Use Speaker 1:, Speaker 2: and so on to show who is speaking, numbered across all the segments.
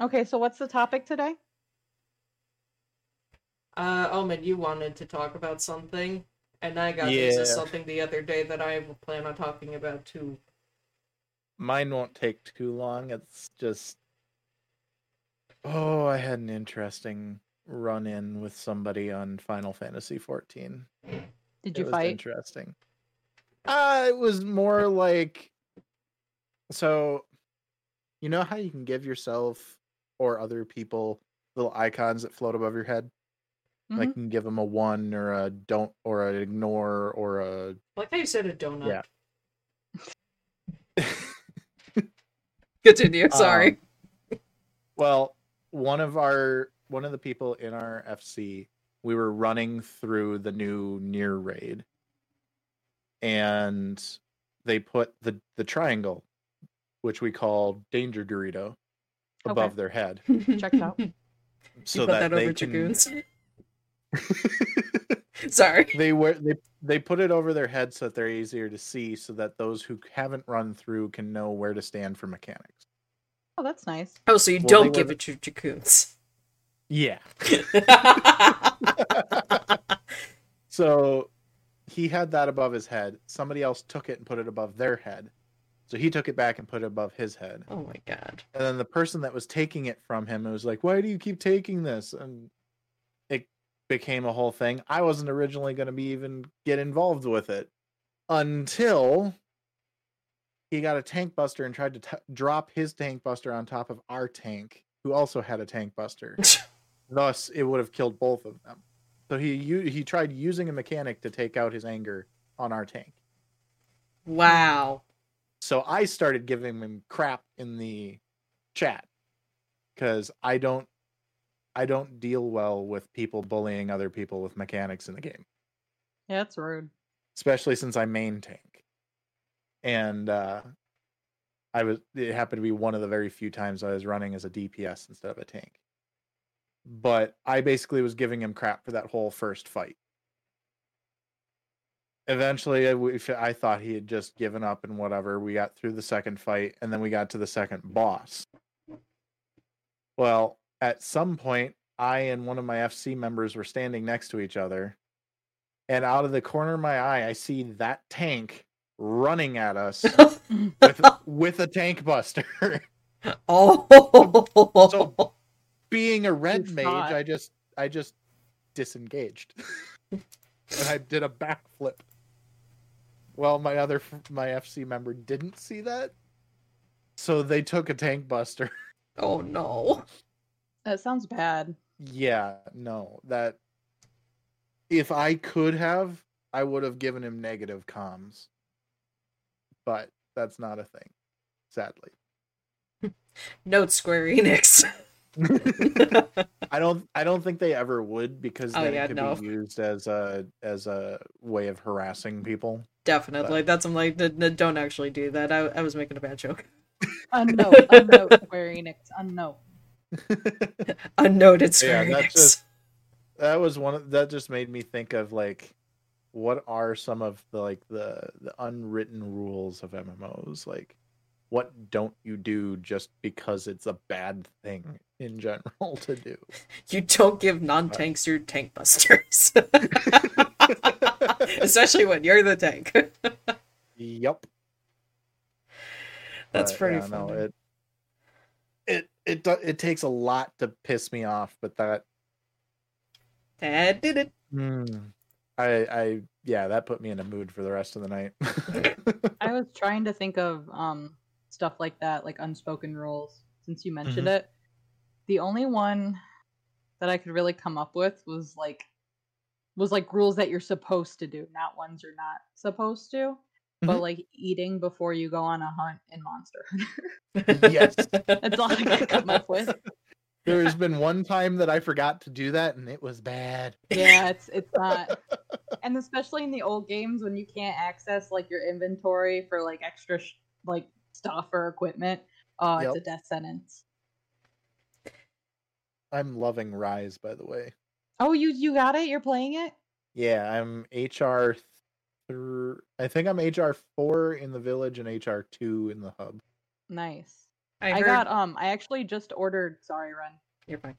Speaker 1: Okay, so what's the topic today?
Speaker 2: Uh, Omen, you wanted to talk about something, and I got this as
Speaker 3: Yeah.
Speaker 2: something the other day that I will plan on talking about too.
Speaker 3: Mine won't take too long. It's just Oh, I had an interesting run in with somebody on Final Fantasy 14.
Speaker 1: Did you
Speaker 3: it was
Speaker 1: fight?
Speaker 3: Interesting. Uh, it was more like so you know how you can give yourself or other people little icons that float above your head?
Speaker 1: Mm-hmm.
Speaker 3: Like you can give them a one or a don't or an ignore or a
Speaker 2: Like how you said a donut.
Speaker 3: Yeah.
Speaker 2: Continue.
Speaker 3: Um, well, one of our one of the people in our FC, we were running through the new near raid, and they put the the triangle, which we call danger Dorito, above
Speaker 1: Okay.
Speaker 3: their head,
Speaker 1: Checked out.
Speaker 3: so that, they can.
Speaker 2: Sorry.
Speaker 3: they were they they put it over their head so that they're easier to see, so that those who haven't run through can know where to stand for mechanics.
Speaker 1: Oh, that's nice.
Speaker 2: Oh, so you
Speaker 3: Well,
Speaker 2: don't
Speaker 3: they
Speaker 2: give
Speaker 3: were-
Speaker 2: it to Jacoons.
Speaker 3: Yeah. So he had that above his head. Somebody else took it and put it above their head. So he took it back and put it above his head.
Speaker 2: oh my god.
Speaker 3: And then the person that was taking it from him was like, Why do you keep taking this? And it became a whole thing. I wasn't originally going to be even get involved with it until he got a tank buster and tried to t- drop his tank buster on top of our tank, who also had a tank buster. Thus, it would have killed both of them. So he u- he tried using a mechanic to take out his anger on our tank.
Speaker 2: Wow.
Speaker 3: So I started giving him crap in the chat because I don't I don't deal well with people bullying other people with mechanics in the game,
Speaker 1: Yeah, that's rude.
Speaker 3: especially since I main tank. And uh, I was it happened to be one of the very few times I was running as a DPS instead of a tank. But I basically was giving him crap for that whole first fight. Eventually, I, we- I thought he had just given up and whatever. We got through the second fight, and then we got to the second boss. Well, at some point, I and one of my FC members were standing next to each other, and out of the corner of my eye, I see that tank running at us with, with a tank buster.
Speaker 2: oh.
Speaker 3: So- being a red
Speaker 1: You
Speaker 3: mage,
Speaker 1: thought.
Speaker 3: I just I just disengaged, and I did a backflip. Well, my other f- my FC member didn't see that, so they took a tank buster.
Speaker 2: oh no.
Speaker 1: That sounds bad.
Speaker 3: yeah, no, that if I could have, I would have given him negative comms, but that's not a thing, sadly.
Speaker 2: Note Square Enix.
Speaker 3: I don't I don't think they ever would because
Speaker 2: Oh,
Speaker 3: then
Speaker 2: yeah,
Speaker 3: it could
Speaker 2: no.
Speaker 3: be used as a as a way of harassing people.
Speaker 2: Definitely. That's I'm like, n- n- don't actually do that. I, I was making a bad joke.
Speaker 1: Unnote, unnote, Square Enix, unnote.
Speaker 2: Unnoted Square
Speaker 3: Yeah,
Speaker 2: Enix.
Speaker 3: that's just- that was one of, that just made me think of like what are some of the like the the unwritten rules of MMOs like what don't you do just because it's a bad thing in general to do
Speaker 2: You don't give non tanks your tank busters. Especially when you're the tank.
Speaker 3: yep
Speaker 2: That's
Speaker 3: But,
Speaker 2: pretty
Speaker 3: yeah, no,
Speaker 2: funny.
Speaker 3: it it it do- it takes a lot to piss me off but that
Speaker 2: Dad did it.
Speaker 3: mm, I I yeah that put me in a mood for the rest of the night
Speaker 1: I was trying to think of um stuff like that, like unspoken rules, since you mentioned it. The only one that I could really come up with was like was like rules that you're supposed to do, not ones you're not supposed to. But
Speaker 3: Mhm.
Speaker 1: like eating before you go on a hunt in Monster Hunter.
Speaker 3: yes
Speaker 1: That's all I could come up with.
Speaker 3: There's been one time that I forgot to do that and it was bad.
Speaker 1: Yeah, it's it's not and especially in the old games when you can't access like your inventory for like extra sh- like stuff or equipment, uh it's a
Speaker 3: Yep.
Speaker 1: death sentence.
Speaker 3: I'm loving Rise, by the way.
Speaker 1: Oh, you you got it. You're playing it.
Speaker 3: Yeah, I'm HR. Th- I think I'm HR four in the village and HR two in the hub.
Speaker 1: Nice. I,
Speaker 2: heard-
Speaker 1: got um I actually just ordered sorry Ren.
Speaker 2: You're fine.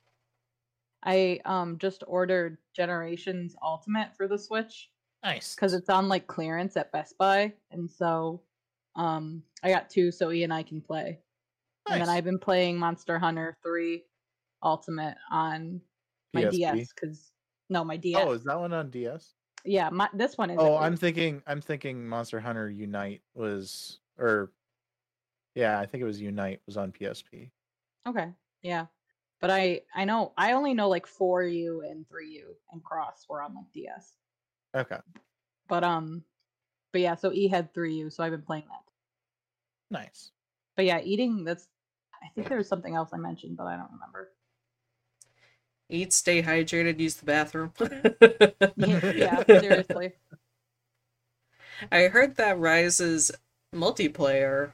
Speaker 1: I um just ordered Generations Ultimate for the Switch
Speaker 3: Nice.
Speaker 1: because it's on like clearance at Best Buy, and so um I got two so E and I can play. And then I've been playing Monster Hunter Three Ultimate on my
Speaker 3: PSP?
Speaker 1: DS because no my DS
Speaker 3: Oh, is that one on DS?
Speaker 1: yeah my this one is
Speaker 3: Oh, I'm thinking I'm thinking Monster Hunter Unite was or yeah, I think it was Unite was on PSP.
Speaker 1: okay yeah. But I I know I only know like 4U and 3U and Cross were on like DS.
Speaker 3: Okay.
Speaker 1: But um, but yeah, so E had three U, so I've been playing that.
Speaker 3: Nice.
Speaker 1: But yeah, eating that's. I think there was something else I mentioned, but I don't remember.
Speaker 2: Eat, stay hydrated, use the bathroom.
Speaker 1: Yeah, yeah, seriously.
Speaker 2: I heard that Rise's multiplayer,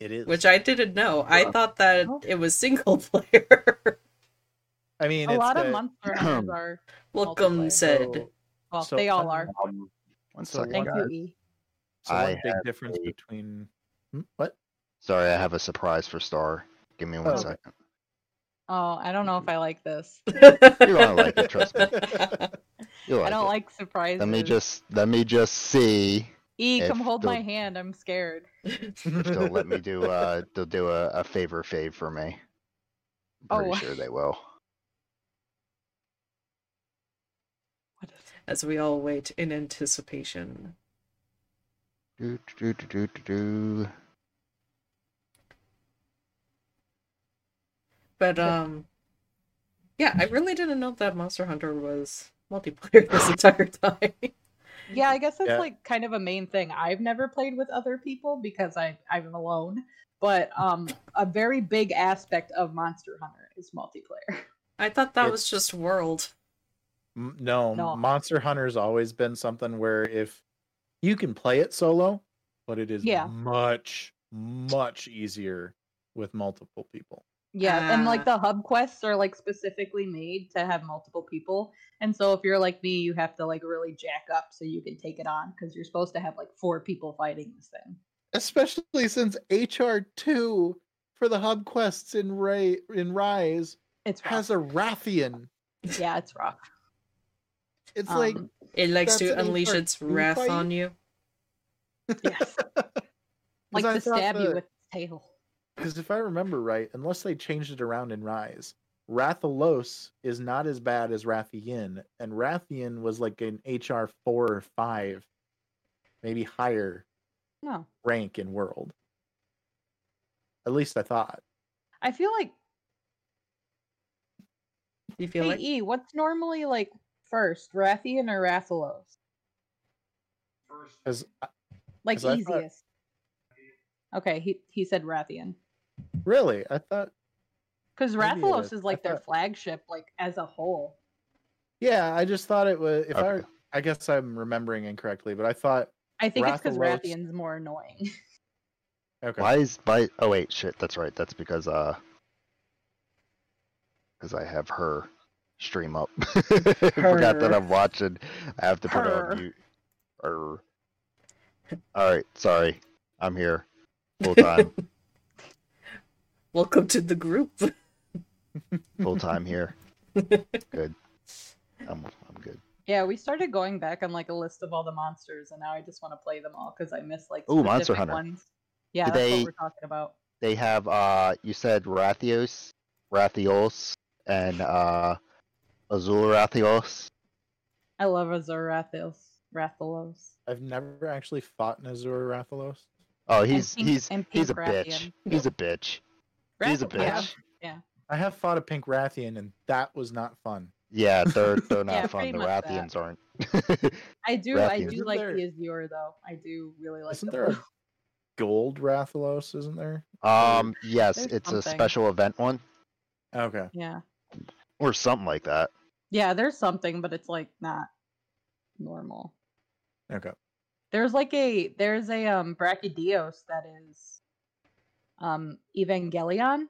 Speaker 3: It is.
Speaker 2: which I didn't know. I
Speaker 3: Yeah.
Speaker 2: thought that
Speaker 1: Well-
Speaker 2: it was single player.
Speaker 3: I mean,
Speaker 1: A
Speaker 3: it's
Speaker 1: lot
Speaker 3: a-
Speaker 1: of Monster Hunters are.
Speaker 2: Welcome
Speaker 1: Multiplayer.
Speaker 2: said.
Speaker 3: so-
Speaker 1: Well,
Speaker 3: So
Speaker 1: they all
Speaker 3: fun.
Speaker 1: are.
Speaker 4: Um, one
Speaker 3: So
Speaker 4: second,
Speaker 1: Thank
Speaker 4: guys.
Speaker 1: you, E.
Speaker 3: so
Speaker 4: I
Speaker 3: one big
Speaker 4: have
Speaker 3: difference
Speaker 4: a-
Speaker 3: between Hmm, what?
Speaker 4: Sorry, I have a surprise for Star. Give me
Speaker 3: Oh.
Speaker 4: one second.
Speaker 1: Oh, I don't know if I like this.
Speaker 4: You're gonna like it, trust me. You
Speaker 1: I don't
Speaker 4: it.
Speaker 1: like surprises.
Speaker 4: Let me just let me just see.
Speaker 1: E, come
Speaker 4: if
Speaker 1: hold
Speaker 4: the-
Speaker 1: my hand. I'm scared.
Speaker 4: If they'll let me do uh they'll do a, a favor fave for me.
Speaker 1: Oh.
Speaker 4: Pretty sure they will.
Speaker 1: What is it?
Speaker 2: As we all wait in anticipation.
Speaker 4: Do, do, do, do, do, do.
Speaker 2: But um yeah, I really didn't know that Monster Hunter was multiplayer this entire time.
Speaker 1: Yeah, I guess that's
Speaker 3: Yeah.
Speaker 1: like kind of a main thing. I've never played with other people because I I'm alone. But um, a very big aspect of Monster Hunter is multiplayer.
Speaker 2: I thought that
Speaker 3: It's-
Speaker 2: was just World.
Speaker 3: M- No,
Speaker 1: No.
Speaker 3: Monster Hunter's always been something where if you can play it solo, but it is
Speaker 1: Yeah.
Speaker 3: much much easier with multiple people.
Speaker 1: Yeah, and
Speaker 2: Ah.
Speaker 1: like the hub quests are like specifically made to have multiple people. And so if you're like me, you have to like really jack up so you can take it on because you're supposed to have like four people fighting this thing.
Speaker 3: Especially since HR2 for the hub quests in Ray in Rise
Speaker 1: It's rough.
Speaker 3: has a Rathian.
Speaker 1: yeah, it's rough.
Speaker 3: It's
Speaker 1: Um,
Speaker 3: like
Speaker 2: It likes
Speaker 3: That's
Speaker 2: to
Speaker 3: an
Speaker 2: unleash
Speaker 3: HR
Speaker 2: its wrath
Speaker 3: fight?
Speaker 2: on you.
Speaker 1: yes, like
Speaker 3: I
Speaker 1: to
Speaker 3: thought
Speaker 1: stab you
Speaker 3: the-
Speaker 1: with its tail.
Speaker 3: Because if I remember right, unless they changed it around in Rise, Rathalos is not as bad as Rathian, and Rathian was like an HR four or five, maybe higher
Speaker 1: No,
Speaker 3: rank in World. At least I thought.
Speaker 1: I feel like
Speaker 2: You feel
Speaker 1: hey,
Speaker 2: like
Speaker 1: E, what's normally like first, Rathian or Rathalos?
Speaker 3: Because
Speaker 1: Like
Speaker 3: 'Cause I
Speaker 1: easiest.
Speaker 3: thought-
Speaker 1: Okay, he he said Rathian
Speaker 3: really, I thought.
Speaker 1: because
Speaker 3: Maybe it
Speaker 1: Rathalos
Speaker 3: is.
Speaker 1: is
Speaker 3: I
Speaker 1: like their
Speaker 3: thought-
Speaker 1: flagship, like as a whole.
Speaker 3: Yeah, I just thought it was. If
Speaker 4: Okay.
Speaker 3: I, I guess I'm remembering incorrectly, but I thought.
Speaker 1: I think it's because
Speaker 3: Rathalos-
Speaker 1: Rathian's more annoying.
Speaker 3: Okay.
Speaker 4: Why is why oh wait shit, that's right. That's because uh because I have her stream up. Forgot that
Speaker 2: Her.
Speaker 4: I'm watching. I have to put her
Speaker 1: Her.
Speaker 4: on mute. Er. Alright, sorry. I'm here. Full time.
Speaker 2: welcome to the group.
Speaker 4: Full time here. Good. I'm I'm good.
Speaker 1: Yeah, we started going back on like a list of all the monsters, and now I just want to play them all because I miss like
Speaker 4: Ooh, Monster
Speaker 1: specific
Speaker 4: Hunter.
Speaker 1: ones. Yeah,
Speaker 4: Do
Speaker 1: that's
Speaker 4: they-
Speaker 1: what we're talking about.
Speaker 4: They have uh you said Rathios, Rathios, and uh Azul Rathios.
Speaker 1: I love Azurathos, Rathalos.
Speaker 3: I've never actually fought Nazur Rathalos.
Speaker 4: Oh he's
Speaker 1: pink-
Speaker 4: he's
Speaker 1: and
Speaker 4: he's a
Speaker 1: pink
Speaker 4: bitch. He's a bitch. He's a
Speaker 1: Rathalos- yeah,
Speaker 4: bitch.
Speaker 3: I have fought a pink Rathian, and that was not fun.
Speaker 4: Yeah, they're they're not
Speaker 1: Yeah,
Speaker 4: fun.
Speaker 1: pretty
Speaker 4: The
Speaker 1: much that.
Speaker 4: Rathians aren't.
Speaker 1: I do, I
Speaker 4: Rathian.
Speaker 1: do
Speaker 3: Isn't
Speaker 1: like
Speaker 3: there-
Speaker 1: the Azure though. I do really like.
Speaker 3: Isn't
Speaker 1: the
Speaker 3: there
Speaker 1: blue.
Speaker 3: a gold Rathalos? Isn't there?
Speaker 4: um, yes,
Speaker 1: There's
Speaker 4: it's a
Speaker 1: something.
Speaker 4: special event one
Speaker 3: Okay.
Speaker 1: Yeah,
Speaker 4: or something like that.
Speaker 1: yeah. There's something, but it's like not normal.
Speaker 3: Okay.
Speaker 1: There's like a there's a um Brachydios that is um Evangelion.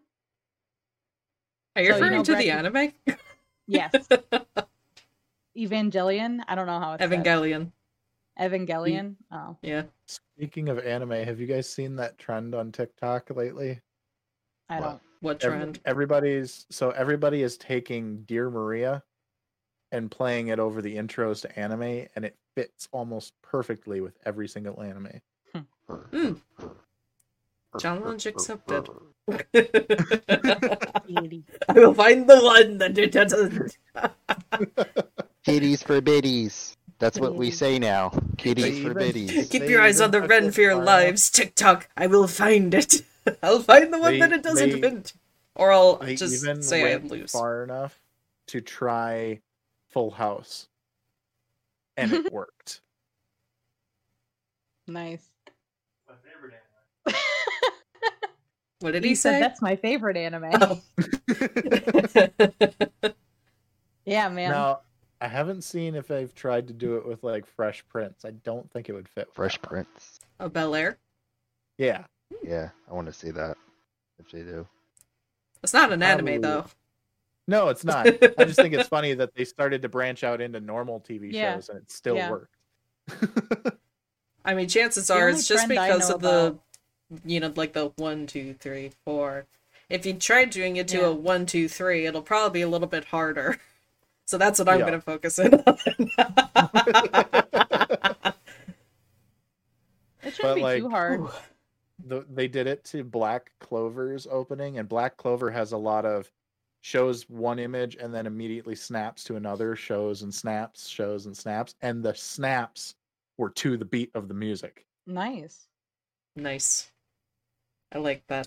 Speaker 2: Are you
Speaker 1: So, you
Speaker 2: referring
Speaker 1: know,
Speaker 2: to the
Speaker 1: Bracken-
Speaker 2: anime?
Speaker 1: Yes, Evangelion. I don't know how it's said.
Speaker 2: Evangelion.
Speaker 1: Evangelion. Oh,
Speaker 2: Yeah.
Speaker 3: Speaking of anime, have you guys seen that trend on TikTok lately?
Speaker 1: I
Speaker 4: Wow.
Speaker 1: don't.
Speaker 2: What
Speaker 3: Every-
Speaker 2: trend?
Speaker 3: everybody's so everybody is taking Dear Maria and playing it over the intros to anime, and it fits almost perfectly with every single anime.
Speaker 2: Hmm. Challenge accepted. I will find the one that it doesn't.
Speaker 4: Kitties for biddies. That's what we say now. Kitties for
Speaker 3: Even-
Speaker 4: biddies.
Speaker 2: Keep
Speaker 3: They
Speaker 2: your eyes on the
Speaker 3: even took
Speaker 2: wren
Speaker 3: it
Speaker 2: for your
Speaker 3: far enough.
Speaker 2: lives, TikTok. I will find it. I'll find the one
Speaker 3: They-
Speaker 2: that it doesn't
Speaker 3: they-
Speaker 2: fit. Or I'll
Speaker 3: I
Speaker 2: just
Speaker 3: even
Speaker 2: say I
Speaker 3: went
Speaker 2: lose.
Speaker 3: far enough to try Full House, and it worked.
Speaker 1: Nice.
Speaker 2: What did
Speaker 1: He,
Speaker 2: he
Speaker 1: said
Speaker 2: say?
Speaker 1: that's my favorite anime.
Speaker 2: Oh.
Speaker 1: yeah, man.
Speaker 3: Now I haven't seen if I've tried to do it with like Fresh Prince. I don't think it would fit. with
Speaker 4: Fresh
Speaker 3: that one.
Speaker 4: Prince.
Speaker 2: A Bel Air.
Speaker 3: Yeah,
Speaker 4: Yeah, I want to see that if they do.
Speaker 2: It's not an anime
Speaker 3: Probably.
Speaker 2: though.
Speaker 3: no, it's not. I just think it's funny that they started to branch out into normal TV
Speaker 1: Yeah.
Speaker 3: shows, and it still
Speaker 1: Yeah.
Speaker 3: worked.
Speaker 2: I mean, chances
Speaker 1: The
Speaker 2: are
Speaker 1: only
Speaker 2: it's just
Speaker 1: trend I
Speaker 2: because
Speaker 1: know
Speaker 2: of the, you know, like the one, two, three, four. If you try doing it to
Speaker 1: Yeah.
Speaker 2: a one, two, three, it'll probably be a little bit harder. So that's what I'm
Speaker 3: Yeah.
Speaker 2: going to focus in on.
Speaker 1: it
Speaker 3: but,
Speaker 1: shouldn't be
Speaker 3: like,
Speaker 1: too hard.
Speaker 3: the, they did it to Black Clover's opening, and Black Clover has a lot of shows one image and then immediately snaps to another, shows and snaps, shows and snaps, and the snaps were to the beat of the music.
Speaker 1: Nice.
Speaker 2: nice. I like that.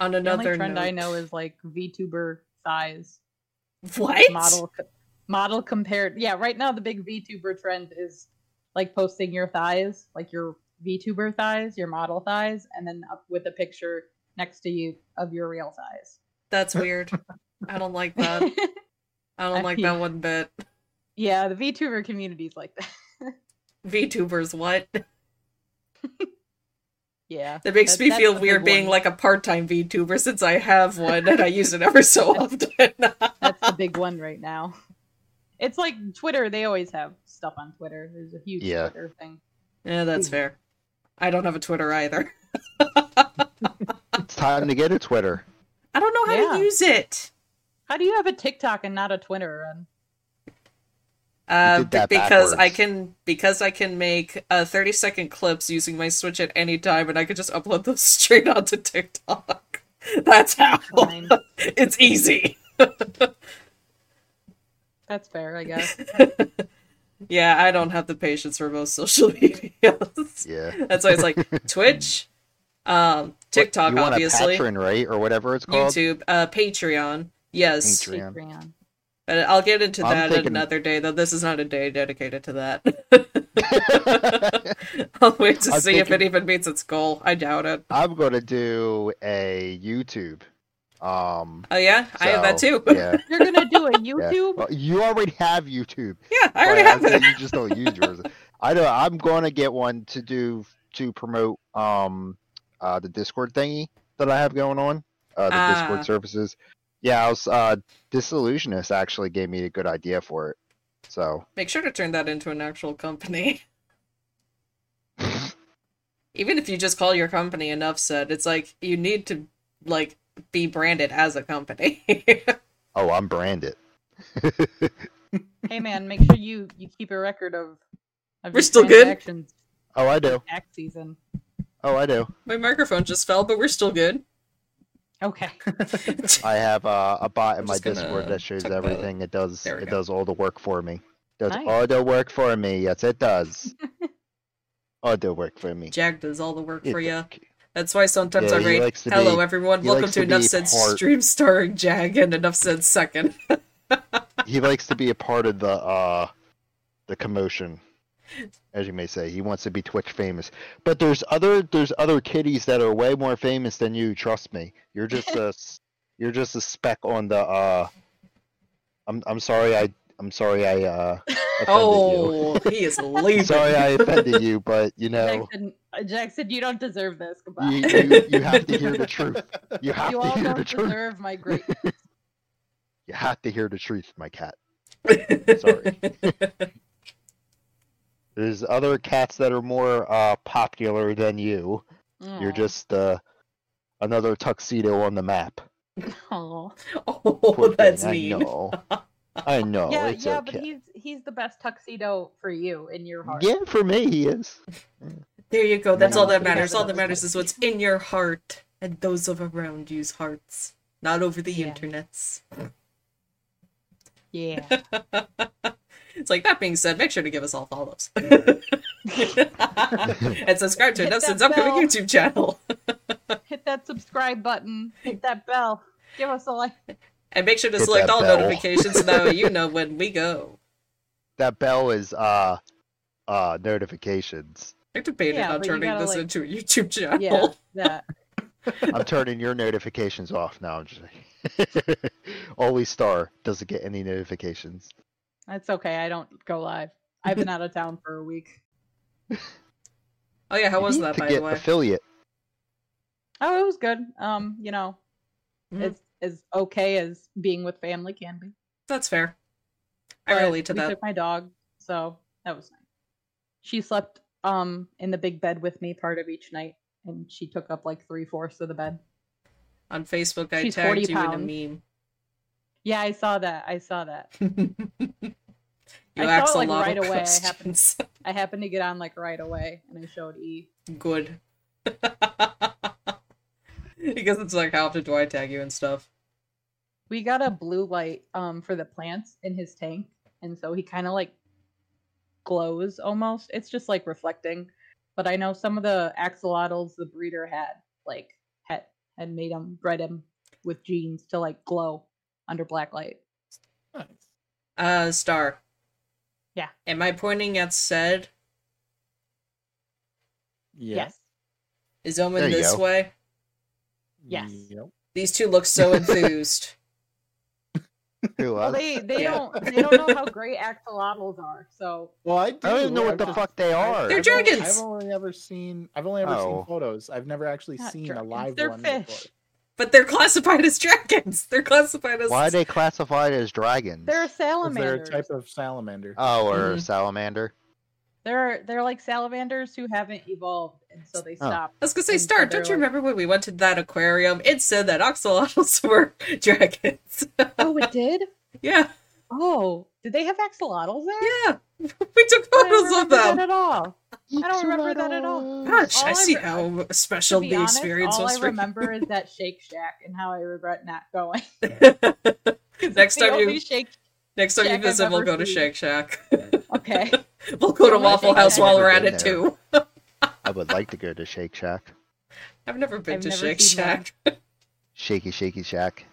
Speaker 2: On
Speaker 1: The only
Speaker 2: another
Speaker 1: trend I
Speaker 2: note-
Speaker 1: know is like VTuber size
Speaker 2: what
Speaker 1: model co- model compared. Yeah, right now the big VTuber trend is like posting your thighs, like your VTuber thighs, your model thighs, and then up with a picture next to you of your real size.
Speaker 2: That's weird. I don't like that. I don't
Speaker 1: I
Speaker 2: like
Speaker 1: mean-
Speaker 2: that one bit.
Speaker 1: yeah, the VTuber community is like that.
Speaker 2: VTubers, what?
Speaker 1: Yeah.
Speaker 2: That makes
Speaker 1: That-
Speaker 2: me
Speaker 1: that's
Speaker 2: feel
Speaker 1: the
Speaker 2: weird
Speaker 1: big
Speaker 2: being
Speaker 1: one.
Speaker 2: like a part-time VTuber since I have one and I use it ever so often.
Speaker 1: That's the big one right now. It's like Twitter, they always have stuff on Twitter. There's a huge
Speaker 4: Yeah.
Speaker 1: Twitter thing.
Speaker 2: yeah, that's fair. I don't have a Twitter either.
Speaker 4: It's time to get a Twitter.
Speaker 2: I don't know how
Speaker 1: Yeah.
Speaker 2: to use it.
Speaker 1: How do you have a TikTok and not a Twitter run?
Speaker 2: Uh,
Speaker 4: did that
Speaker 2: be- because I
Speaker 4: backwards.
Speaker 2: can because I can make uh, 30 second clips using my Switch at any time and I could just upload those straight onto TikTok. That's how.
Speaker 1: Fine.
Speaker 2: it's easy.
Speaker 1: That's fair, I guess.
Speaker 2: Yeah, I don't have the patience for most social medias.
Speaker 4: Yeah.
Speaker 2: That's why it's like Twitch, um, TikTok,
Speaker 4: you want
Speaker 2: obviously.
Speaker 4: a patron, right, or whatever it's called.
Speaker 2: YouTube, uh, Patreon. Yes,
Speaker 4: Patreon. Patreon.
Speaker 1: Patreon.
Speaker 2: but I'll get into
Speaker 4: I'm
Speaker 2: that
Speaker 4: thinking-
Speaker 2: another day. Though this is not a day dedicated to that. I'll wait to
Speaker 4: I'm
Speaker 2: see if it
Speaker 4: thinking-
Speaker 2: even meets its goal. I doubt it.
Speaker 4: I'm gonna do a YouTube. Um,
Speaker 2: Oh yeah, I have that
Speaker 4: so,
Speaker 2: too. Yeah,
Speaker 4: yeah,
Speaker 1: You're gonna do a
Speaker 4: yeah.
Speaker 1: YouTube?
Speaker 4: Well, you already have YouTube.
Speaker 2: I already
Speaker 4: Like,
Speaker 2: have
Speaker 4: said
Speaker 2: it.
Speaker 4: You just don't use yours. I know. I'm going to get one to do to promote um uh the Discord thingy that I have going on. Uh, the
Speaker 2: Ah.
Speaker 4: Discord services. Yeah, I was, uh, Disillusionist actually gave me a good idea for it. So
Speaker 2: Make sure to turn that into an actual company. even if you just call your company enough said, it's like you need to like be branded as a company.
Speaker 4: oh, I'm branded.
Speaker 1: Hey man, make sure you you keep a record of, of
Speaker 2: We're
Speaker 1: your
Speaker 2: still good?
Speaker 1: transactions
Speaker 4: Oh, I do.
Speaker 1: tax season.
Speaker 4: Oh, I do.
Speaker 2: My microphone just fell, but we're still good.
Speaker 1: Okay.
Speaker 4: I have uh, a bot in
Speaker 2: I'm
Speaker 4: my
Speaker 2: just gonna
Speaker 4: Discord that shows
Speaker 2: tuck the-
Speaker 4: everything. It does.
Speaker 2: There we
Speaker 4: It
Speaker 2: go.
Speaker 4: does all the work for me. Does
Speaker 1: Nice.
Speaker 4: all the work for me? Yes, it does. all the work for me.
Speaker 2: Jack does all the work
Speaker 4: It
Speaker 2: for you.
Speaker 4: does.
Speaker 2: That's why sometimes
Speaker 4: Yeah,
Speaker 2: I
Speaker 4: he
Speaker 2: rate,
Speaker 4: likes to
Speaker 2: "Hello
Speaker 4: be-
Speaker 2: everyone,
Speaker 4: he
Speaker 2: welcome
Speaker 4: likes
Speaker 2: to,
Speaker 4: to
Speaker 2: Enough
Speaker 4: be
Speaker 2: Said
Speaker 4: part-
Speaker 2: stream starring Jag and Enough Said second.
Speaker 4: He likes to be a part of the uh, the commotion, as you may say. He wants to be Twitch famous. But there's other there's other kitties that are way more famous than you. Trust me. You're just a s- you're just a speck on the. Uh, I'm I'm sorry. I I'm sorry. I uh, offended you.
Speaker 2: Oh, he is leaving.
Speaker 4: Sorry, I offended you. But you
Speaker 1: Jack
Speaker 4: know.
Speaker 1: said, Jack said you don't deserve this. Goodbye.
Speaker 4: you, you, you have to hear the truth. You have
Speaker 1: you
Speaker 4: to
Speaker 1: all
Speaker 4: hear
Speaker 1: don't
Speaker 4: the truth.
Speaker 1: deserve my great
Speaker 4: You have to hear the truth, my cat. Sorry. There's other cats that are more uh, popular than you. You're
Speaker 1: Aw.
Speaker 4: just uh, another tuxedo on the map.
Speaker 1: Aw.
Speaker 4: Poor
Speaker 2: Oh,
Speaker 4: thing,
Speaker 2: that's
Speaker 4: I
Speaker 2: mean.
Speaker 4: know. I know.
Speaker 1: yeah,
Speaker 4: Oh, it's
Speaker 1: yeah,
Speaker 4: okay.
Speaker 1: but he's he's the best tuxedo for you in your heart.
Speaker 4: Yeah, for me he is.
Speaker 2: There you go. That's all that matters.
Speaker 1: Yeah.
Speaker 2: All that matters is what's in your heart and those of around you's hearts, not over the
Speaker 1: Yeah.
Speaker 2: internets.
Speaker 1: Yeah.
Speaker 2: it's like that being said, make sure to give us all follows. and subscribe to
Speaker 1: Hit
Speaker 2: Enough
Speaker 1: that
Speaker 2: Sin's upcoming
Speaker 1: bell.
Speaker 2: YouTube channel.
Speaker 1: Hit that subscribe button. Hit that bell. Give us a like.
Speaker 2: And make sure to
Speaker 4: Hit
Speaker 2: select
Speaker 4: that
Speaker 2: all
Speaker 4: bell.
Speaker 2: notifications so that way you know when we go.
Speaker 4: That bell is uh uh notifications.
Speaker 2: I debated
Speaker 1: Yeah,
Speaker 2: on
Speaker 1: but you
Speaker 2: turning
Speaker 1: gotta,
Speaker 2: this
Speaker 1: like-
Speaker 2: into a YouTube channel.
Speaker 1: Yeah,
Speaker 4: Oh.
Speaker 1: that.
Speaker 4: I'm turning your notifications off now. I'm just Always star doesn't get any notifications.
Speaker 1: That's okay. I don't go live. I've been out of town for a week.
Speaker 2: Oh yeah, how
Speaker 4: You
Speaker 2: was
Speaker 4: need
Speaker 2: that
Speaker 4: to
Speaker 2: by
Speaker 4: get
Speaker 2: the way?
Speaker 4: affiliate.
Speaker 1: Oh, it was good. Um, you know,
Speaker 4: Mm.
Speaker 2: Mhm.
Speaker 1: it's as okay as being with family can be.
Speaker 2: That's fair. I
Speaker 1: But
Speaker 2: relate to
Speaker 1: we
Speaker 2: that.
Speaker 1: Took my dog, so that was nice. She slept um in the big bed with me part of each night, and she took up like three fourths of the bed.
Speaker 2: On Facebook, I
Speaker 1: She's 40
Speaker 2: tagged you
Speaker 1: pounds.
Speaker 2: in a meme.
Speaker 1: Yeah, I saw that. I saw that.
Speaker 2: you
Speaker 1: I saw it,
Speaker 2: asked a
Speaker 1: like,
Speaker 2: lot
Speaker 1: right
Speaker 2: of
Speaker 1: away. I happened-
Speaker 2: questions.
Speaker 1: I happened to get on like right away, and I showed E.
Speaker 2: Good. because it's like, how often do I tag you and stuff?
Speaker 1: We got a blue light um for the plants in his tank, and so he kind of like glows almost. It's just like reflecting. But I know some of the axolotls the breeder had like had had made them bred him with genes to like glow under black light.
Speaker 3: Nice.
Speaker 2: Uh, Star.
Speaker 1: Yeah.
Speaker 2: Am I pointing at said?
Speaker 3: Yeah.
Speaker 1: Yes.
Speaker 2: Is Omen
Speaker 4: There you
Speaker 2: this
Speaker 4: go.
Speaker 2: way?
Speaker 1: Yes.
Speaker 3: Yep.
Speaker 2: These two look so enthused.
Speaker 4: Who
Speaker 1: Well,
Speaker 4: else?
Speaker 1: they they
Speaker 2: Yeah.
Speaker 1: don't they don't know how great axolotls are. So
Speaker 3: Well, I do.
Speaker 4: I don't even know what the
Speaker 3: I've-
Speaker 4: fuck they are.
Speaker 2: They're
Speaker 3: I've only-
Speaker 2: dragons!
Speaker 3: I've only ever seen. I've only ever
Speaker 4: Oh.
Speaker 3: seen photos. I've never actually
Speaker 1: Not
Speaker 3: seen
Speaker 1: dragons,
Speaker 3: a live
Speaker 1: they're
Speaker 3: one.
Speaker 1: fish.
Speaker 2: but they're classified as dragons. They're classified as.
Speaker 4: Why are they classified as dragons?
Speaker 1: they're Mm-hmm.
Speaker 3: Because they're a
Speaker 1: salamanders.
Speaker 3: type of salamander.
Speaker 4: Oh, or
Speaker 2: Mhm.
Speaker 4: salamander.
Speaker 1: They're they're like salamanders who haven't evolved, and so
Speaker 3: Oh.
Speaker 1: they stop.
Speaker 2: I was gonna say,
Speaker 1: And so
Speaker 2: Star, don't
Speaker 1: they're
Speaker 2: you
Speaker 1: like-
Speaker 2: remember when we went to that aquarium? It said that axolotls were dragons.
Speaker 1: Oh, it did.
Speaker 2: yeah,
Speaker 1: Oh, did they have axolotls there?
Speaker 2: yeah. We took
Speaker 1: I don't
Speaker 2: photos of
Speaker 1: remember
Speaker 2: them.
Speaker 1: that at all. I don't remember that at all.
Speaker 2: Gosh,
Speaker 1: All
Speaker 2: I
Speaker 1: I
Speaker 2: see
Speaker 1: re-
Speaker 2: how
Speaker 1: To
Speaker 2: special
Speaker 1: be
Speaker 2: the
Speaker 1: honest,
Speaker 2: experience
Speaker 1: all
Speaker 2: was
Speaker 1: I
Speaker 2: for
Speaker 1: remember is that Shake Shack and how I regret not going.
Speaker 2: you. next
Speaker 1: The
Speaker 2: time
Speaker 1: only
Speaker 2: you
Speaker 1: Shake.
Speaker 2: next time you
Speaker 1: Shack I've
Speaker 2: visit, we'll
Speaker 1: ever
Speaker 2: go to
Speaker 1: seen.
Speaker 2: Shake Shack.
Speaker 1: Okay,
Speaker 2: we'll go to
Speaker 1: only
Speaker 2: Waffle
Speaker 1: Shake
Speaker 2: House
Speaker 1: Shack
Speaker 2: while
Speaker 1: I've
Speaker 2: we're
Speaker 4: ever
Speaker 2: at
Speaker 4: been
Speaker 2: it
Speaker 4: there.
Speaker 2: too.
Speaker 4: I would like to go to Shake Shack.
Speaker 2: I've never been
Speaker 1: I've
Speaker 2: to
Speaker 1: never
Speaker 2: Shake
Speaker 1: seen one.
Speaker 2: Shack.
Speaker 4: Shaky, shaky shack.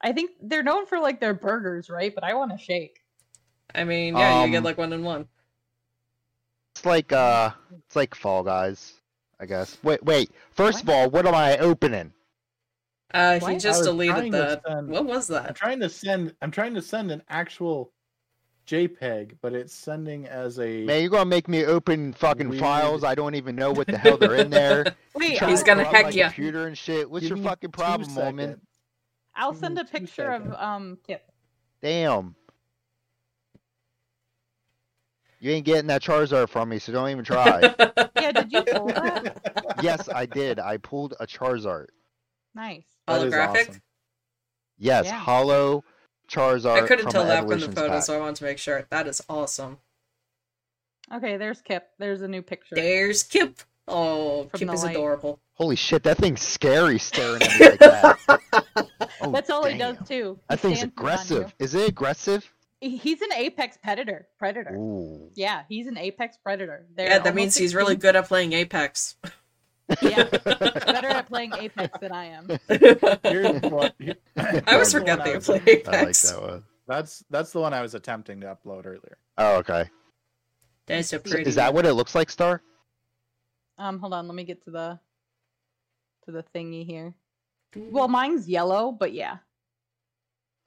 Speaker 1: I think they're known for like their burgers, right? But I want a shake.
Speaker 2: I mean, yeah, you get
Speaker 4: Um,
Speaker 2: like one in one.
Speaker 4: It's like uh, it's like Fall Guys, I guess. Wait, wait. First of all, what am I opening?
Speaker 2: Uh,
Speaker 1: what?
Speaker 2: he
Speaker 1: I
Speaker 2: just
Speaker 3: was
Speaker 2: deleted
Speaker 3: trying to
Speaker 2: that.
Speaker 3: send-
Speaker 2: What was
Speaker 3: I'm
Speaker 2: that?
Speaker 3: trying to send. I'm trying to send an actual JPEG, but it's sending as a.
Speaker 4: Man, you're gonna make me open fucking
Speaker 3: Weird.
Speaker 4: files. I don't even know what the hell they're in there.
Speaker 1: Wait,
Speaker 4: Trying
Speaker 1: I'll-
Speaker 2: He's
Speaker 4: to
Speaker 2: gonna
Speaker 4: corrupt
Speaker 2: hack
Speaker 4: my
Speaker 2: ya.
Speaker 4: Computer and shit. What's
Speaker 3: Give
Speaker 4: your
Speaker 3: me
Speaker 4: fucking
Speaker 3: two
Speaker 4: problem, woman?
Speaker 3: seconds.
Speaker 1: I'll
Speaker 3: Give
Speaker 1: send
Speaker 2: Mm,
Speaker 3: me
Speaker 1: a
Speaker 3: two
Speaker 1: picture of
Speaker 3: seconds.
Speaker 1: um Kip.
Speaker 4: Damn. You ain't getting that Charizard from me, so don't even try.
Speaker 1: Yeah, did you pull that?
Speaker 4: yes, I did. I pulled a Charizard.
Speaker 1: Nice.
Speaker 3: That is
Speaker 2: Holographic.
Speaker 3: awesome.
Speaker 4: Yes,
Speaker 1: Yeah.
Speaker 4: hollow Charizard.
Speaker 2: I couldn't
Speaker 4: from
Speaker 2: tell
Speaker 4: an
Speaker 2: that from the
Speaker 4: evolutions
Speaker 2: photo,
Speaker 4: pack.
Speaker 2: so I wanted to make sure. That is awesome.
Speaker 1: Okay, there's Kip. There's a new picture.
Speaker 2: There's Kip. Oh,
Speaker 1: From
Speaker 2: Kip
Speaker 1: the
Speaker 2: is
Speaker 1: light.
Speaker 2: adorable.
Speaker 4: Holy shit, that thing's scary staring at me like that. Oh,
Speaker 1: That's all he
Speaker 4: damn.
Speaker 1: does too. He
Speaker 4: That thing's
Speaker 1: stands on you.
Speaker 4: aggressive. Is it aggressive?
Speaker 1: He- He's an apex predator. Predator.
Speaker 4: Ooh.
Speaker 1: Yeah, he's an apex predator. They're
Speaker 2: yeah, that
Speaker 1: almost
Speaker 2: means he's really
Speaker 1: extinct.
Speaker 2: good at playing Apex.
Speaker 1: Yeah, better at playing apex than I am.
Speaker 3: Here's
Speaker 2: I
Speaker 3: what. here-
Speaker 2: always
Speaker 3: that's the
Speaker 2: forget
Speaker 3: one
Speaker 2: that
Speaker 3: I
Speaker 2: you
Speaker 3: was-
Speaker 2: play
Speaker 4: I like
Speaker 2: Apex.
Speaker 4: that one.
Speaker 3: That's that's the one I was attempting to upload earlier.
Speaker 4: Oh, okay.
Speaker 2: That's a
Speaker 1: Is
Speaker 4: So
Speaker 2: pretty.
Speaker 4: is that what it looks like, Star?
Speaker 1: Um, hold on, let me get to the to the thingy here. Well, mine's yellow, but yeah.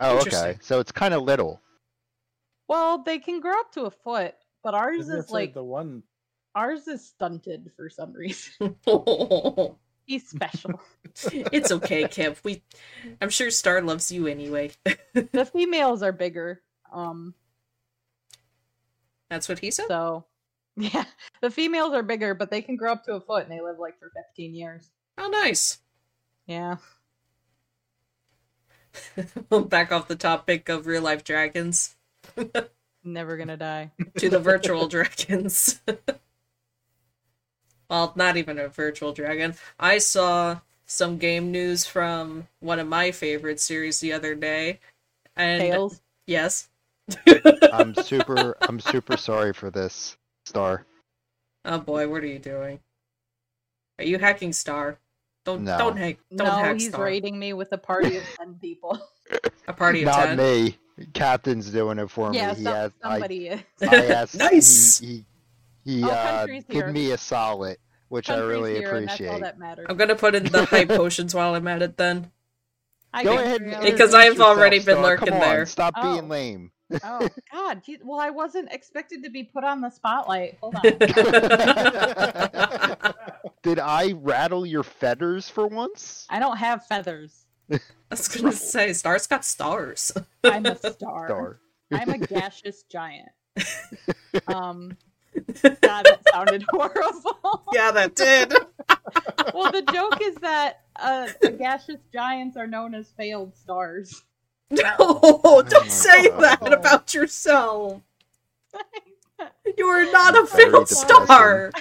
Speaker 4: Oh, okay.
Speaker 2: Interesting.
Speaker 4: So it's kind of little.
Speaker 1: Well, they can grow up to a foot, but ours
Speaker 3: Isn't it
Speaker 1: is
Speaker 3: the-
Speaker 1: like
Speaker 3: the one.
Speaker 1: ours is stunted for some reason. He's special.
Speaker 2: it's okay, Kip. We, I'm sure Star loves you anyway.
Speaker 1: the females are bigger. Um,
Speaker 2: That's what he said.
Speaker 1: so Yeah, the females are bigger, but they can grow up to a foot and they live like for 15 years.
Speaker 2: Oh, nice.
Speaker 1: Yeah.
Speaker 2: Back off the topic of real life dragons
Speaker 1: Never gonna die.
Speaker 2: to the virtual dragons. well, not even a virtual dragon. I saw some game news from one of my favorite series the other day. And
Speaker 1: Tails.
Speaker 2: yes.
Speaker 4: I'm super. I'm super sorry for this, Star.
Speaker 2: Oh boy, what are you doing? Are you hacking Star? Don't
Speaker 4: No.
Speaker 2: don't hack don't
Speaker 1: no,
Speaker 2: hack
Speaker 1: he's
Speaker 2: Star.
Speaker 1: raiding me with a party of 10 people.
Speaker 2: A party of
Speaker 4: Not
Speaker 2: ten.
Speaker 4: me. Captain's doing it for
Speaker 1: yeah,
Speaker 4: me. He
Speaker 1: some-
Speaker 4: has, I,
Speaker 1: somebody is.
Speaker 4: I asked.
Speaker 2: Nice.
Speaker 4: He, he, he
Speaker 1: Oh,
Speaker 4: uh,
Speaker 1: country's
Speaker 4: did
Speaker 1: here.
Speaker 4: me a solid, which I
Speaker 1: Country's
Speaker 4: really
Speaker 1: here, and That's all
Speaker 4: appreciate.
Speaker 1: that matters.
Speaker 2: I'm gonna put in the hype potions while I'm at it then.
Speaker 1: I
Speaker 4: Go
Speaker 1: can
Speaker 4: ahead and
Speaker 1: really-
Speaker 2: Because
Speaker 4: introduce
Speaker 2: I've
Speaker 4: yourself,
Speaker 2: already been
Speaker 4: Star.
Speaker 2: lurking
Speaker 4: Come on,
Speaker 2: there.
Speaker 4: Stop
Speaker 1: Oh.
Speaker 4: being lame.
Speaker 1: Oh God! Gee, well, I wasn't expected to be put on the spotlight. Hold on.
Speaker 4: Did I rattle your fetters for once?
Speaker 1: I don't have feathers.
Speaker 2: I was gonna say Star's got stars.
Speaker 1: I'm a star.
Speaker 4: Star.
Speaker 1: I'm a gaseous giant. Um, God, that sounded horrible.
Speaker 2: yeah, that did.
Speaker 1: Well, the joke is that uh, the gaseous giants are known as failed stars.
Speaker 2: No,
Speaker 4: Oh my
Speaker 2: don't say
Speaker 4: God.
Speaker 2: that about yourself. You are not a
Speaker 4: Very
Speaker 2: failed
Speaker 4: depressing.
Speaker 2: star.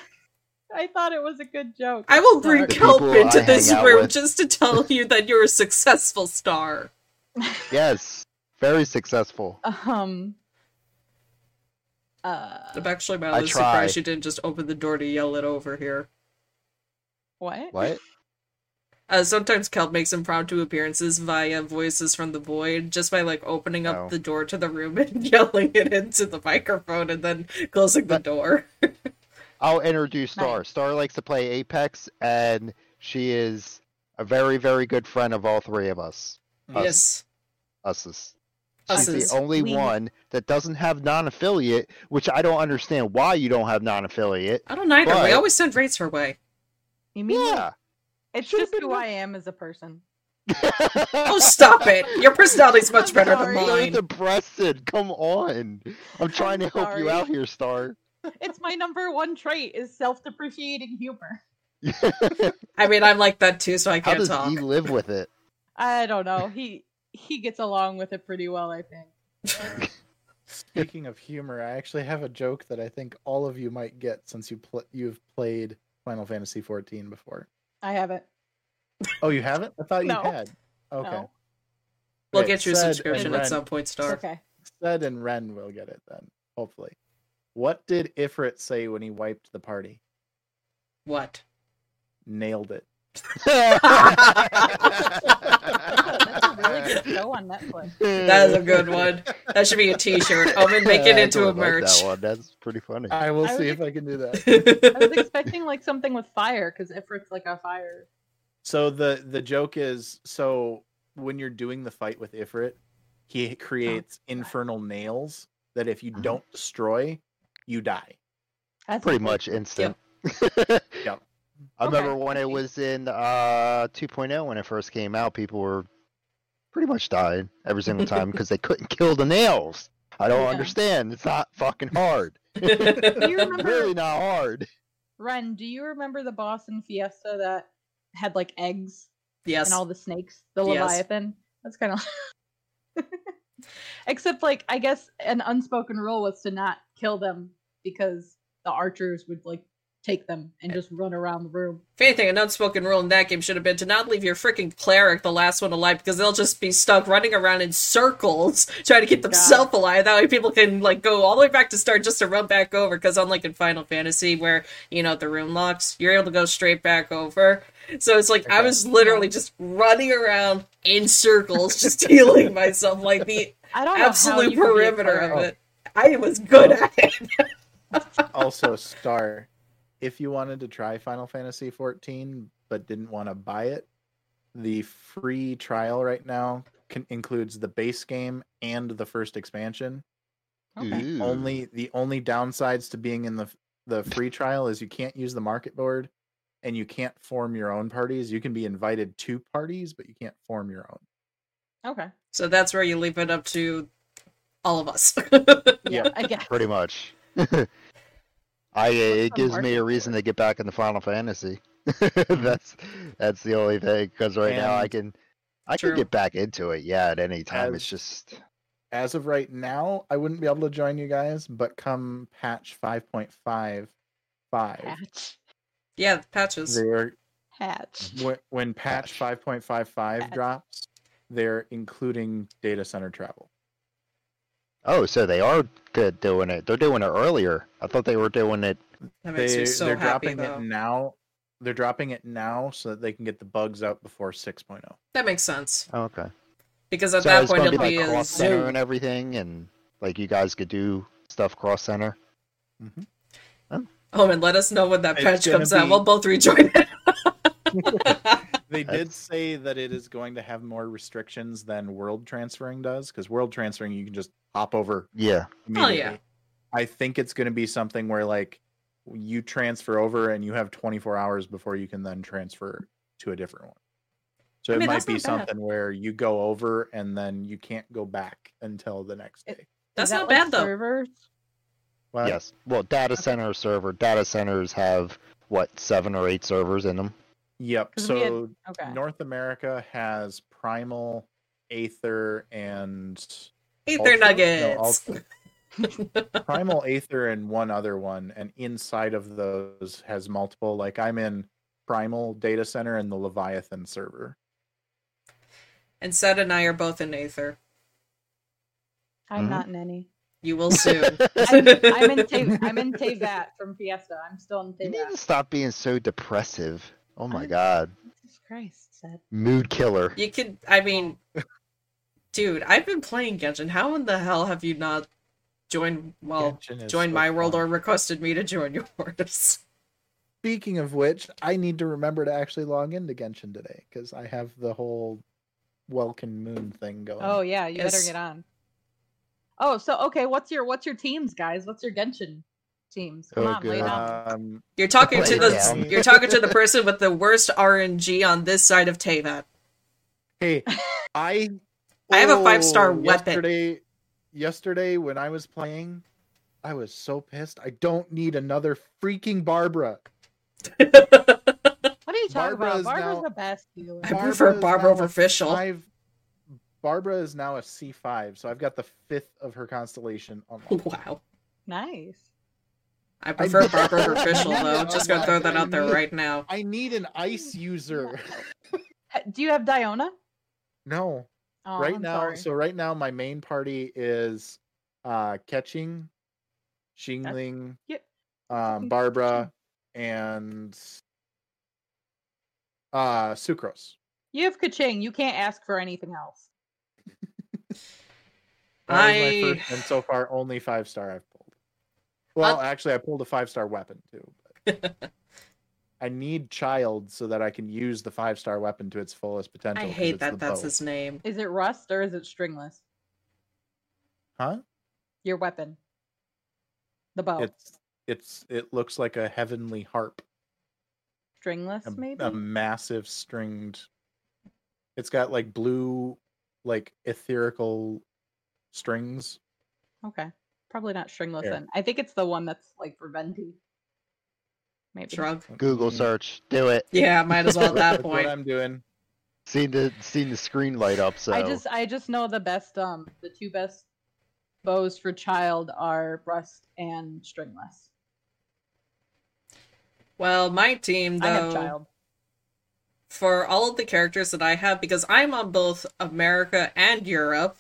Speaker 1: I thought it was a good joke.
Speaker 2: I will bring
Speaker 4: The
Speaker 2: Kelp
Speaker 4: people
Speaker 2: into
Speaker 4: I
Speaker 2: this
Speaker 4: hang out
Speaker 2: room
Speaker 4: with.
Speaker 2: just to tell you that you're a successful star.
Speaker 4: Yes, very successful.
Speaker 1: Um. Uh,
Speaker 2: I'm actually
Speaker 4: I
Speaker 2: mildly
Speaker 4: try.
Speaker 2: surprised you didn't just open the door to yell it over here.
Speaker 1: what?
Speaker 4: What?
Speaker 2: Uh, sometimes Kelp makes impromptu appearances via voices from the void, just by like opening up
Speaker 4: Oh.
Speaker 2: the door to the room and yelling it into the microphone and then closing the
Speaker 4: But-
Speaker 2: door.
Speaker 4: I'll introduce Star. Star likes to play Apex, and she is a very, very good friend of all three of us. Us-
Speaker 2: Yes.
Speaker 4: Uses. She's
Speaker 2: Uses.
Speaker 4: the only
Speaker 1: We-
Speaker 4: one that doesn't have non-affiliate, which I don't understand why you don't have non-affiliate.
Speaker 2: I don't either.
Speaker 4: But-
Speaker 2: We always send rates her way.
Speaker 1: You mean
Speaker 4: Yeah.
Speaker 1: it's
Speaker 4: should've
Speaker 1: just
Speaker 4: been
Speaker 1: who
Speaker 4: with-
Speaker 1: I am as a person.
Speaker 2: Oh, stop it! Your personality's much
Speaker 1: I'm
Speaker 2: better
Speaker 1: sorry.
Speaker 2: than
Speaker 4: You're
Speaker 2: mine.
Speaker 4: depressed. Come on. I'm trying to help you
Speaker 1: sorry.
Speaker 4: out here, Star.
Speaker 1: It's my number one trait is self-depreciating humor.
Speaker 2: I mean, I'm like that too, so I
Speaker 4: How
Speaker 2: can't
Speaker 4: does
Speaker 2: talk.
Speaker 4: he live with it?
Speaker 1: I don't know. He he gets along with it pretty well, I think.
Speaker 3: Speaking of humor, I actually have a joke that I think all of you might get since you pl- you've played Final Fantasy 14 before.
Speaker 1: I haven't.
Speaker 3: Oh, you haven't? I thought
Speaker 1: No.
Speaker 3: you had. Okay.
Speaker 1: No.
Speaker 2: We'll
Speaker 3: Great.
Speaker 2: get you a
Speaker 3: Said and
Speaker 2: subscription
Speaker 3: Ren-
Speaker 2: at some point, Star.
Speaker 1: Okay.
Speaker 3: Said and Ren will get it then, hopefully. What did Ifrit say when he wiped the party?
Speaker 2: What?
Speaker 3: Nailed it.
Speaker 1: That's a really good show on Netflix.
Speaker 2: That is a good one. That should be a T-shirt. I'm gonna make it
Speaker 4: Hmm. I
Speaker 2: into
Speaker 4: do
Speaker 2: a
Speaker 4: like
Speaker 2: merch.
Speaker 4: That one. That's pretty funny.
Speaker 3: I will
Speaker 1: I was
Speaker 3: see
Speaker 1: ex-
Speaker 3: if I can do that.
Speaker 1: I was expecting like something with fire because Ifrit's like a fire.
Speaker 3: So the the joke is so when you're doing the fight with Ifrit, he creates infernal nails that if you
Speaker 4: Mhm.
Speaker 3: don't destroy, you die.
Speaker 1: That's
Speaker 4: Pretty
Speaker 1: Ifrit.
Speaker 4: much instant.
Speaker 3: Yep.
Speaker 4: I
Speaker 1: Okay,
Speaker 4: remember when
Speaker 1: I
Speaker 4: it
Speaker 1: see.
Speaker 4: was in uh 2.0 when it first came out, people were pretty much dying every single time because they couldn't kill the nails. I don't
Speaker 1: Yeah.
Speaker 4: understand. It's not fucking hard. Oh,
Speaker 1: Do you remember
Speaker 4: really not hard.
Speaker 1: Ren? Do you remember the boss in Fiesta that had like eggs
Speaker 2: yes.
Speaker 1: and all the snakes? The
Speaker 2: Yes.
Speaker 1: Leviathan. That's kind of. Except like I guess an unspoken rule was to not kill them because the archers would like take them and just run around the room.
Speaker 2: If anything, an unspoken rule in that game should have been to not leave your freaking cleric the last one alive because they'll just be stuck running around in circles trying to keep
Speaker 1: Oh God.
Speaker 2: themselves alive. That way people can like go all the way back to start just to run back over because unlike in Final Fantasy where, you know, the room locks, you're able to go straight back over. So it's like I
Speaker 3: Okay.
Speaker 2: was literally just running around in circles, just healing myself like the
Speaker 1: I don't know how
Speaker 2: absolute
Speaker 1: you could be a
Speaker 2: perimeter of
Speaker 1: cleric.
Speaker 2: it. I was good at it.
Speaker 3: Also, Star, if you wanted to try Final Fantasy 14 but didn't want to buy it, the free trial right now can, includes the base game and the first expansion.
Speaker 1: Okay.
Speaker 4: Ooh.
Speaker 3: only the only downsides to being in the f- the free trial is you can't use the market board and you can't form your own parties you can be invited to parties but you can't form your own
Speaker 1: Okay.
Speaker 2: So that's where you leave it up to all of us.
Speaker 1: I guess.
Speaker 4: pretty much. I
Speaker 1: the
Speaker 4: it gives me a
Speaker 1: market
Speaker 4: reason to get back into Final Fantasy. that's that's the only thing because right now I
Speaker 3: Hmm. And-
Speaker 4: can I
Speaker 2: True.
Speaker 4: can get back into it. Yeah, at any time. It's
Speaker 3: As-
Speaker 4: just
Speaker 3: As of right now, I wouldn't be able to join you guys, but come patch 5.55,
Speaker 1: Hatch.
Speaker 2: Yeah, the patches.
Speaker 3: they're
Speaker 1: Hatch.
Speaker 3: when, when patch 5.55
Speaker 1: Patch.
Speaker 3: drops, they're including data center travel.
Speaker 4: oh, so they are good doing it. They're doing it earlier. I thought they were doing it.
Speaker 2: That makes
Speaker 3: They,
Speaker 2: me so
Speaker 3: they're
Speaker 2: happy
Speaker 3: dropping it
Speaker 2: though.
Speaker 3: now. They're dropping it now so that they can get the bugs out before 6.0.
Speaker 2: That makes sense
Speaker 4: Oh, okay.
Speaker 2: because at
Speaker 4: so
Speaker 2: that
Speaker 4: it's
Speaker 2: point
Speaker 4: gonna
Speaker 2: it'll
Speaker 4: be
Speaker 2: be,
Speaker 4: like
Speaker 2: a
Speaker 4: cross center
Speaker 2: zoo.
Speaker 4: and everything, and like you guys could do stuff cross center.
Speaker 2: Oh, and let us know when that
Speaker 3: It's
Speaker 2: patch
Speaker 3: gonna
Speaker 2: comes out.
Speaker 3: be-
Speaker 2: We'll both rejoin it.
Speaker 3: They did
Speaker 4: That's-
Speaker 3: say that it is going to have more restrictions than world transferring does because world transferring you can just hop over
Speaker 4: Yeah.
Speaker 2: yeah.
Speaker 3: immediately. I think it's going to be something where like you transfer over and you have 24 hours before you can then transfer to a different one. So
Speaker 2: I
Speaker 3: it
Speaker 2: mean,
Speaker 3: might
Speaker 2: that's
Speaker 3: be
Speaker 2: not bad.
Speaker 3: something where you go over and then you can't go back until the next
Speaker 1: It-
Speaker 3: day.
Speaker 2: That's
Speaker 1: Is that
Speaker 2: not
Speaker 1: like
Speaker 2: bad though.
Speaker 1: Servers?
Speaker 3: Well,
Speaker 4: Yes. Uh, Well, data center server. Data centers have what seven or eight servers in them.
Speaker 3: Yep.
Speaker 1: 'Cause we had-
Speaker 3: So
Speaker 1: Okay.
Speaker 3: North America has Primal, Aether, and
Speaker 2: Ether
Speaker 3: Ultra? No,
Speaker 2: nuggets.
Speaker 3: Ultra. Primal, Aether, and one other one. And inside of those has multiple. Like I'm in Primal Data Center and the Leviathan server.
Speaker 2: and Seth and I are both in Aether.
Speaker 1: I'm
Speaker 3: Hmm?
Speaker 4: Mhm.
Speaker 1: not in any.
Speaker 2: You will soon.
Speaker 1: I'm, I'm in Te- I'm in Tevat from Fiesta. I'm still in
Speaker 4: You need to
Speaker 1: Tevat.
Speaker 4: stop being so depressive. Oh my
Speaker 1: I'm-
Speaker 4: god,
Speaker 1: Jesus Christ, Seth.
Speaker 4: mood killer.
Speaker 2: You could, I mean, dude, I've been playing Genshin. How in the hell have you not joined, well,
Speaker 3: Genshin is
Speaker 2: joined
Speaker 3: so
Speaker 2: my world
Speaker 3: fun.
Speaker 2: or requested me to join yours?
Speaker 3: Speaking of which, I need to remember to actually log into Genshin today because I have the whole Welkin Moon thing going.
Speaker 1: Oh yeah, you better
Speaker 2: Yes.
Speaker 1: get on. Oh, so okay, what's your what's your teams, guys? What's your Genshin teams? Come
Speaker 4: Oh,
Speaker 1: on, lay it
Speaker 4: good.
Speaker 1: on.
Speaker 3: Um,
Speaker 2: You're talking to
Speaker 4: Wait,
Speaker 2: the
Speaker 4: yeah.
Speaker 2: you're talking to the person with the worst RNG on this side of Teyvat.
Speaker 3: hey, I oh,
Speaker 2: I have a five-star weapon.
Speaker 3: Yesterday, yesterday when I was playing, I was so pissed. I don't need another freaking Barbara.
Speaker 1: What are you talking
Speaker 3: Barbara
Speaker 1: about?
Speaker 3: is
Speaker 1: Barbara's
Speaker 3: now-
Speaker 1: the best healer.
Speaker 2: I prefer
Speaker 3: Barbara's
Speaker 2: Barbara
Speaker 3: now
Speaker 2: over
Speaker 3: a
Speaker 2: Fischl.
Speaker 3: I've Barbara is now a C five, so I've got the fifth of her constellation online.
Speaker 2: Wow.
Speaker 1: Nice.
Speaker 2: I prefer
Speaker 3: need-
Speaker 2: Barbara over Fischl,
Speaker 3: I
Speaker 1: Oh,
Speaker 2: though.
Speaker 3: need-
Speaker 2: Just gonna throw that out there
Speaker 3: I need-
Speaker 2: right now.
Speaker 3: I need an ice user.
Speaker 1: Ha- Do you have Diona?
Speaker 3: no.
Speaker 1: Oh,
Speaker 3: right
Speaker 1: I'm
Speaker 3: now
Speaker 1: sorry.
Speaker 3: so right now my main party is uh catching Xingling,
Speaker 1: yeah.
Speaker 3: um
Speaker 1: Mm,
Speaker 3: Barbara and uh Sucrose.
Speaker 1: you have Kaching. You can't ask for anything else.
Speaker 3: That was
Speaker 2: I-
Speaker 3: my first and so far only five star I've pulled. Well, actually I pulled a five star weapon too. but I need child so that I can use the five star weapon to its fullest potential.
Speaker 2: I
Speaker 3: 'cause
Speaker 2: hate
Speaker 3: it's the
Speaker 2: that that's
Speaker 3: bow.
Speaker 2: his name.
Speaker 1: Is it rust or is it stringless?
Speaker 3: Huh?
Speaker 1: Your weapon. The bow.
Speaker 3: It's it's it looks like a heavenly harp.
Speaker 1: stringless,
Speaker 3: a,
Speaker 1: maybe?
Speaker 3: a massive stringed it's got like blue like etherical strings
Speaker 1: okay. Probably not stringless
Speaker 3: Here.
Speaker 1: then. I think it's the one that's like for Vendi. Maybe.
Speaker 2: Shrug.
Speaker 4: Google search. Do it.
Speaker 2: Yeah, might as well at that
Speaker 3: That's what
Speaker 2: point.
Speaker 3: i'm doing
Speaker 4: Seen the seen the screen light up. So
Speaker 1: I just I just know the best um the two best bows for child are rust and stringless.
Speaker 2: Well, my team though.
Speaker 1: I have child.
Speaker 2: for all of the characters that I have because I'm on both America and Europe.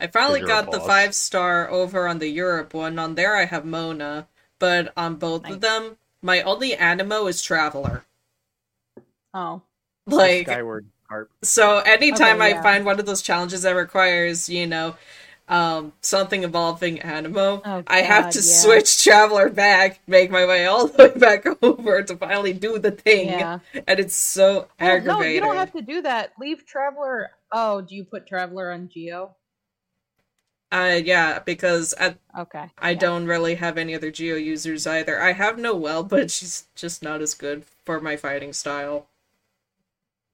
Speaker 2: I finally
Speaker 4: Because you're a
Speaker 2: got the
Speaker 4: boss.
Speaker 2: five star over on the Europe one. On there, I have Mona, but on both
Speaker 1: Nice.
Speaker 2: of them, my only animo is Traveler.
Speaker 1: Oh.
Speaker 2: Like,
Speaker 3: skyward harp
Speaker 2: so anytime
Speaker 1: Okay,
Speaker 2: I
Speaker 1: yeah.
Speaker 2: find one of those challenges that requires, you know, um, something involving animo,
Speaker 1: Oh,
Speaker 2: I have
Speaker 1: God,
Speaker 2: to
Speaker 1: yeah.
Speaker 2: switch Traveler back, make my way all the way back over to finally do the thing,
Speaker 1: Yeah.
Speaker 2: and it's so
Speaker 1: Well, no,
Speaker 2: aggravating.
Speaker 1: you don't have to do that. Leave traveler. Oh, do you put traveler on geo?
Speaker 2: Uh, yeah, because I,
Speaker 1: Okay.
Speaker 2: I
Speaker 1: yeah.
Speaker 2: don't really have any other Geo users either. I have Noelle, but she's just not as good for my fighting style.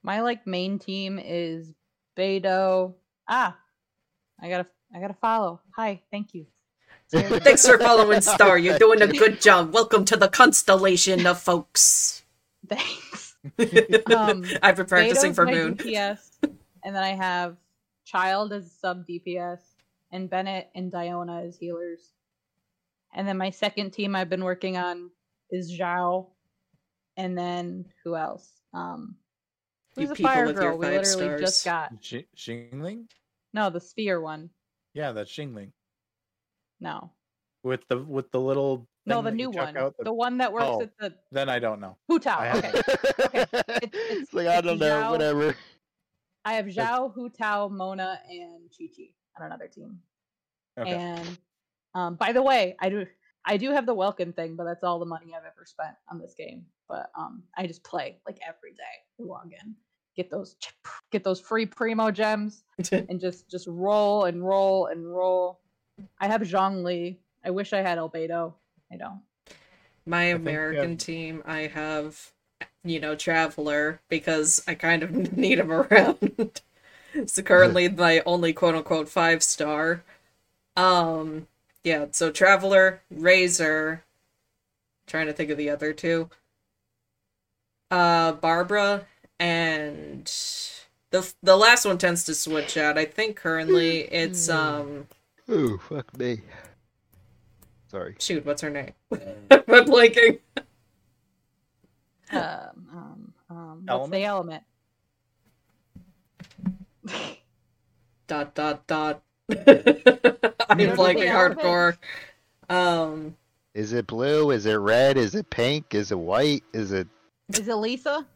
Speaker 1: My like main team is Beto. Ah, I gotta I gotta follow. Hi, thank you.
Speaker 2: Thanks for following Star. You're doing a good job. Welcome to the constellation of folks.
Speaker 1: Thanks. Um,
Speaker 2: I've been practicing
Speaker 1: Beto's
Speaker 2: for
Speaker 1: my
Speaker 2: Moon.
Speaker 1: DPS, and then I have Child as sub DPS, and Bennett and Diona as healers. And then my second team I've been working on is Zhao, and then who else? Um,
Speaker 2: You
Speaker 1: who's a
Speaker 2: people
Speaker 1: fire
Speaker 2: with your
Speaker 1: girl? We
Speaker 2: five
Speaker 1: literally just
Speaker 2: stars.
Speaker 1: got
Speaker 3: Shi- Shingling?
Speaker 1: no the sphere one.
Speaker 3: Yeah, that's Shingling
Speaker 1: No,
Speaker 3: with the with the little.
Speaker 1: no
Speaker 3: thing
Speaker 1: the
Speaker 3: that you
Speaker 1: new
Speaker 3: chuck
Speaker 1: one,
Speaker 3: out the-
Speaker 1: the one that works
Speaker 3: Oh.
Speaker 1: at the
Speaker 3: Then I don't know.
Speaker 1: Hu
Speaker 3: I
Speaker 1: Tao.
Speaker 3: have
Speaker 1: Okay, okay. It's- it's-
Speaker 4: It's like I
Speaker 1: it's
Speaker 4: don't know,
Speaker 1: now-
Speaker 4: whatever.
Speaker 1: I have Zhao, Hu Tao, Mona, and Chi Chi on another team.
Speaker 3: Okay.
Speaker 1: And um, by the way, I do I do have the welcome thing, but that's all the money I've ever spent on this game. But um, I just play like every day. I log in, get those ch- get those free primo gems, and just just roll and roll and roll. I have Zhongli. I wish I had Albedo. I don't.
Speaker 2: My
Speaker 3: think,
Speaker 2: American
Speaker 3: um,
Speaker 2: team, I have, you know, Traveler because I kind of need him around. so currently my only quote unquote five star. Um, yeah, so Traveler, Razor, trying to think of the other two. Uh, Barbara and the the last one tends to switch out. I think currently it's um
Speaker 4: Ooh, fuck me. Sorry.
Speaker 2: shoot, what's her name? I'm blanking.
Speaker 1: Um, um, um, what's the element?
Speaker 2: dot dot dot. I'm
Speaker 1: Notice
Speaker 2: like
Speaker 1: the
Speaker 2: hardcore. Um,
Speaker 4: Is it blue? Is it red? Is it pink? Is it white? Is it
Speaker 1: Is it Lisa?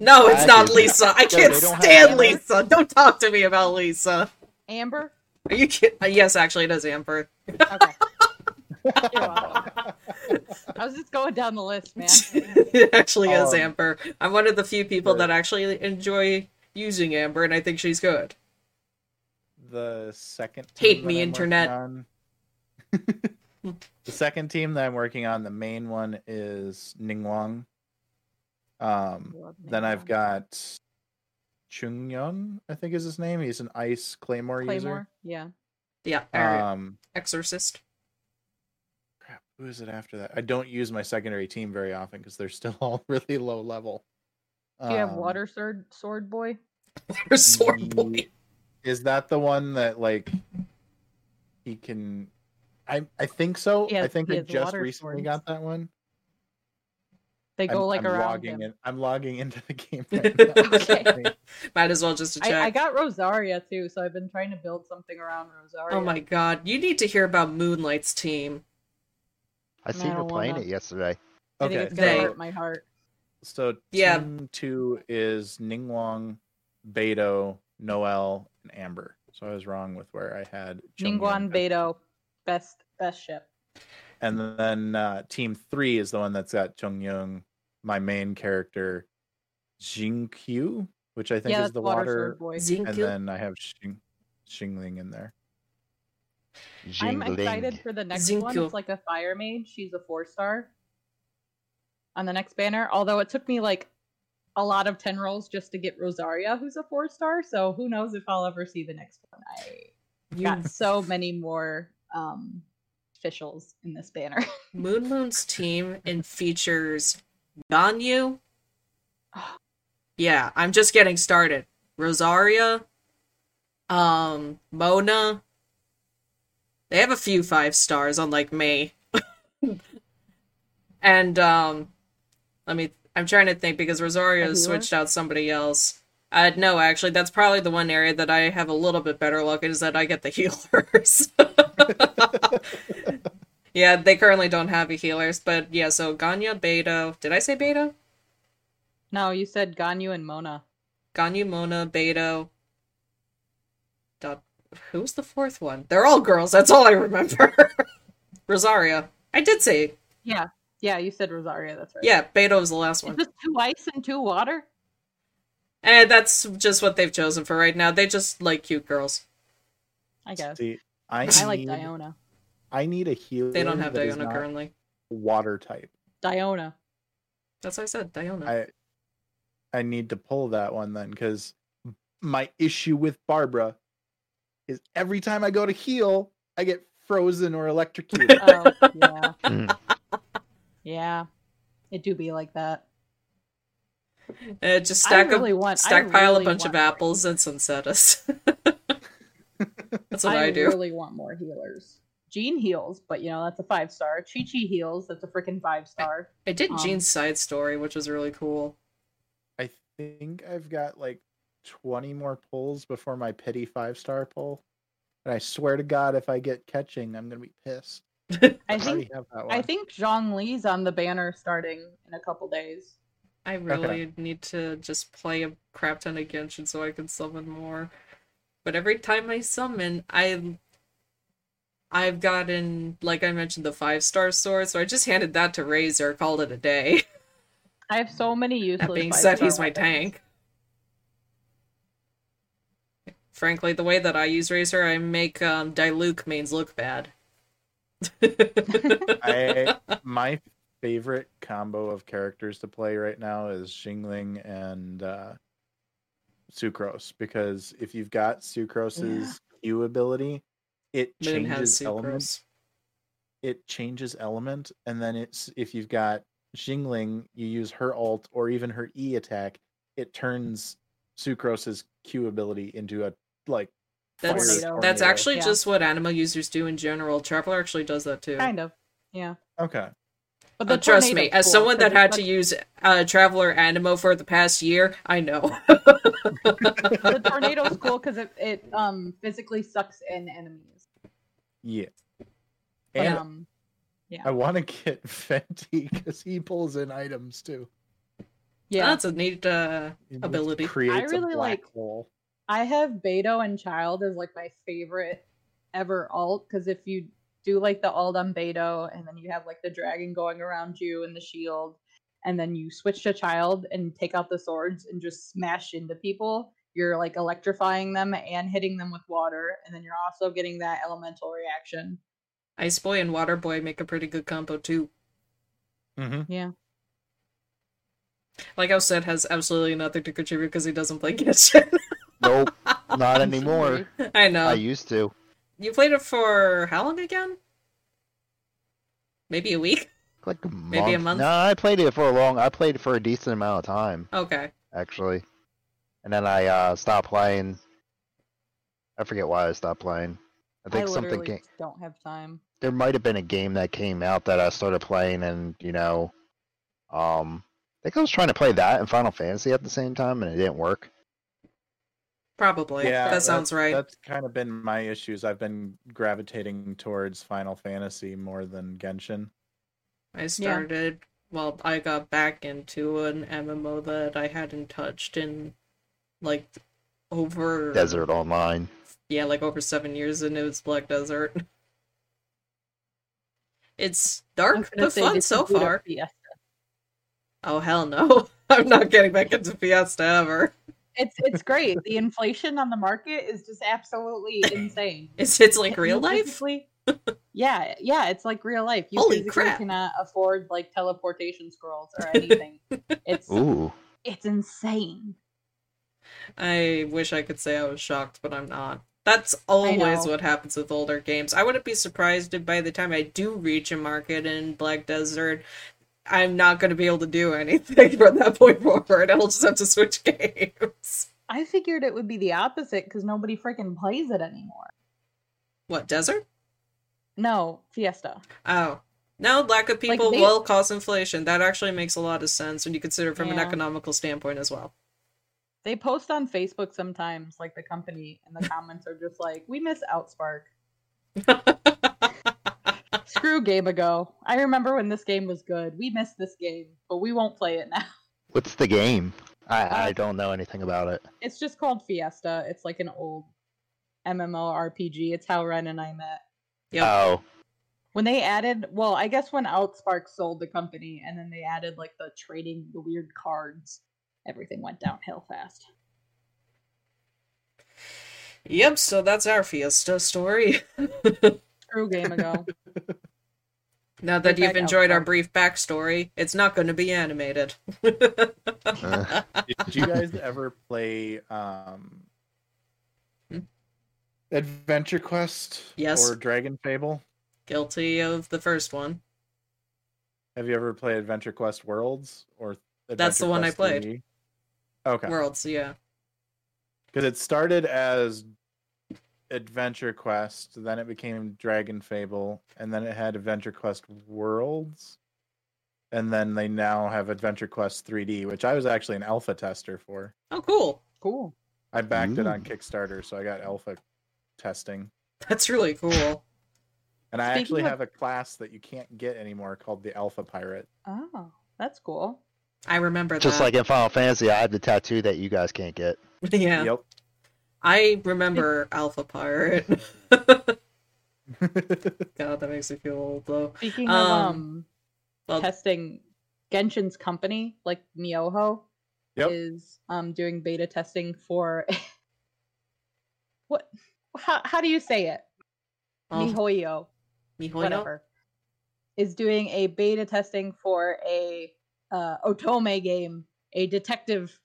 Speaker 2: no, it's
Speaker 4: That
Speaker 2: not
Speaker 4: is-
Speaker 2: Lisa. I
Speaker 4: they
Speaker 2: can't
Speaker 4: don't have
Speaker 2: stand
Speaker 1: Amber.
Speaker 2: Lisa. Don't talk to me about Lisa.
Speaker 1: Amber?
Speaker 2: Are you kidding? uh, Yes, actually, it is Amber.
Speaker 1: Okay. You're welcome. I was just going down the list, man.
Speaker 2: it actually is
Speaker 3: Um,
Speaker 2: Amber. I'm one of the few people
Speaker 3: the-
Speaker 2: that actually enjoy using Amber, and I think she's good.
Speaker 3: the second
Speaker 2: Hate
Speaker 3: team that
Speaker 2: me,
Speaker 3: I'm
Speaker 2: internet.
Speaker 3: working on- the second team that I'm working on, the main one is Ningguang. Um, then I've got Chungyeon, I think is his name. He's an ice claymore,
Speaker 1: Claymore. Yeah.
Speaker 2: Yeah,
Speaker 3: user.
Speaker 2: our
Speaker 3: Um,
Speaker 2: Exorcist.
Speaker 3: crap, who is it after that? I don't use my secondary team very often because they're still all really low level.
Speaker 1: Do you have
Speaker 3: Um,
Speaker 1: Water Sword Sword Boy?
Speaker 2: Our sword boy.
Speaker 3: Ye- Is that the one that like he can? I I think so.
Speaker 1: He
Speaker 3: I
Speaker 1: has-
Speaker 3: think
Speaker 1: he
Speaker 3: I
Speaker 1: has
Speaker 3: just
Speaker 1: water
Speaker 3: recently
Speaker 1: swords.
Speaker 3: got that one.
Speaker 1: They go
Speaker 3: I'm-
Speaker 1: like
Speaker 3: I'm
Speaker 1: around
Speaker 3: logging
Speaker 1: him.
Speaker 3: in. I'm logging into the game right now.
Speaker 1: Okay.
Speaker 2: Might as well just to check.
Speaker 1: I, I got Rosaria too, so I've been trying to build something around Rosaria.
Speaker 2: oh my god, you need to hear about Moonlight's team.
Speaker 4: I
Speaker 1: No, I
Speaker 4: seen her
Speaker 1: don't
Speaker 4: playing
Speaker 1: wanna.
Speaker 4: it yesterday.
Speaker 1: I think it's
Speaker 3: Okay.
Speaker 1: gonna
Speaker 2: They-
Speaker 1: hurt my heart.
Speaker 3: So, so
Speaker 2: Yeah.
Speaker 3: team two is Ningguang, Beto, Noel, and Amber. So I was wrong with where I had Chung
Speaker 1: Ningguan
Speaker 3: Yun.
Speaker 1: Beto, best best ship.
Speaker 3: And then uh, team three is the one that's got Chung Young, my main character, Jing Q, which I think
Speaker 1: yeah,
Speaker 3: is
Speaker 1: that's
Speaker 3: the
Speaker 1: water,
Speaker 3: water.
Speaker 1: sword boy.
Speaker 2: Zinc.
Speaker 3: And then I have Xing, Xingling in there.
Speaker 1: I'm
Speaker 4: Jingling.
Speaker 1: excited for the next one.
Speaker 2: Zincu.
Speaker 1: It's like a fire mage. She's a four star on the next banner. Although it took me like a lot of ten rolls just to get Rosaria, who's a four star. So who knows if I'll ever see the next one. I
Speaker 2: You
Speaker 1: got so many more um officials in this banner.
Speaker 2: Moon Moon's team and features Ganyu. Yeah, I'm just getting started. Rosaria, um, Mona. They have a few five stars, unlike me. and um, let me. I'm trying to think because
Speaker 1: A
Speaker 2: Rosaria
Speaker 1: healer?
Speaker 2: switched out somebody else. Uh, no, actually, that's probably the one area that I have a little bit better luck is that I get the healers. Yeah, they currently don't have a healers, but yeah, so Ganya, Beto. Did I say Beto?
Speaker 1: no, you said Ganyu and Mona.
Speaker 2: Ganya, Mona, Beto. Dot. Who's the fourth one? They're all girls. That's all I remember. Rosaria. I did say.
Speaker 1: Yeah, you said Rosaria. That's right.
Speaker 2: Yeah, Beto was the last
Speaker 1: Is
Speaker 2: one.
Speaker 1: this two ice and two water?
Speaker 2: And that's just what they've chosen for right now. They just like cute girls.
Speaker 1: I guess.
Speaker 3: See, I,
Speaker 1: I like
Speaker 3: need,
Speaker 1: Diona.
Speaker 3: I need a healer.
Speaker 2: They don't have
Speaker 3: that is
Speaker 2: Diona
Speaker 3: not
Speaker 2: currently.
Speaker 3: Water type.
Speaker 1: Diona.
Speaker 2: That's what I said, Diona.
Speaker 3: I I need to pull that one then because my issue with Barbara is every time I go to heal, I get frozen or electrocuted.
Speaker 1: Oh, yeah.
Speaker 4: Mm.
Speaker 1: yeah. It do be like that.
Speaker 2: Uh, just stack
Speaker 1: I really
Speaker 2: up,
Speaker 1: want I
Speaker 2: stackpile
Speaker 1: really
Speaker 2: a bunch
Speaker 1: want
Speaker 2: of
Speaker 1: more
Speaker 2: apples and sunset us. That's what I, do.
Speaker 1: really want more healers. Jean heals, but you know, that's a five star. Chi Chi heals, that's a freaking five star.
Speaker 2: I did
Speaker 1: um,
Speaker 2: Jean's side story, which was really cool.
Speaker 3: I think I've got like 20 more pulls before my pity five star pull. And I swear to God, if I get catching, I'm gonna be pissed.
Speaker 1: I
Speaker 3: already
Speaker 1: think
Speaker 3: have that one.
Speaker 1: I think Zhang Li's on the banner starting in a couple days.
Speaker 2: I really need to just play a crap ton of Genshin so I can summon more. But every time I summon, I I've gotten like I mentioned the five star sword, so I just handed that to Razor, called it a day.
Speaker 1: I have so many useless.
Speaker 2: That being
Speaker 1: five-star
Speaker 2: said, he's my
Speaker 1: weapons.
Speaker 2: tank. Frankly, the way that I use Razor, I make um, Diluc mains look bad.
Speaker 3: I my favorite combo of characters to play right now is Xingling and uh, Sucrose because if you've got Sucrose's Q ability, it
Speaker 2: Moon has
Speaker 3: changes elements
Speaker 2: sucrose.
Speaker 3: it changes element and then it's if you've got Jingling, you use her alt or even her E attack, it turns Sucrose's Q ability into a like
Speaker 2: That's
Speaker 1: Tornado.
Speaker 2: that's
Speaker 3: Tornado.
Speaker 2: actually
Speaker 1: Yeah.
Speaker 2: just what anima users do in general. Traveler actually does that too.
Speaker 1: Kind of. Yeah.
Speaker 3: okay.
Speaker 1: But
Speaker 2: Uh, trust me,
Speaker 1: tornado's
Speaker 2: as
Speaker 1: cool,
Speaker 2: someone
Speaker 1: 'cause
Speaker 2: that had
Speaker 1: it's
Speaker 2: to use uh, Traveler Animo for the past year, I know.
Speaker 1: such- the tornado's cool because it, it um physically sucks in enemies.
Speaker 3: Yeah.
Speaker 1: But,
Speaker 3: And
Speaker 1: um,
Speaker 3: I want to get Fenty because he pulls in items too.
Speaker 1: yeah,
Speaker 2: That's a neat. Uh,
Speaker 3: He just
Speaker 2: Ability. I
Speaker 3: creates
Speaker 1: really
Speaker 3: a black
Speaker 1: like-
Speaker 3: hole.
Speaker 1: I have Beto and Child as like my favorite ever alt because if you do like the alt on Beto and then you have like the dragon going around you and the shield, and then you switch to Child and take out the swords and just smash into people, you're like electrifying them and hitting them with water, and then you're also getting that elemental reaction.
Speaker 2: Ice Boy and Water Boy make a pretty good combo too.
Speaker 3: Mhm.
Speaker 2: Like I said, has absolutely nothing to contribute because he doesn't play Genshin.
Speaker 4: Nope, not anymore.
Speaker 2: I
Speaker 4: I
Speaker 2: know.
Speaker 4: used to.
Speaker 2: You played it for how long again? Maybe a week.
Speaker 4: Like a month.
Speaker 2: Maybe a month?
Speaker 4: No, I played it for a long. I played it for a decent amount of time
Speaker 2: Okay.
Speaker 4: actually, and then I uh, stopped playing. I forget why I stopped playing. I think something
Speaker 1: literally
Speaker 4: came.
Speaker 1: don't have time.
Speaker 4: There might have been a game that came out that I started playing, and you know, um, I think I was trying to play that and Final Fantasy at the same time, and it didn't work.
Speaker 2: Probably. that sounds right.
Speaker 3: That's kind of been my issues. I've been gravitating towards Final Fantasy more than Genshin.
Speaker 2: I started, well, I got back into an MMO that I hadn't touched in like over
Speaker 4: Desert Online.
Speaker 2: Yeah, like over seven years, and it was Black Desert. It's
Speaker 1: I was
Speaker 2: dark,
Speaker 1: gonna
Speaker 2: but
Speaker 1: say,
Speaker 2: fun
Speaker 1: did you
Speaker 2: so
Speaker 1: boot up
Speaker 2: far.
Speaker 1: Fiesta?
Speaker 2: Oh hell no! I'm not getting back into Fiesta ever.
Speaker 1: It's it's great. the inflation on the market is just absolutely insane.
Speaker 2: It's it's like real
Speaker 1: You
Speaker 2: life.
Speaker 1: physically- yeah, yeah, it's like real life. You
Speaker 2: Holy
Speaker 1: physically
Speaker 2: crap.
Speaker 1: cannot afford like teleportation scrolls or anything. it's
Speaker 4: Ooh,
Speaker 1: it's insane.
Speaker 2: I wish I could say I was shocked, but I'm not. That's always
Speaker 1: know.
Speaker 2: what happens with older games. I wouldn't be surprised if by the time I do reach a market in Black Desert, I'm not going to be able to do anything from that point forward. I'll just have to switch games.
Speaker 1: I figured it would be the opposite because nobody freaking plays it anymore.
Speaker 2: What, Desert?
Speaker 1: No, Fiesta.
Speaker 2: Oh. No, lack of people
Speaker 1: they-
Speaker 2: will cause inflation. That actually makes a lot of sense when you consider from an
Speaker 1: Yeah.
Speaker 2: economical standpoint as well.
Speaker 1: They post on Facebook sometimes, like the company, and the comments are just like, "We miss Outspark." Screw game ago. I remember when this game was good. We missed this game, but we won't play it now.
Speaker 4: what's the game? I, I
Speaker 1: Uh,
Speaker 4: don't know anything about it.
Speaker 1: It's just called Fiesta. It's like an old MMORPG. It's how Ren and I met.
Speaker 2: Yep.
Speaker 4: Oh,
Speaker 1: When they added, well, I guess when Outspark sold the company and then they added like the trading, the weird cards, everything went downhill fast.
Speaker 2: Yep, so that's our Fiesta story.
Speaker 1: Screw game ago.
Speaker 2: Now that
Speaker 1: Which I
Speaker 2: you've
Speaker 1: know
Speaker 2: enjoyed our
Speaker 1: of.
Speaker 2: brief backstory, it's not going to be animated.
Speaker 4: Uh.
Speaker 3: Did you guys ever play um
Speaker 2: Hmm?
Speaker 3: Adventure Quest
Speaker 2: Yes.
Speaker 3: or Dragon Fable?
Speaker 2: Guilty of the first one.
Speaker 3: Have you ever played Adventure Quest Worlds or
Speaker 2: That's the
Speaker 3: Adventure
Speaker 2: one I
Speaker 3: Quest
Speaker 2: played.
Speaker 3: 3D? Okay.
Speaker 2: Worlds, yeah.
Speaker 3: because it started as Adventure Quest, then it became Dragon Fable, and then it had Adventure Quest Worlds, and then they now have Adventure Quest 3D, which I was actually an alpha tester for.
Speaker 2: Oh, cool.
Speaker 1: Cool.
Speaker 3: I backed it on
Speaker 4: Ooh.
Speaker 3: Kickstarter, so I got alpha testing,
Speaker 2: That's really cool.
Speaker 3: and I
Speaker 1: Speaking
Speaker 3: actually
Speaker 1: of-
Speaker 3: have a class that you can't get anymore called the Alpha Pirate.
Speaker 1: Oh, that's cool.
Speaker 2: I remember
Speaker 4: Just
Speaker 2: that.
Speaker 4: like in Final Fantasy, I have the tattoo that you guys can't get.
Speaker 2: yeah. I remember Alpha Pirate. God,
Speaker 3: Yep.
Speaker 2: that makes me feel old though.
Speaker 1: Speaking
Speaker 2: Um,
Speaker 1: of um,
Speaker 2: Well,
Speaker 1: testing, Genshin's company, like Mioho,
Speaker 3: Yep.
Speaker 1: is um, doing beta testing for what? How, how do you say it?
Speaker 2: um,
Speaker 1: Mihoyo,
Speaker 2: Mihoyo?
Speaker 1: whatever. Is doing a beta testing for a uh, Otome game, a detective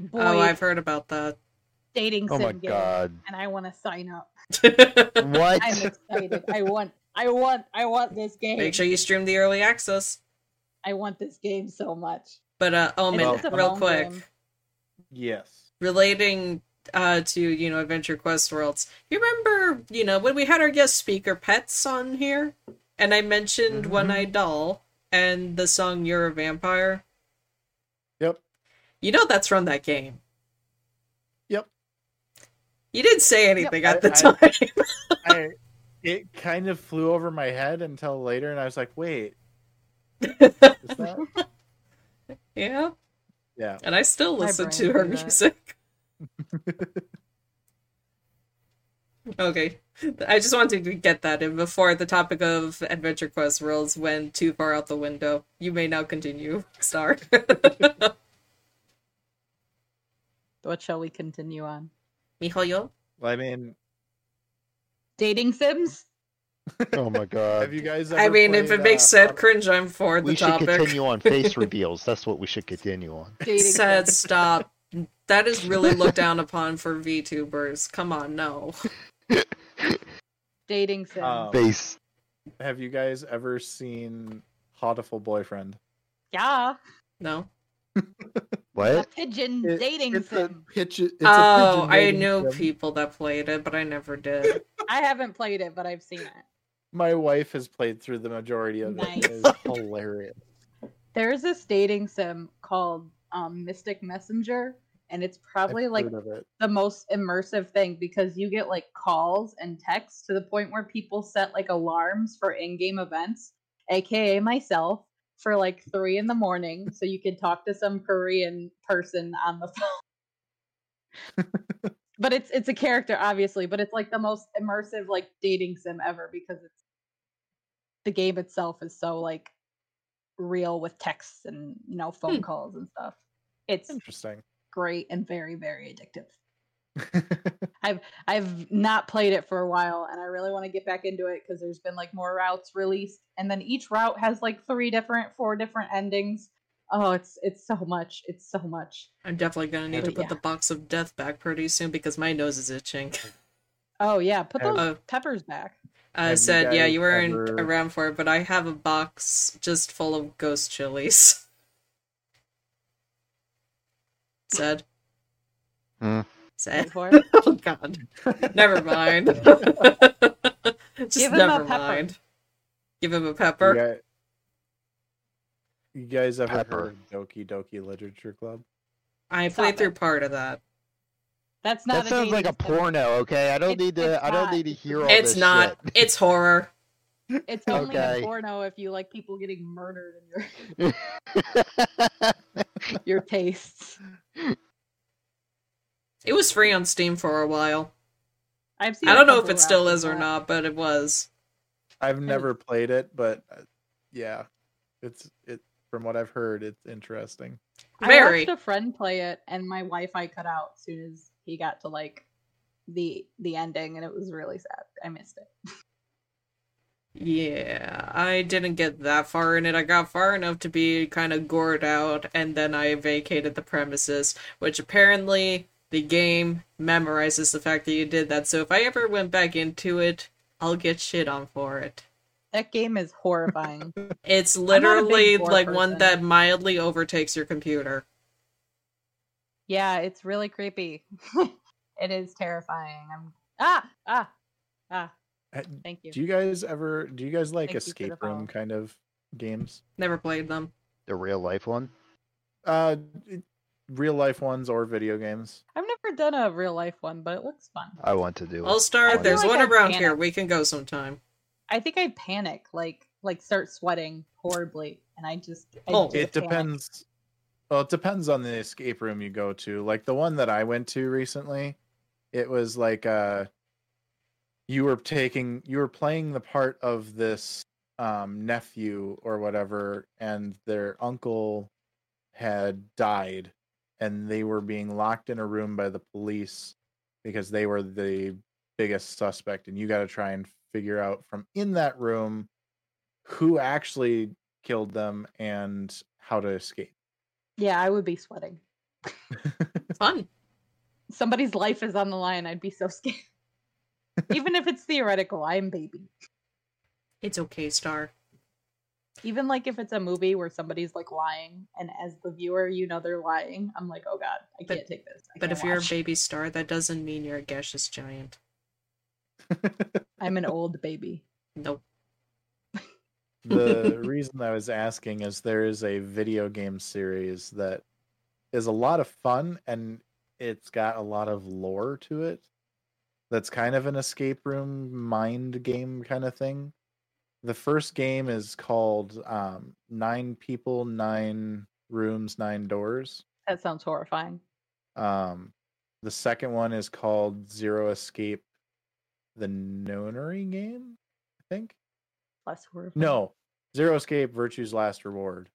Speaker 1: boy
Speaker 2: Oh, I've heard about that.
Speaker 1: dating
Speaker 4: Oh
Speaker 1: sim
Speaker 4: my
Speaker 1: game,
Speaker 4: god.
Speaker 1: and I want to sign up.
Speaker 4: What?
Speaker 1: I'm excited. I want, I want, I want this game.
Speaker 2: Make sure you stream the early access.
Speaker 1: I want this game so much.
Speaker 2: But uh
Speaker 1: And
Speaker 2: Omen,
Speaker 3: it's a
Speaker 2: real
Speaker 1: phone
Speaker 2: quick.
Speaker 1: game.
Speaker 3: yes.
Speaker 2: Relating uh to, you know, Adventure Quest Worlds. You remember, you know, when we had our guest speaker pets on here? And I mentioned
Speaker 3: Mhm.
Speaker 2: One Eyed Doll and the song You're a Vampire.
Speaker 3: Yep.
Speaker 2: You know that's from that game.
Speaker 3: Yep.
Speaker 2: You didn't say anything at the
Speaker 3: I-
Speaker 2: time.
Speaker 3: I, it kind of flew over my head until later, and I was like, "Wait, is that?"
Speaker 2: yeah.
Speaker 3: Yeah.
Speaker 2: And I still
Speaker 1: My
Speaker 2: listen
Speaker 1: brain
Speaker 2: to her
Speaker 1: do that.
Speaker 2: music. okay. I just wanted to get that in before the topic of Adventure Quest Worlds went too far out the window. You may now continue, Star.
Speaker 1: What shall we continue on?
Speaker 2: Mihoyo?
Speaker 3: Well, I mean,
Speaker 1: Dating Sims?
Speaker 4: Oh my
Speaker 3: have
Speaker 4: god.
Speaker 3: you guys?
Speaker 2: I
Speaker 3: ever
Speaker 2: mean, if
Speaker 3: played,
Speaker 2: it makes
Speaker 3: uh,
Speaker 2: Seth cringe, I'm for the
Speaker 4: We should
Speaker 2: topic.
Speaker 4: continue on face reveals. That's what we should continue on.
Speaker 1: Dating
Speaker 2: Seth,
Speaker 1: Sims.
Speaker 2: stop. That is really looked down upon for VTubers. Come on, no.
Speaker 1: Dating Sims.
Speaker 3: Um,
Speaker 4: Face.
Speaker 3: Have you guys ever seen Hotiful Boyfriend?
Speaker 1: yeah.
Speaker 2: No.
Speaker 1: A
Speaker 4: What?
Speaker 1: pigeon
Speaker 3: It-
Speaker 1: dating sim.
Speaker 3: pitch. It's
Speaker 2: oh, I knew people that played it, but I never did.
Speaker 1: I haven't played it, but I've seen it.
Speaker 3: My wife has played through the majority of
Speaker 1: Nice.
Speaker 3: it. It's hilarious.
Speaker 1: There's this dating sim called um, Mystic Messenger, and it's probably
Speaker 3: I've
Speaker 1: like
Speaker 3: heard of it.
Speaker 1: the most immersive thing because you get like calls and texts to the point where people set like alarms for in-game events, aka myself, for like three in the morning, so you could talk to some Korean person on the phone. but it's it's a character, obviously, but it's like the most immersive like dating sim ever because it's the game itself is so like real with texts and you know phone
Speaker 2: Hmm.
Speaker 1: calls and stuff. It's
Speaker 3: Interesting.
Speaker 1: great and very very addictive. I've not played it for a while and I really want to get back into it because there's been like more routes released and then each route has like three different four different endings. Oh, it's it's so much. It's so much.
Speaker 2: I'm definitely gonna need to
Speaker 1: But
Speaker 2: put
Speaker 1: yeah.
Speaker 2: the box of death back pretty soon because my nose is itching.
Speaker 1: Oh yeah, put
Speaker 3: Have-
Speaker 1: those
Speaker 2: Uh,
Speaker 1: peppers back.
Speaker 2: I
Speaker 3: Have you
Speaker 2: Uh, said, yeah,
Speaker 3: guys
Speaker 2: you weren't
Speaker 3: ever-
Speaker 2: around for it, but I have a box just full of ghost chilies. Said.
Speaker 4: Hmm.
Speaker 1: Wait
Speaker 2: Said.
Speaker 1: for it.
Speaker 2: Oh God. Never mind. just
Speaker 1: Give him a
Speaker 2: never
Speaker 1: pepper.
Speaker 2: mind. Give him a
Speaker 3: You
Speaker 2: pepper.
Speaker 3: guys, you guys ever
Speaker 4: Pepper.
Speaker 3: heard of Doki Doki Literature Club?
Speaker 2: I
Speaker 1: Stop
Speaker 2: played
Speaker 1: it.
Speaker 2: through part of that.
Speaker 1: That's not
Speaker 4: That sounds
Speaker 1: dating
Speaker 4: like a
Speaker 1: sim.
Speaker 4: porno, okay? I don't
Speaker 1: It's-
Speaker 4: need to
Speaker 1: it's
Speaker 4: I don't
Speaker 1: not.
Speaker 4: need to hear all
Speaker 2: It's
Speaker 4: this
Speaker 2: not.
Speaker 4: shit.
Speaker 2: It's horror.
Speaker 1: It's only
Speaker 4: Okay.
Speaker 1: a porno if you like people getting murdered in your your tastes.
Speaker 2: It was free on Steam for a while.
Speaker 1: I've seen
Speaker 2: I
Speaker 1: a
Speaker 2: don't know if
Speaker 1: couple
Speaker 2: it still
Speaker 1: routes
Speaker 2: is
Speaker 1: of
Speaker 2: or
Speaker 1: that.
Speaker 2: not, but it was. Mm.
Speaker 3: I've never played it, but uh, yeah, it's it. From what I've heard, it's interesting.
Speaker 1: I
Speaker 2: Very.
Speaker 1: watched a friend play it, and my Wi-Fi cut out as soon as he got to like the the ending, and it was really sad. I missed it.
Speaker 2: Yeah, I didn't get that far in it. I got far enough to be kind of gored out, and then I vacated the premises, which apparently the game memorizes the fact that you did that. So if I ever went back into it, I'll get shit on for it.
Speaker 1: That game is horrifying.
Speaker 2: It's
Speaker 1: not a big
Speaker 2: literally
Speaker 1: lore
Speaker 2: like one
Speaker 1: person.
Speaker 2: that mildly overtakes your computer.
Speaker 1: yeah, it's really creepy. it is terrifying. I'm ah ah ah.
Speaker 3: Uh,
Speaker 1: Thank you.
Speaker 3: Do you guys ever do you guys like
Speaker 1: Thank you for the
Speaker 3: escape
Speaker 1: follow.
Speaker 3: room kind of games?
Speaker 2: Never played them.
Speaker 4: The real life one.
Speaker 3: Uh it- real life ones or video games.
Speaker 1: I've never done a real life one, but it looks fun.
Speaker 2: Uh,
Speaker 4: I want to do it.
Speaker 2: I'll start.
Speaker 4: I
Speaker 2: There's
Speaker 1: feel
Speaker 2: one
Speaker 1: like I'd
Speaker 2: around
Speaker 1: panic.
Speaker 2: here. We can go sometime.
Speaker 1: I think I panic, like like start sweating horribly, and I just I
Speaker 2: Oh.
Speaker 1: do
Speaker 3: It
Speaker 1: panic.
Speaker 3: depends well, it depends on the escape room you go to. Like the one that I went to recently, it was like uh you were taking you were playing the part of this um nephew or whatever and their uncle had died and they were being locked in a room by the police because they were the biggest suspect and you got to try and figure out from in that room who actually killed them and how to escape
Speaker 1: Yeah, I would be sweating.
Speaker 2: Fun.
Speaker 1: Somebody's life is on the line. I'd be so scared. Even if it's theoretical, I'm baby.
Speaker 2: It's okay, Star.
Speaker 1: Even like if it's a movie where somebody's like lying, and as the viewer, you know they're lying. I'm like, oh god, I
Speaker 2: But-
Speaker 1: can't take this. I
Speaker 2: But
Speaker 1: can't
Speaker 2: if you're a
Speaker 1: watch.
Speaker 2: baby star, that doesn't mean you're a gaseous giant.
Speaker 1: I'm an old baby.
Speaker 2: Nope.
Speaker 3: the reason I was asking is there is a video game series that is a lot of fun and it's got a lot of lore to it. That's kind of an escape room mind game kind of thing. The first game is called um, Nine People, Nine Rooms, Nine Doors.
Speaker 1: That sounds horrifying.
Speaker 3: Um, the second one is called Zero Escape, the Nonary game, I think.
Speaker 1: Less horrifying.
Speaker 3: No, Zero Escape, Virtue's Last Reward.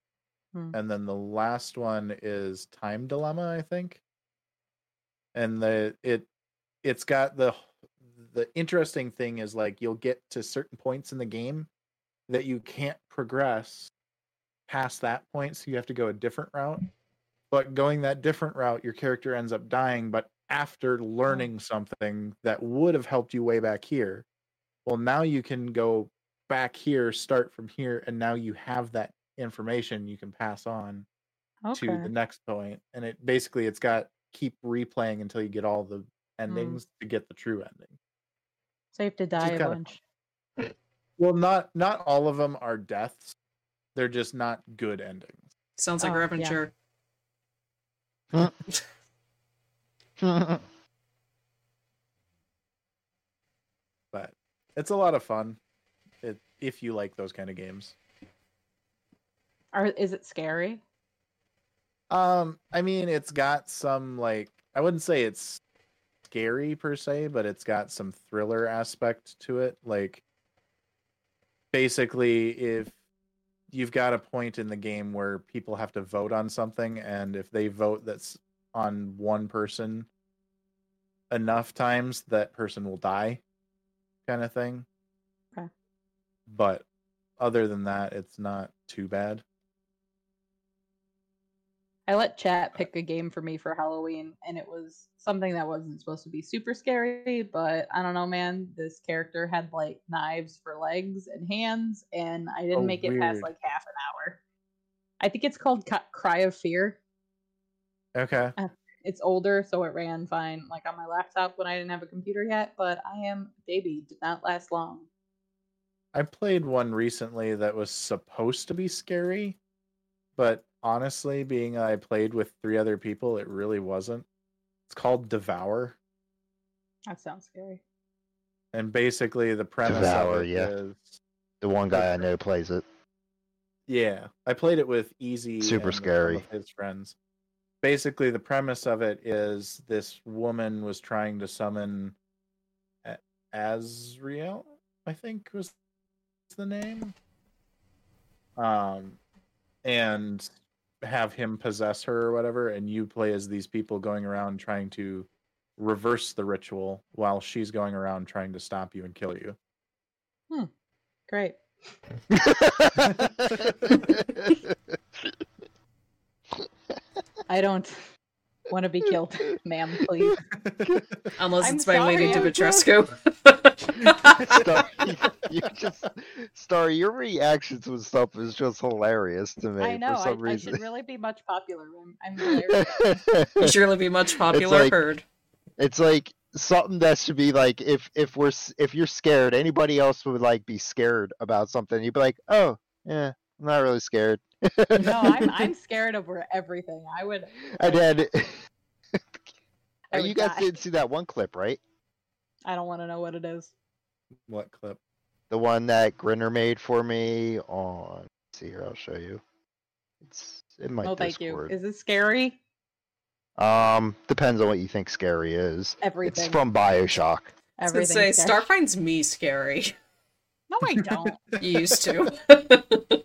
Speaker 1: Hmm.
Speaker 3: And then the last one is Time Dilemma, I think. And the it it's got the the interesting thing is like you'll get to certain points in the game that you can't progress past that point, so you have to go a different route. But going that different route, your character ends up dying, but after
Speaker 1: Hmm.
Speaker 3: learning something that would have helped you way back here, well, now you can go back here, start from here, and now you have that information you can pass on
Speaker 1: Okay.
Speaker 3: to the next point. And it basically it's got keep replaying until you get all the endings to get the true ending.
Speaker 1: So you have to die a
Speaker 3: kinda
Speaker 1: bunch.
Speaker 3: Well, not not all of them are deaths. They're just not good endings.
Speaker 2: Sounds like
Speaker 1: Oh, yeah.
Speaker 2: Revenger.
Speaker 3: But it's a lot of fun. It, if you like those kind of games.
Speaker 1: Are is it scary?
Speaker 3: Um, I mean, it's got some like I wouldn't say it's scary per se, but it's got some thriller aspect to it. Like basically, if you've got a point in the game where people have to vote on something, and if they vote that's on one person enough times, that person will die, kind of thing.
Speaker 1: Okay.
Speaker 3: But other than that, it's not too bad.
Speaker 1: I let chat pick a game for me for Halloween, and it was something that wasn't supposed to be super scary, but I don't know, man. This character had like knives for legs and hands, and I didn't
Speaker 3: Oh,
Speaker 1: make it past
Speaker 3: weird.
Speaker 1: like half an hour. I think it's called Ca- Cry of Fear.
Speaker 3: Okay.
Speaker 1: It's older, so it ran fine, like on my laptop when I didn't have a computer yet. But I am baby, did not last long.
Speaker 3: I played one recently that was supposed to be scary, but honestly, being I played with three other people, it really wasn't. It's called Devour,
Speaker 1: That sounds scary.
Speaker 3: and basically the premise
Speaker 4: Devour,
Speaker 3: of it
Speaker 4: yeah.
Speaker 3: is-
Speaker 4: the one guy I know plays it.
Speaker 3: yeah. I played it with Easy,
Speaker 4: Super
Speaker 3: and some
Speaker 4: scary.
Speaker 3: of his friends. Basically, the premise of it is this woman was trying to summon A- Azrael, I think was the name. Um, and have him possess her or whatever, and you play as these people going around trying to reverse the ritual while she's going around trying to stop you and kill you.
Speaker 1: Great. I don't. Want to be killed, ma'am, please.
Speaker 2: Unless
Speaker 1: I'm
Speaker 2: it's by Lady
Speaker 1: sorry, I'm
Speaker 2: Dimitrescu.
Speaker 4: Star, you, you just Star, your reactions with stuff is just hilarious to me
Speaker 1: I know.
Speaker 4: for
Speaker 1: I,
Speaker 4: some
Speaker 1: I
Speaker 4: reason.
Speaker 1: should really be much popular. I'm, I'm hilarious.
Speaker 2: You surely be much popular
Speaker 4: like-
Speaker 2: herd.
Speaker 4: it's like something that should be like if if we're s- if you're scared, anybody else would like be scared about something. You'd be like, oh yeah, I'm not really scared.
Speaker 1: No, I'm, I'm scared of where everything. I would. I
Speaker 4: And then
Speaker 1: I
Speaker 4: and
Speaker 1: would
Speaker 4: you guys
Speaker 1: die.
Speaker 4: didn't see that one clip, right?
Speaker 1: I don't want to know what it is.
Speaker 3: What clip?
Speaker 4: The one that Grinner made for me on. let's see here, I'll show you. It's in my
Speaker 1: No, thank you.
Speaker 4: Discord.
Speaker 1: Oh, Is it scary?
Speaker 4: Um, depends on what you think scary is.
Speaker 1: Everything.
Speaker 4: It's from Bioshock.
Speaker 2: I was gonna
Speaker 1: Everything.
Speaker 2: say,
Speaker 1: scary.
Speaker 2: Star finds me scary.
Speaker 1: No, I don't.
Speaker 2: You used to.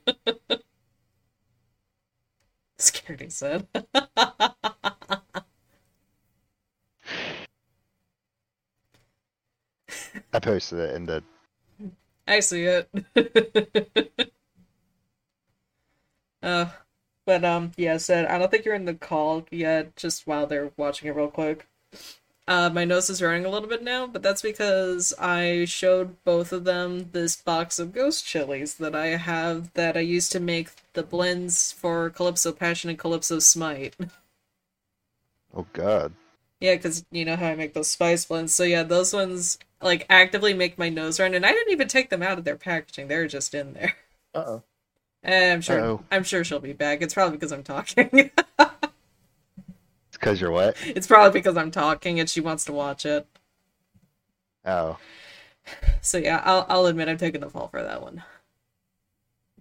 Speaker 2: Scared, he said.
Speaker 4: I posted it in the
Speaker 2: I see it. uh, but um, yeah. Said I don't think you're in the call yet. Just while they're watching it real quick. Uh, my nose is running a little bit now, but that's because I showed both of them this box of ghost chilies that I have that I used to make the blends for Calypso Passion and Calypso Smite.
Speaker 4: oh god.
Speaker 2: Yeah, because you know how I make those spice blends. So yeah, those ones like actively make my nose run, and I didn't even take them out of their packaging. They were just in there.
Speaker 3: Uh oh.
Speaker 2: Eh, I'm sure.
Speaker 4: Uh-oh.
Speaker 2: I'm sure she'll be back. It's probably because I'm talking.
Speaker 4: It's cause you're what?
Speaker 2: it's probably because I'm talking, and she wants to watch it.
Speaker 4: Oh.
Speaker 2: So yeah, I'll I'll admit I'm taking the fall for that one.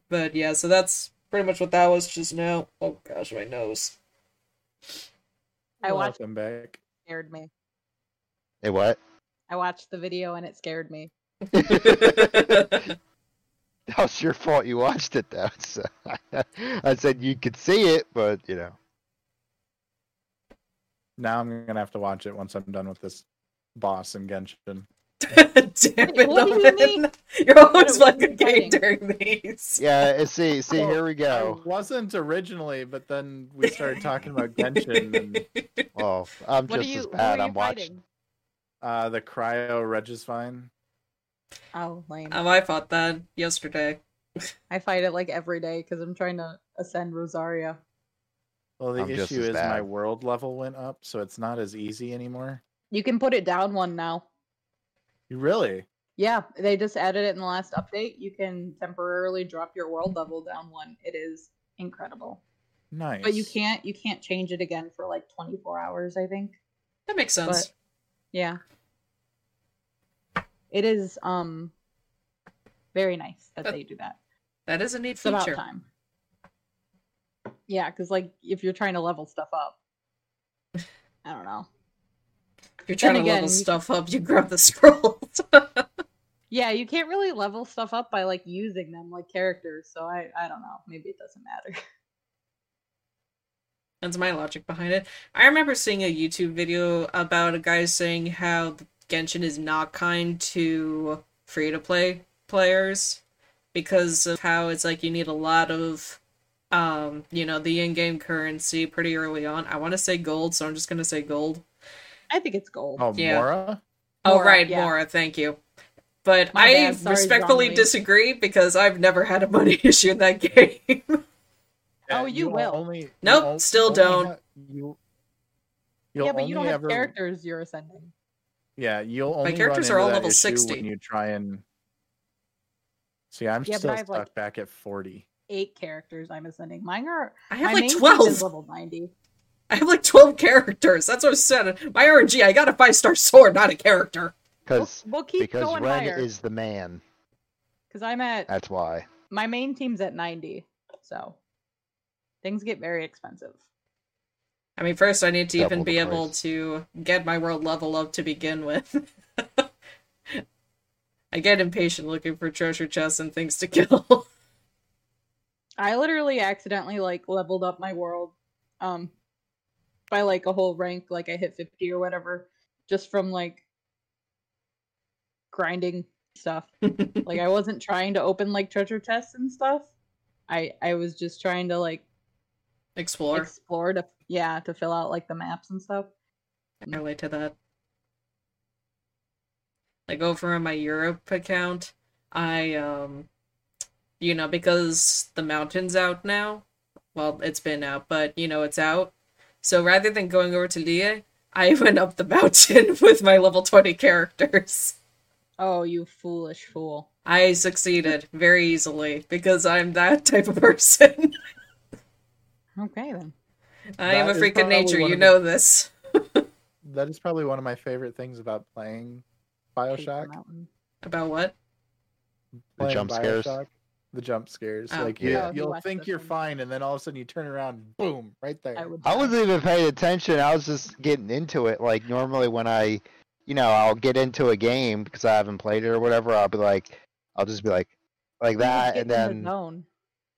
Speaker 2: But yeah, so that's pretty much what that was just now. Oh gosh, my nose.
Speaker 1: I watched.
Speaker 3: Welcome back.
Speaker 1: It scared me.
Speaker 4: Hey what?
Speaker 1: I watched the video and it scared me.
Speaker 4: that was your fault you watched it though. So I said you could see it, but you know.
Speaker 3: Now I'm gonna have to watch it once I'm done with this boss in Genshin.
Speaker 2: Damn it,
Speaker 1: what do you
Speaker 2: Owen.
Speaker 1: mean?
Speaker 2: You're always
Speaker 1: What
Speaker 2: like
Speaker 1: are
Speaker 2: a
Speaker 1: we
Speaker 2: game
Speaker 1: fighting?
Speaker 2: during these.
Speaker 4: Yeah, uh, see see
Speaker 1: Oh,
Speaker 3: Well,
Speaker 4: here we
Speaker 3: I
Speaker 4: go.
Speaker 3: wasn't originally, but then we started talking about Genshin and
Speaker 4: Oh, I'm
Speaker 1: What
Speaker 4: just
Speaker 1: are you?
Speaker 4: as
Speaker 1: Who are
Speaker 4: bad.
Speaker 1: you
Speaker 4: I'm watching
Speaker 1: fighting?
Speaker 3: uh, the Cryo Regisvine.
Speaker 1: Oh, lame.
Speaker 2: Um, I fought that yesterday.
Speaker 1: I fight it like every day because I'm trying to ascend Rosaria.
Speaker 3: Well, the
Speaker 4: I'm just
Speaker 3: issue
Speaker 4: as
Speaker 3: is my
Speaker 4: bad.
Speaker 3: world level went up, so it's not as easy anymore.
Speaker 1: You can put it down one now.
Speaker 3: You really?
Speaker 1: Yeah, they just added it in the last update. You can temporarily drop your world level down one. It is incredible.
Speaker 3: Nice.
Speaker 1: But you can't you can't change it again for like 24 hours, I think.
Speaker 2: That makes sense.
Speaker 1: Yeah. It is um very nice that
Speaker 2: That-
Speaker 1: they do that.
Speaker 2: that is a neat
Speaker 1: It's about
Speaker 2: feature.
Speaker 1: time. Yeah, cuz like if you're trying to level stuff up. I don't know.
Speaker 2: If you're trying to
Speaker 1: Then
Speaker 2: level
Speaker 1: again, you-
Speaker 2: stuff up, you grab the scrolls.
Speaker 1: Yeah, you can't really level stuff up by like using them like characters, so I I don't know. Maybe it doesn't matter.
Speaker 2: That's my logic behind it. I remember seeing a YouTube video about a guy saying how Genshin is not kind to free to play players because of how it's like you need a lot of um, you know, the in-game currency pretty early on. I want to say gold, so I'm just going to say gold.
Speaker 1: I think it's gold.
Speaker 3: Oh,
Speaker 2: Yeah.
Speaker 3: Mora.
Speaker 2: Oh,
Speaker 1: Mora,
Speaker 2: right,
Speaker 1: yeah.
Speaker 2: Mora, thank you. But
Speaker 1: My
Speaker 2: I
Speaker 1: bad, sorry,
Speaker 2: respectfully
Speaker 1: wrongly.
Speaker 2: disagree because I've never had a money issue in that game.
Speaker 1: Oh,
Speaker 3: Yeah,
Speaker 1: you will.
Speaker 3: Only, you
Speaker 2: Nope,
Speaker 3: on-
Speaker 2: still
Speaker 3: only
Speaker 2: don't.
Speaker 3: ha- you. You'll
Speaker 1: yeah, but you don't
Speaker 3: only
Speaker 1: have
Speaker 3: ever-
Speaker 1: characters you're ascending.
Speaker 3: Yeah, you'll only. run
Speaker 2: characters are
Speaker 3: into
Speaker 2: all
Speaker 3: that
Speaker 2: level
Speaker 3: issue
Speaker 2: 60.
Speaker 3: When you try and. See, I'm
Speaker 1: Yeah, but
Speaker 3: still
Speaker 1: I have,
Speaker 3: stuck
Speaker 1: like-
Speaker 3: back at forty.
Speaker 1: Eight characters I'm ascending. Mine are
Speaker 2: I
Speaker 1: my
Speaker 2: have like
Speaker 1: main
Speaker 2: twelve.
Speaker 1: is level ninety.
Speaker 2: I have like 12 characters. That's what I said. My RNG, I got a five star sword, not a character.
Speaker 1: We'll,
Speaker 4: because
Speaker 1: we'll keep
Speaker 4: because
Speaker 1: going
Speaker 4: Ren
Speaker 1: higher
Speaker 4: is the man.
Speaker 1: because I'm at
Speaker 4: That's why.
Speaker 1: my main team's at ninety, so things get very expensive.
Speaker 2: I mean, first, I need to
Speaker 4: Double
Speaker 2: even
Speaker 4: the
Speaker 2: be able
Speaker 4: price.
Speaker 2: to get my world level up to begin with. I get impatient looking for treasure chests and things to kill.
Speaker 1: I literally accidentally like leveled up my world, um, by like a whole rank. Like I hit fifty or whatever, just from like grinding stuff. like I wasn't trying to open like treasure chests and stuff. I I was just trying to like
Speaker 2: Explore.
Speaker 1: explore to yeah to fill out like the maps and stuff.
Speaker 2: I relate to that. Like over in my Europe account, I um you know, because the mountain's out now. Well, it's been out, but you know, it's out. So rather than going over to Lia, I went up the mountain with my level 20 characters.
Speaker 1: Oh, you foolish fool!
Speaker 2: I succeeded very easily because I'm that type of person.
Speaker 1: Okay then.
Speaker 2: I am a
Speaker 3: That is
Speaker 2: freak of
Speaker 3: probably
Speaker 2: nature,
Speaker 3: one
Speaker 2: you
Speaker 3: of
Speaker 2: know this.
Speaker 3: That is probably one of my favorite things about playing
Speaker 1: Take the
Speaker 3: Bioshock.
Speaker 1: mountain.
Speaker 2: About what?
Speaker 4: The
Speaker 3: playing
Speaker 4: jump scares.
Speaker 3: The jump scares.
Speaker 2: Oh.
Speaker 3: Like
Speaker 4: Yeah.
Speaker 1: Oh, he
Speaker 3: you, you'll
Speaker 1: watched
Speaker 3: think
Speaker 1: this
Speaker 3: you're
Speaker 1: one.
Speaker 3: fine, and then all of a sudden you turn around, and boom, right there.
Speaker 1: I would.
Speaker 4: I
Speaker 1: die.
Speaker 4: wasn't even paying attention. I was just getting into it. Like normally when I, you know, I'll get into a game because I haven't played it or whatever. I'll be like, I'll just be like, like
Speaker 1: You just
Speaker 4: that,
Speaker 1: get
Speaker 4: and
Speaker 1: in
Speaker 4: then,
Speaker 1: the zone.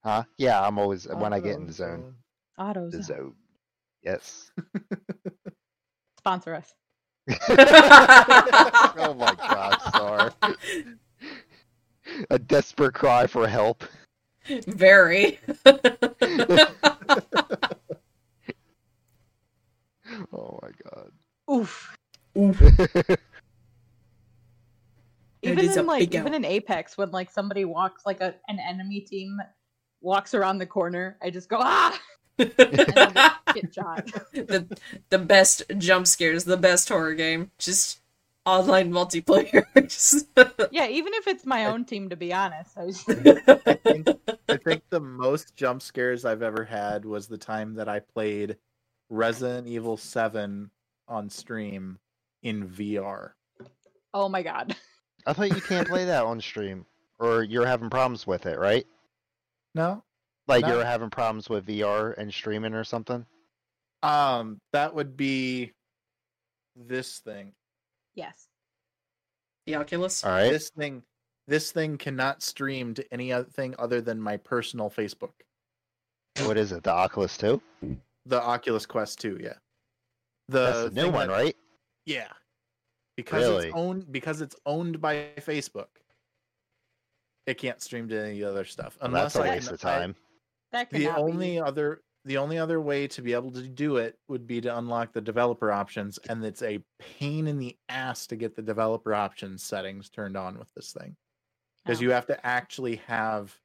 Speaker 1: Oh,
Speaker 4: huh? Yeah, I'm always when I get in the zone.
Speaker 1: Autos
Speaker 4: The zone. Yes.
Speaker 1: sponsor us.
Speaker 4: oh my God, Star. A desperate cry for help.
Speaker 2: Very.
Speaker 4: Oh my God.
Speaker 1: Oof.
Speaker 2: It
Speaker 1: Even
Speaker 2: is a
Speaker 1: in like
Speaker 2: big
Speaker 1: even
Speaker 2: L.
Speaker 1: in Apex, when like somebody walks like a, an enemy team walks around the corner, I just go ah, and then
Speaker 2: the,
Speaker 1: just get shot.
Speaker 2: the best jump scares, the best horror game. Just online multiplayer. Just-
Speaker 1: yeah, even if it's my own team, to be honest, I was
Speaker 3: I think, I think the most jump scares I've ever had was the time that I played Resident Evil 7 on stream in VR.
Speaker 1: oh my god.
Speaker 4: I thought you can't play that on stream, or you're having problems with it, right?
Speaker 3: No?
Speaker 4: Like
Speaker 3: No.
Speaker 4: you're having problems with VR and streaming or something.
Speaker 3: Um, that would be this thing.
Speaker 1: Yes.
Speaker 2: the Oculus.
Speaker 4: All right.
Speaker 3: This thing this thing cannot stream to any other thing other than my personal Facebook.
Speaker 4: What is it? The Oculus Two?
Speaker 3: The Oculus Quest 2, yeah.
Speaker 4: That's the new
Speaker 3: thing
Speaker 4: one,
Speaker 3: that-
Speaker 4: right?
Speaker 3: Yeah. Because
Speaker 4: Really?
Speaker 3: it's owned because it's owned by Facebook. It can't stream to any other stuff
Speaker 4: Well, that's
Speaker 3: unless
Speaker 4: a
Speaker 3: I
Speaker 4: waste
Speaker 3: can-
Speaker 4: of
Speaker 3: I-
Speaker 4: time.
Speaker 1: That could
Speaker 3: the only other the only other way to be able to do it would be to unlock the developer options and it's a pain in the ass to get the developer options settings turned on with this
Speaker 2: Oh.
Speaker 3: thing because you have to actually have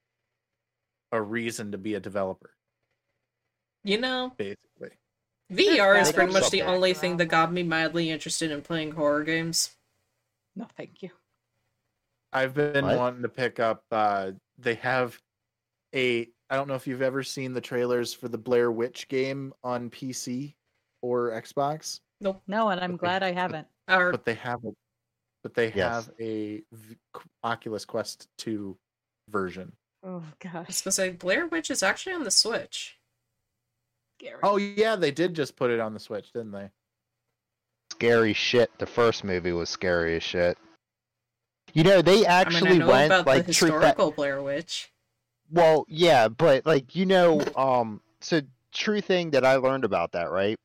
Speaker 3: a reason to be a developer
Speaker 2: You know,
Speaker 3: basically
Speaker 2: VR is
Speaker 4: There's
Speaker 2: pretty much the
Speaker 4: something.
Speaker 2: only thing that got me mildly interested in playing horror games.
Speaker 1: No, thank you.
Speaker 3: i've been
Speaker 4: What?
Speaker 3: wanting to pick up uh they have a i don't know if you've ever seen the trailers for the blair witch game on pc or xbox
Speaker 1: No, and I'm
Speaker 3: Okay.
Speaker 1: glad I haven't.
Speaker 2: Or
Speaker 3: but they have a but they
Speaker 4: Yes.
Speaker 3: have a v- Q- Oculus Quest 2 version.
Speaker 1: Oh
Speaker 2: I was
Speaker 1: gosh,
Speaker 2: gonna say Blair Witch is actually on the Switch.
Speaker 1: scary.
Speaker 3: Oh yeah, they did just put it on the Switch, didn't they?
Speaker 4: Scary shit. The first movie was scary as shit. You know, they
Speaker 2: I mean, I
Speaker 4: actually
Speaker 2: know
Speaker 4: went
Speaker 2: about
Speaker 4: like
Speaker 2: the
Speaker 4: treat that-
Speaker 2: historical Blair Witch.
Speaker 4: Well, yeah, but like you know, um, so true thing that I learned about that, right?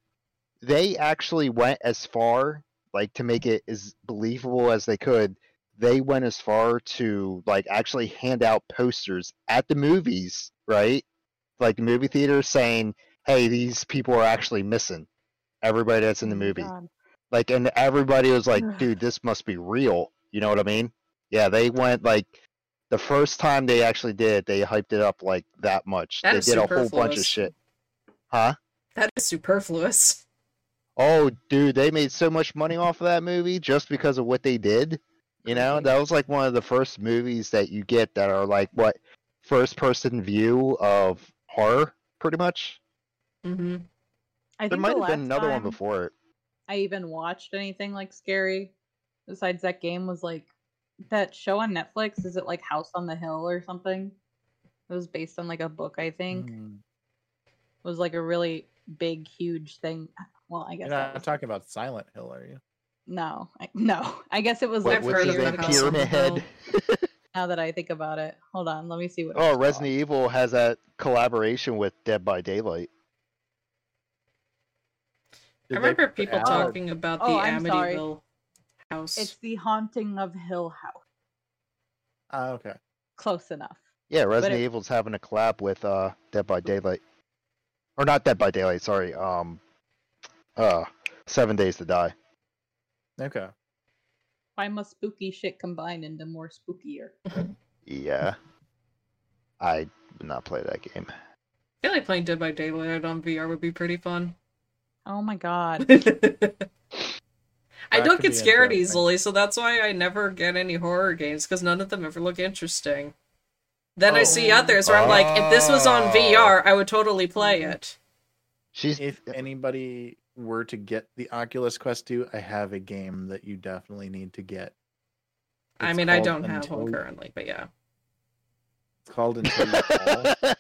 Speaker 4: They actually went as far, like to make it as believable as they could. They went as far to like actually hand out posters at the movies, right? Like the movie theater saying, "Hey, these people are actually missing. Everybody that's in the
Speaker 1: Oh my
Speaker 4: movie."
Speaker 1: God.
Speaker 4: Like, and everybody was like, dude, this must be real. You know what I mean? Yeah, they went like the first time they actually did it, they hyped it up like that much.
Speaker 2: That
Speaker 4: they
Speaker 2: is
Speaker 4: did a whole bunch
Speaker 2: superfluous.
Speaker 4: of shit. Huh?
Speaker 2: That is superfluous.
Speaker 4: Oh, dude, they made so much money off of that movie just because of what they did. You know,
Speaker 1: Crazy.
Speaker 4: that was like one of the first movies that you get that are like what first person view of horror, pretty much.
Speaker 2: hmm
Speaker 1: I
Speaker 4: There
Speaker 1: think
Speaker 4: might
Speaker 1: the
Speaker 4: have
Speaker 1: last
Speaker 4: been another one
Speaker 1: time
Speaker 4: before it.
Speaker 1: I even watched anything like scary, besides that game, was like that show on Netflix. Is it like House on the Hill or something? It was based on like a book, I think.
Speaker 3: Mm.
Speaker 1: It was like a really big, huge thing. Well, I guess
Speaker 3: You're
Speaker 1: that
Speaker 3: not
Speaker 1: was-
Speaker 3: talking about Silent Hill, are you?
Speaker 1: no, I, no. I guess it was
Speaker 4: What,
Speaker 1: like
Speaker 2: I've
Speaker 4: what's
Speaker 2: heard
Speaker 4: his
Speaker 2: of
Speaker 4: name?
Speaker 2: the House on the
Speaker 4: Pyramid Head.
Speaker 2: Hill.
Speaker 1: now that I think about it. Hold on, let me see what. it
Speaker 4: Oh,
Speaker 1: was
Speaker 4: Resident Evil has that collaboration with Dead by Daylight.
Speaker 2: I
Speaker 3: Did they
Speaker 2: remember people
Speaker 3: add-
Speaker 2: talking about the
Speaker 1: Oh, I'm sorry.
Speaker 2: Amityville house.
Speaker 1: called. It's the Haunting of Hill House.
Speaker 3: Ah, okay.
Speaker 1: Close enough.
Speaker 4: Yeah, Resident
Speaker 1: it-
Speaker 4: Evil's having a collab with uh, Dead by Daylight. or not Dead by Daylight. Sorry, um, uh, Seven Days to Die.
Speaker 3: Okay.
Speaker 1: Why must spooky shit combine into more spookier?
Speaker 4: Yeah, I would not play that game.
Speaker 2: I feel like playing Dead by Daylight on VR would be pretty fun.
Speaker 1: Oh my god.
Speaker 2: I
Speaker 3: That
Speaker 2: don't
Speaker 3: could be
Speaker 2: get scared
Speaker 3: interesting.
Speaker 2: easily, so that's why I never get any horror games because none of them ever look interesting. Then I
Speaker 3: Oh.
Speaker 2: see others where I'm like, if this was on
Speaker 4: Oh.
Speaker 2: VR, I would totally play
Speaker 3: Hmm.
Speaker 2: it.
Speaker 4: She's
Speaker 3: If anybody were to get the Oculus Quest 2, I have a game that you definitely need to get.
Speaker 2: I
Speaker 3: It's
Speaker 2: mean, I
Speaker 3: called
Speaker 2: don't have
Speaker 3: Until-
Speaker 2: one currently, but yeah,
Speaker 3: It's called Until You Fall.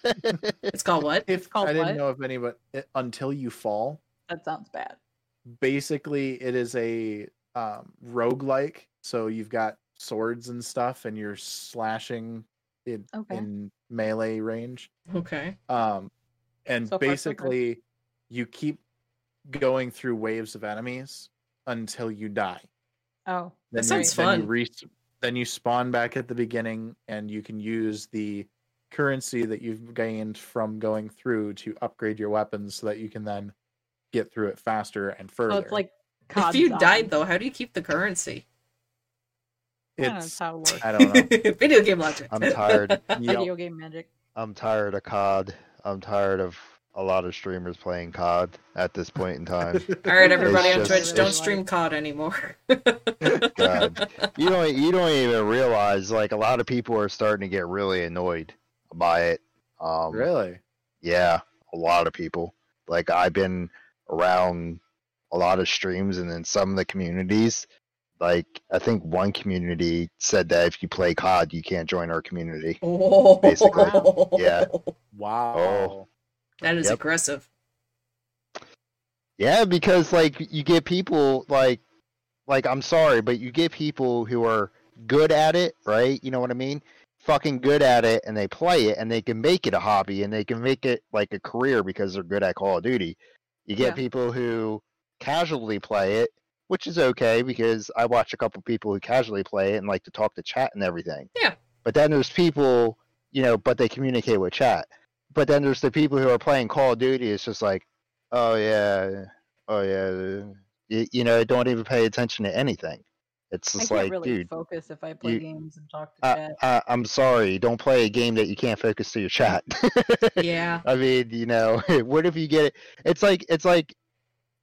Speaker 2: it's called what?
Speaker 3: If
Speaker 1: called
Speaker 3: I didn't
Speaker 1: what?
Speaker 3: know if anybody it- Until You Fall.
Speaker 1: that sounds bad.
Speaker 3: Basically, it is a um, roguelike. So you've got swords and stuff, and you're slashing it
Speaker 1: Okay.
Speaker 3: in melee range.
Speaker 2: Okay,
Speaker 3: um and
Speaker 1: So far, so good.
Speaker 3: basically you keep going through waves of enemies until you die
Speaker 1: Oh.
Speaker 3: then you-
Speaker 2: sounds
Speaker 3: then you,
Speaker 2: fun.
Speaker 3: res- then you spawn back at the beginning and you can use the currency that you've gained from going through to upgrade your weapons so that you can then get through it faster and further
Speaker 1: So it's like
Speaker 2: if you died though, how do you keep the currency?
Speaker 3: it's
Speaker 1: how it works.
Speaker 3: i don't know
Speaker 2: Video game logic.
Speaker 4: I'm tired.
Speaker 3: Yep.
Speaker 1: Video game magic.
Speaker 4: I'm tired of COD. I'm tired of a lot of streamers playing COD at this point in time.
Speaker 2: All right, everybody
Speaker 4: It's
Speaker 2: on
Speaker 4: just-
Speaker 2: Twitch, don't
Speaker 1: it's-
Speaker 2: stream COD anymore.
Speaker 4: God. You don't you don't even realize like a lot of people are starting to get really annoyed by it. Um
Speaker 3: really
Speaker 4: yeah, a lot of people. Like I've been around a lot of streams and in some of the communities. Like I think one community said that if you play COD you can't join our community. Basically, yeah.
Speaker 3: wow
Speaker 4: Oh.
Speaker 2: That is
Speaker 4: Yep.
Speaker 2: aggressive.
Speaker 4: Yeah, because like you get people like like I'm sorry, but you get people who are good at it, right? You know what I mean? Fucking good at it and they play it and they can make it a hobby and they can make it like a career because they're good at Call of Duty. You get
Speaker 1: Yeah.
Speaker 4: people who casually play it, which is okay because I watch a couple people who casually play it and like to talk to chat and everything.
Speaker 2: Yeah.
Speaker 4: But then there's people, you know, but they communicate with chat. But then there's the people who are playing Call of Duty. It's just like, oh yeah, oh yeah, you, you know, don't even pay attention to anything. It's
Speaker 1: I
Speaker 4: just
Speaker 1: can't
Speaker 4: like,
Speaker 1: really
Speaker 4: dude,
Speaker 1: focus if I play
Speaker 4: you- uh,
Speaker 1: games and talk to
Speaker 4: I,
Speaker 1: chat.
Speaker 4: I, I'm sorry, don't play a game that you can't focus to your chat.
Speaker 2: Yeah.
Speaker 4: I mean, you know, what if you get it? It's like it's like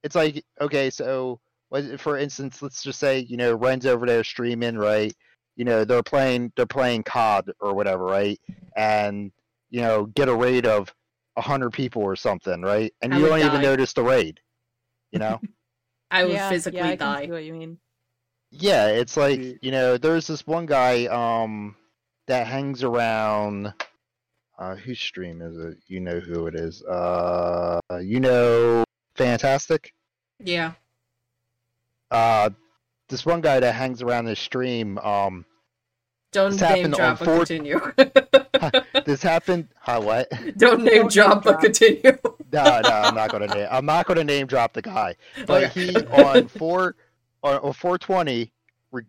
Speaker 4: it's like okay, so was- for instance, let's just say you know Ren's over there streaming, right? You know they're playing they're playing COD or whatever, right? And you know get a raid of hundred people or something, right? And
Speaker 2: I
Speaker 4: you
Speaker 2: would
Speaker 4: don't even
Speaker 2: die.
Speaker 4: notice the raid, you know?
Speaker 2: I would
Speaker 1: yeah,
Speaker 2: physically
Speaker 1: yeah, I can see
Speaker 2: die.
Speaker 1: what you mean.
Speaker 4: Yeah, it's like,
Speaker 3: Y-
Speaker 4: you know, there's this one guy um that hangs around uh whose stream is it? You know who it is. Uh you know Fantastic?
Speaker 2: Yeah.
Speaker 4: Uh this one guy that hangs around this stream, um
Speaker 2: Don't
Speaker 4: This
Speaker 2: name
Speaker 4: happened
Speaker 2: drop, but
Speaker 4: on four-
Speaker 2: continue.
Speaker 4: this happened huh what?
Speaker 2: Don't
Speaker 1: name
Speaker 2: name drop, but
Speaker 1: drop.
Speaker 2: continue.
Speaker 4: No, no, I'm not gonna name I'm not gonna name drop the guy. But he on four on, on 420. re-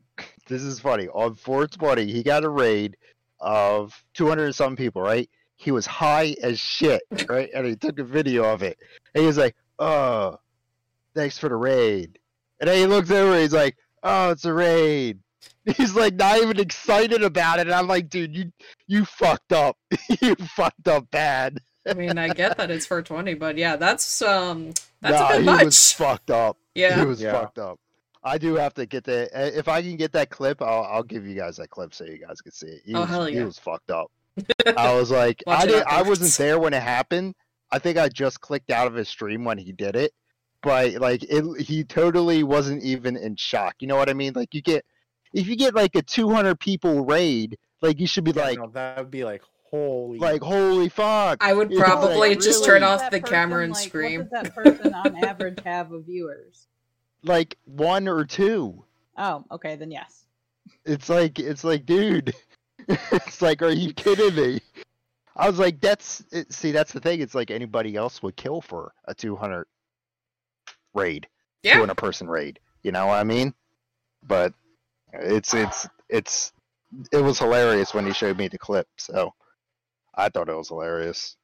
Speaker 4: This is funny. On 420, he got a raid of 200 and some people. Right? He was high as shit. Right? And he took a video of it. And he was like, "Oh, thanks for the raid." And then he looks over. and He's like, "Oh, it's a raid." He's like not even excited about it. And I'm like, "Dude, you you fucked up. you fucked up bad."
Speaker 2: I mean, I get that it's 420, but yeah, that's um, that's
Speaker 4: nah,
Speaker 2: a bit
Speaker 4: he
Speaker 2: much.
Speaker 4: was fucked up.
Speaker 2: yeah.
Speaker 4: It was
Speaker 3: Yeah.
Speaker 4: fucked up. I do have to get that. uh, If I can get that clip, I'll, I'll give you guys that clip so you guys can see it. He
Speaker 2: Oh,
Speaker 4: was,
Speaker 2: hell
Speaker 4: He
Speaker 2: yeah.
Speaker 4: was fucked up. I was like,
Speaker 2: Watch
Speaker 4: I
Speaker 2: it
Speaker 4: did. I
Speaker 2: afterwards.
Speaker 4: wasn't there when it happened. I think I just clicked out of his stream when he did it. But like, it, he totally wasn't even in shock. You know what I mean? Like, you get if you get like a 200 people raid, like you should be
Speaker 3: Yeah,
Speaker 4: like,
Speaker 3: no, that would be like holy
Speaker 4: like, holy fuck.
Speaker 2: I would
Speaker 4: You know, like,
Speaker 2: probably just
Speaker 4: really-
Speaker 2: turn
Speaker 1: What does that
Speaker 2: off the camera
Speaker 1: person,
Speaker 2: and
Speaker 1: like,
Speaker 2: scream.
Speaker 1: What does that person on average have of viewers?
Speaker 4: like one or two.
Speaker 1: Oh, okay, then yes.
Speaker 4: It's like it's like, dude. it's like, are you kidding me? I was like, that's it, see, that's the thing. It's like anybody else would kill for a 200 raid,
Speaker 2: Yeah.
Speaker 4: 200 person raid. You know what I mean? But it's it's it's it was hilarious when he showed me the clip. So I thought it was hilarious.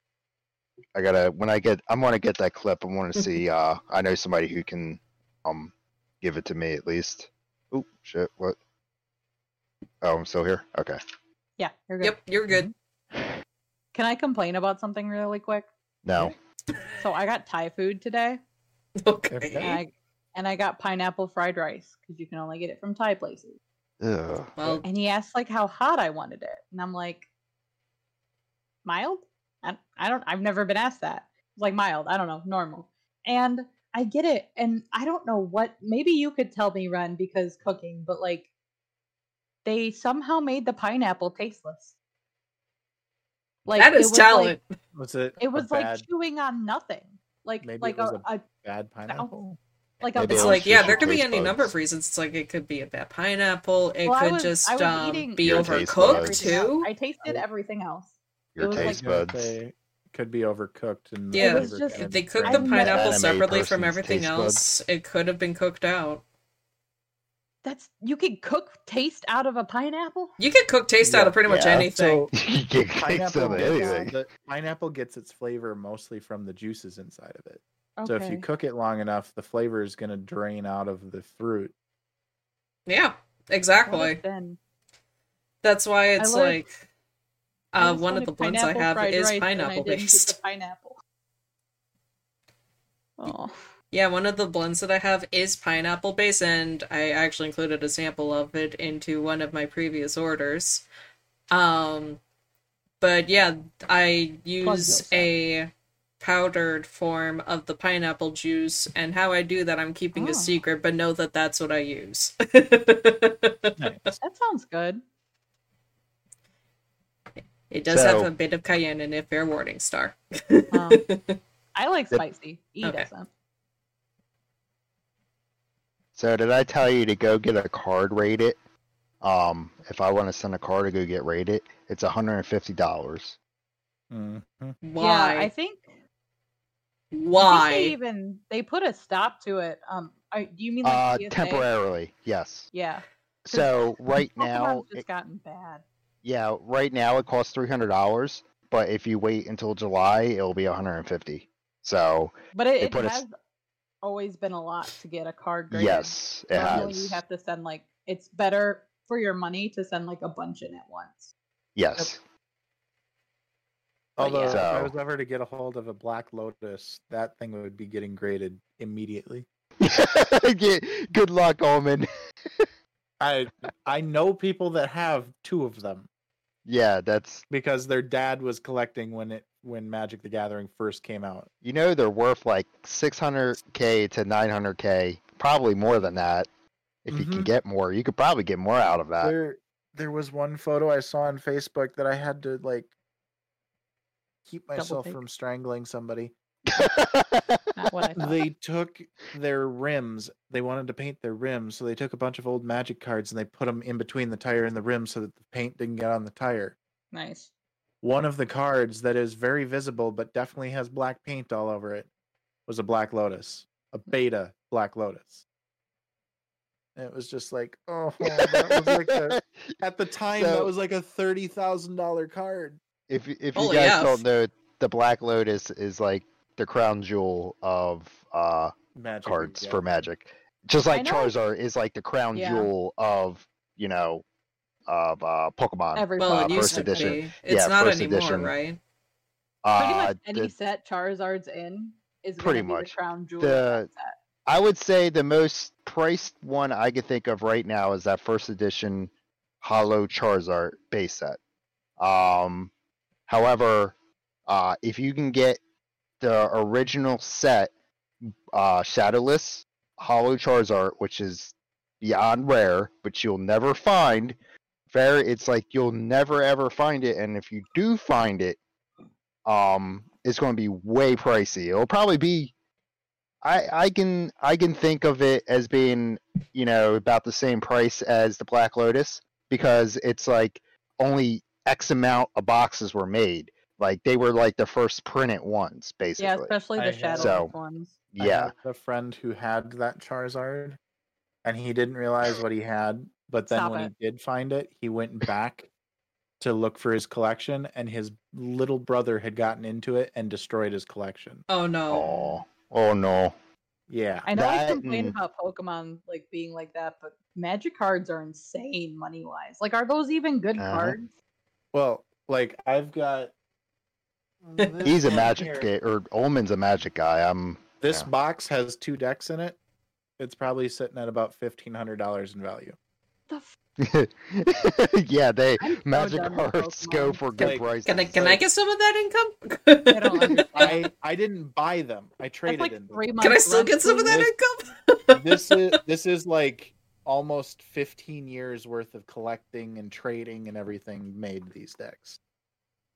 Speaker 4: I gotta when I get I'm gonna get that clip. I want to see. Uh, I know somebody who can um give it to me at least. Oh shit! What? Oh, I'm still here. Okay.
Speaker 1: Yeah, you're good.
Speaker 2: Yep, you're good.
Speaker 1: Can I complain about something really quick?
Speaker 4: No.
Speaker 1: So I got Thai food today, and
Speaker 2: Okay.
Speaker 1: I and I got pineapple fried rice because you can only get it from Thai places.
Speaker 4: Ugh.
Speaker 2: Well,
Speaker 1: And he asked like how hot I wanted it, and I'm like, mild. I, I don't. I've never been asked that. It's like mild. I don't know. Normal. And I get it, and I don't know what. Maybe you could tell me, Ren, because cooking. But like, they somehow made the pineapple tasteless. Like
Speaker 2: that
Speaker 1: it
Speaker 2: is
Speaker 1: was, like-
Speaker 2: talent.
Speaker 3: Was it?
Speaker 1: it was
Speaker 3: a
Speaker 1: like
Speaker 3: bad,
Speaker 1: chewing on nothing. Like
Speaker 3: Maybe
Speaker 1: like
Speaker 3: it was
Speaker 1: a, a,
Speaker 3: bad pineapple.
Speaker 1: like a
Speaker 4: Maybe it
Speaker 2: It's
Speaker 4: was
Speaker 2: like, yeah,
Speaker 4: just
Speaker 2: there
Speaker 4: your
Speaker 2: could be
Speaker 4: taste
Speaker 2: any number
Speaker 4: buds.
Speaker 2: of reasons. It's like it could be a bad pineapple. It
Speaker 1: Well, I
Speaker 2: could
Speaker 1: was-
Speaker 2: just
Speaker 1: I was
Speaker 2: um,
Speaker 1: eating-
Speaker 2: be
Speaker 4: Your taste
Speaker 2: overcooked
Speaker 4: buds.
Speaker 1: everything else.
Speaker 2: too.
Speaker 1: I tasted everything else.
Speaker 4: Your
Speaker 1: was like-
Speaker 4: taste
Speaker 3: Yeah,
Speaker 4: buds.
Speaker 3: they could be overcooked and
Speaker 2: Yeah. It
Speaker 1: was just-
Speaker 2: If they cooked
Speaker 1: I've
Speaker 2: the
Speaker 1: never-
Speaker 2: pineapple
Speaker 4: Anime
Speaker 2: separately from
Speaker 4: person's
Speaker 2: everything
Speaker 4: taste
Speaker 2: else, it could have been cooked out.
Speaker 1: That's you can cook taste out of a pineapple.
Speaker 2: You could cook taste out of pretty much
Speaker 4: Yeah,
Speaker 2: anything.
Speaker 4: you can taste
Speaker 3: pineapple,
Speaker 4: them
Speaker 3: gets,
Speaker 4: anything.
Speaker 3: the- pineapple gets its flavor mostly from the juices inside of it.
Speaker 1: Okay.
Speaker 3: So if you cook it long enough, the flavor is going to drain out of the fruit.
Speaker 2: yeah,
Speaker 1: What
Speaker 2: exactly.
Speaker 1: if then
Speaker 2: That's why it's
Speaker 1: love-
Speaker 2: like
Speaker 1: I just
Speaker 2: uh, one of
Speaker 1: wanted
Speaker 2: the blends I
Speaker 1: pineapple
Speaker 2: have
Speaker 1: fried
Speaker 2: is
Speaker 1: rice and I
Speaker 2: pineapple
Speaker 1: didn't get the
Speaker 2: based.
Speaker 1: Pineapple. Oh,
Speaker 2: Yeah, one of the blends that I have is pineapple based, and I actually included a sample of it into one of my previous orders. Um, but yeah, I use
Speaker 1: yourself.
Speaker 2: a powdered form of the pineapple juice, and how I do that, I'm keeping
Speaker 1: Oh.
Speaker 2: a secret, but know that that's what I use.
Speaker 3: Nice.
Speaker 1: that sounds good.
Speaker 2: It does
Speaker 4: So-
Speaker 2: have a bit of cayenne in it, fair warning star.
Speaker 1: Um, I like
Speaker 4: Yep.
Speaker 1: spicy. E
Speaker 2: Okay.
Speaker 1: doesn't.
Speaker 4: So did I tell you to go get a card rated? Um, if I want to send a card to go get rated, it's hundred and fifty dollars.
Speaker 3: Mhm.
Speaker 2: Why?
Speaker 1: Yeah, I think I think they
Speaker 2: Why?
Speaker 1: even they put a stop to it. Um, I, do you mean like
Speaker 4: Uh,
Speaker 1: TSA?
Speaker 4: temporarily, yes.
Speaker 1: Yeah.
Speaker 4: So right
Speaker 1: Pokemon's
Speaker 4: now,
Speaker 1: just
Speaker 4: it-
Speaker 1: gotten bad.
Speaker 4: yeah, right now it costs three hundred dollars, but if you wait until July, it'll be one hundred and fifty. So
Speaker 1: But it,
Speaker 4: They
Speaker 1: it
Speaker 4: put a s-
Speaker 1: has always been a lot to get a card graded.
Speaker 4: yes, it
Speaker 1: Normally
Speaker 4: has.
Speaker 1: you have to send like it's better for your money to send like a bunch in at once.
Speaker 4: yes,
Speaker 1: But yeah. Oh,
Speaker 3: Although if I
Speaker 4: So-
Speaker 3: was ever to get a hold of a black lotus, that thing would be getting graded immediately.
Speaker 4: Yeah, good luck, Omen.
Speaker 3: I I know people that have two of them
Speaker 4: Yeah, that's
Speaker 3: because their dad was collecting when it when Magic the Gathering first came out.
Speaker 4: you know they're worth like six hundred k to nine hundred k, probably more than that. If you can
Speaker 3: Mhm.
Speaker 4: get more, you could probably get more out of that.
Speaker 3: there there was one photo I saw on Facebook that I had to like keep myself
Speaker 1: take.
Speaker 3: from strangling somebody.
Speaker 1: Not what I thought.
Speaker 3: They took their rims. They wanted to paint their rims, so they took a bunch of old magic cards and they put them in between the tire and the rim so that the paint didn't get on the tire.
Speaker 1: nice.
Speaker 3: One of the cards that is very visible but definitely has black paint all over it was a black lotus, a beta black lotus. And it was just like, oh, that was like the At the time, that
Speaker 4: So-
Speaker 3: was like a thirty thousand dollar card.
Speaker 4: if y-
Speaker 1: Oh,
Speaker 4: if you
Speaker 2: Holy
Speaker 4: guys
Speaker 2: F.
Speaker 4: don't know, the Black Lotus is like the crown jewel of uh
Speaker 3: Magic
Speaker 4: cards for Magic. Just like
Speaker 1: know I-
Speaker 4: Charizard is like the crown
Speaker 1: Yeah.
Speaker 4: jewel of you know of uh Pokemon.
Speaker 1: Every
Speaker 2: Well,
Speaker 4: uh,
Speaker 2: it
Speaker 1: card.
Speaker 2: used
Speaker 4: first
Speaker 2: to
Speaker 4: edition.
Speaker 2: be. It's
Speaker 4: Yeah,
Speaker 2: not
Speaker 4: first
Speaker 2: anymore,
Speaker 4: edition.
Speaker 2: right?
Speaker 1: Pretty
Speaker 4: Uh,
Speaker 1: much any
Speaker 4: the-
Speaker 1: set Charizard's in is
Speaker 4: Pretty
Speaker 1: gonna be
Speaker 4: much.
Speaker 1: the crown jewel.
Speaker 4: The-
Speaker 1: The...
Speaker 4: I would say the most priced one I could think of right now is that first edition Hollow Charizard base set. Um, however, uh, if you can get the original set, uh, Shadowless Hollow Charizard, which is beyond rare, which you'll never find, fair, it's like you'll never ever find it, and if you do find it, um, it's going to be way pricey. It'll probably be I I can I can think of it as being you know about the same price as the Black Lotus because it's like only X amount of boxes were made. Like they were like the first printed ones,
Speaker 1: Yeah,
Speaker 4: basically.
Speaker 1: especially
Speaker 3: I
Speaker 1: the
Speaker 3: have-
Speaker 1: shadow
Speaker 4: So-
Speaker 1: ones.
Speaker 3: I
Speaker 4: Yeah,
Speaker 3: had a friend who had that Charizard, and he didn't realize what he had. But then
Speaker 1: Stop
Speaker 3: when
Speaker 1: it.
Speaker 3: he did find it, he went back to look for his collection, and his little brother had gotten into it and destroyed his collection.
Speaker 2: Oh no.
Speaker 4: Oh, oh no.
Speaker 3: Yeah.
Speaker 1: I know
Speaker 4: That
Speaker 1: I complain
Speaker 4: and-
Speaker 1: about Pokemon like being like that, but magic cards are insane money wise. Like, are those even good
Speaker 4: Uh-huh.
Speaker 1: cards?
Speaker 3: Well, like I've got. this
Speaker 4: He's a
Speaker 3: one
Speaker 4: magic
Speaker 3: here.
Speaker 4: guy, or Omen's a magic guy. I'm
Speaker 3: This
Speaker 4: yeah.
Speaker 3: box has two decks in it. It's probably sitting at about fifteen hundred dollars in value.
Speaker 1: The f-
Speaker 4: yeah, they
Speaker 1: I'm so
Speaker 4: magic
Speaker 1: done with
Speaker 4: cards go
Speaker 1: Pokemon.
Speaker 4: for good
Speaker 3: Like,
Speaker 4: prices.
Speaker 2: Can I can I get some of that
Speaker 1: Oh, I don't
Speaker 2: income?
Speaker 1: understand.
Speaker 3: I I didn't buy them. I
Speaker 1: That's
Speaker 3: traded
Speaker 1: like
Speaker 3: in them.
Speaker 1: three months.
Speaker 2: Can I still get some of that
Speaker 3: This-
Speaker 2: income?
Speaker 3: this is this is like almost 15 years worth of collecting and trading and everything made these decks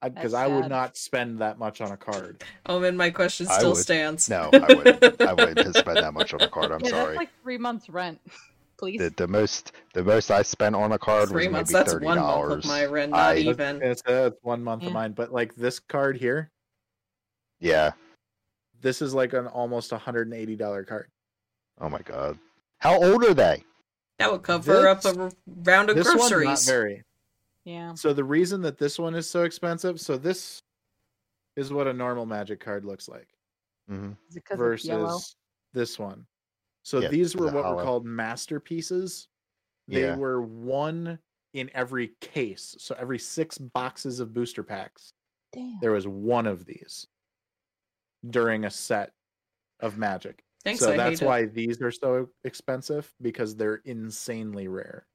Speaker 3: because
Speaker 1: That's
Speaker 3: i would
Speaker 1: sad.
Speaker 3: not spend that much on a card
Speaker 2: Oh man, my question
Speaker 4: I
Speaker 2: still
Speaker 4: would.
Speaker 2: stands.
Speaker 4: No, I would. I would not spend that much on a card. I'm
Speaker 1: yeah,
Speaker 4: sorry.
Speaker 1: that's like three months rent. Please.
Speaker 4: the, the most the most I spent on a card
Speaker 2: Three
Speaker 4: was
Speaker 2: months.
Speaker 4: maybe
Speaker 2: That's
Speaker 4: thirty
Speaker 2: one month of
Speaker 4: dollars.
Speaker 2: my rent,
Speaker 4: I-
Speaker 2: not
Speaker 4: That's-
Speaker 2: even.
Speaker 3: it's, uh, it's one month
Speaker 1: Yeah.
Speaker 3: of mine but like this card here
Speaker 4: Yeah.
Speaker 3: this is like an almost $180 card
Speaker 4: Oh my god. How old are they?
Speaker 2: That would cover up
Speaker 3: This-
Speaker 2: a r- round of
Speaker 3: this one's not
Speaker 2: groceries.
Speaker 3: very
Speaker 1: yeah.
Speaker 3: so the reason that this one is so expensive so this is what a normal magic card looks like
Speaker 4: Mm-hmm.
Speaker 1: Is it 'cause it's yellow?
Speaker 3: versus this one. So
Speaker 4: Yeah,
Speaker 3: these were
Speaker 4: the
Speaker 3: what were
Speaker 4: hollow.
Speaker 3: called masterpieces. They
Speaker 4: Yeah.
Speaker 3: were one in every case. So every six boxes of booster packs,
Speaker 1: Damn.
Speaker 3: there was one of these during a set of magic.
Speaker 2: Thanks,
Speaker 3: so
Speaker 2: I
Speaker 3: that's
Speaker 2: hate it.
Speaker 3: why these are so expensive because they're insanely rare.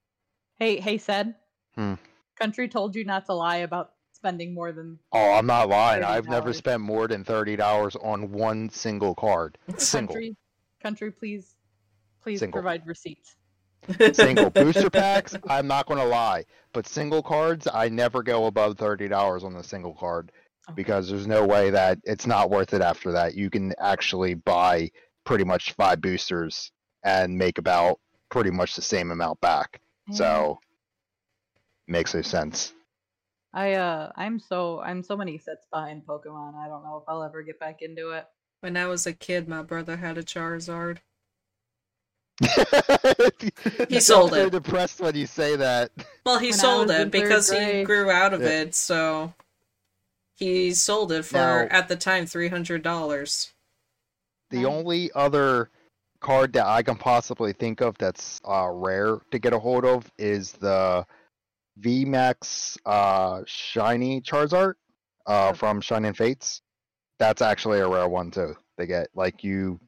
Speaker 1: Hey, hey, said.
Speaker 4: Hmm.
Speaker 1: Country told you not to lie about spending more than.
Speaker 4: Oh, I'm not lying. I've never
Speaker 1: $30.
Speaker 4: spent more than thirty dollars on one single card. Single,
Speaker 1: Country, country, please, please
Speaker 4: Single.
Speaker 1: provide receipts.
Speaker 4: single booster packs. I'm not gonna lie, but single cards, I never go above thirty dollars on a single card
Speaker 1: Okay.
Speaker 4: because there's no way that it's not worth it. After that, you can actually buy pretty much five boosters and make about pretty much the same amount back. So makes no sense.
Speaker 1: I uh I'm so I'm so many sets behind Pokemon. I don't know if I'll ever get back into it.
Speaker 2: When I was a kid, my brother had a Charizard. He sold
Speaker 4: so
Speaker 2: it.
Speaker 4: depressed when you say that.
Speaker 2: Well, he
Speaker 1: When I
Speaker 2: sold
Speaker 1: was in
Speaker 2: it
Speaker 1: third
Speaker 2: because he
Speaker 1: grade.
Speaker 2: grew out of
Speaker 4: Yeah.
Speaker 2: it, so he sold it for
Speaker 4: Now-
Speaker 2: at the time three hundred dollars.
Speaker 4: The
Speaker 1: Right.
Speaker 4: only other card that I can possibly think of that's uh, rare to get a hold of is the VMAX uh, Shiny Charizard uh, from Shining Fates. That's actually a rare one too. They get like you,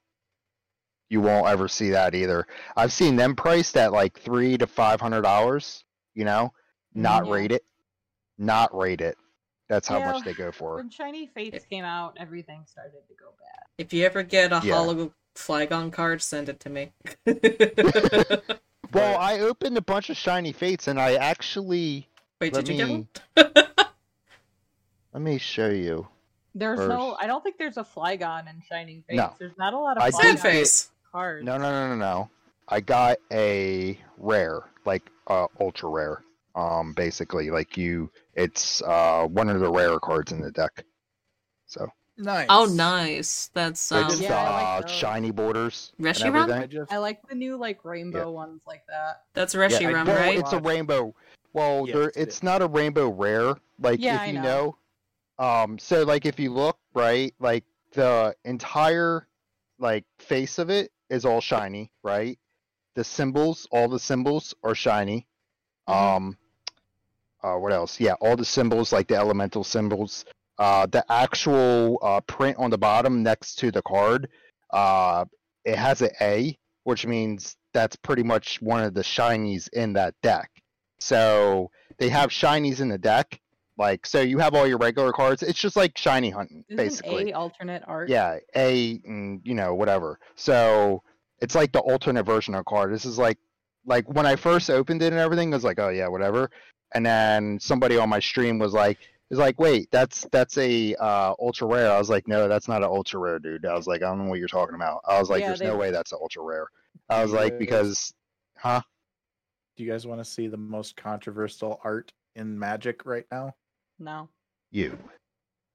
Speaker 4: you won't ever see that either. I've seen them priced at like three to five hundred dollars. You know, not
Speaker 1: Yeah.
Speaker 4: rate it, not rate it. That's how
Speaker 1: Mm-hmm. Yeah.
Speaker 4: much they go for.
Speaker 1: When Shiny Fates came out, everything started to go bad.
Speaker 2: If you ever get a
Speaker 4: Yeah.
Speaker 2: hollow Flygon card, send it to me.
Speaker 4: Well,
Speaker 3: But-
Speaker 4: I opened a bunch of shiny fates, and I actually
Speaker 2: Wait,
Speaker 4: Let
Speaker 2: did you get
Speaker 4: me-
Speaker 2: one?
Speaker 4: let me show you.
Speaker 1: There's no
Speaker 4: First.
Speaker 1: I don't think there's a Flygon in Shining Fates.
Speaker 4: No.
Speaker 1: There's not a lot
Speaker 4: I
Speaker 1: of
Speaker 4: did
Speaker 2: Sad
Speaker 1: Flygon
Speaker 4: get-
Speaker 2: face.
Speaker 1: cards.
Speaker 4: No, no, no, no, no. I got a rare, like uh, ultra rare. Um, basically, like you, it's uh one of the rare cards in the deck. So
Speaker 3: Nice.
Speaker 2: Oh, nice. That's um,
Speaker 4: it's
Speaker 1: Yeah, I
Speaker 4: uh
Speaker 1: like those.
Speaker 4: shiny borders and
Speaker 2: Reshiram?
Speaker 4: everything.
Speaker 3: I just
Speaker 1: I like the new like rainbow ones like that.
Speaker 2: that's
Speaker 4: Yeah,
Speaker 3: I-
Speaker 2: Reshiram,
Speaker 4: well,
Speaker 2: right?
Speaker 4: It's a rainbow. Well,
Speaker 3: Yes,
Speaker 4: there,
Speaker 3: it
Speaker 4: it's
Speaker 3: is.
Speaker 4: not a rainbow rare. Like
Speaker 1: Yeah,
Speaker 4: if
Speaker 1: I
Speaker 4: you know.
Speaker 1: know.
Speaker 4: um, so like if you look right, like the entire like face of it is all shiny, right? The symbols, all the symbols are shiny.
Speaker 1: Mhm.
Speaker 4: Um, uh, what else? Yeah, all the symbols, like the elemental symbols. Uh, the actual uh, print on the bottom next to the card, uh, it has an A, which means that's pretty much one of the shinies in that deck. So they have shinies in the deck. Like, so you have all your regular cards. It's just like shiny hunting,
Speaker 1: Isn't
Speaker 4: basically.
Speaker 1: A alternate art?
Speaker 4: Yeah, A, and, you know, whatever. So it's like the alternate version of a card. This is like, like when I first opened it and everything, I was like, oh yeah, whatever. And then somebody on my stream was like, is like, wait, that's that's a uh, ultra rare. I was like, no, that's not an ultra rare, dude. I was like, I don't know what you're talking about. I was like,
Speaker 1: Yeah,
Speaker 4: there's
Speaker 1: they-
Speaker 4: no way that's an ultra rare. I was like,
Speaker 3: Yes.
Speaker 4: because, huh?
Speaker 3: do you guys want to see the most controversial art in magic right now?
Speaker 1: No.
Speaker 4: You.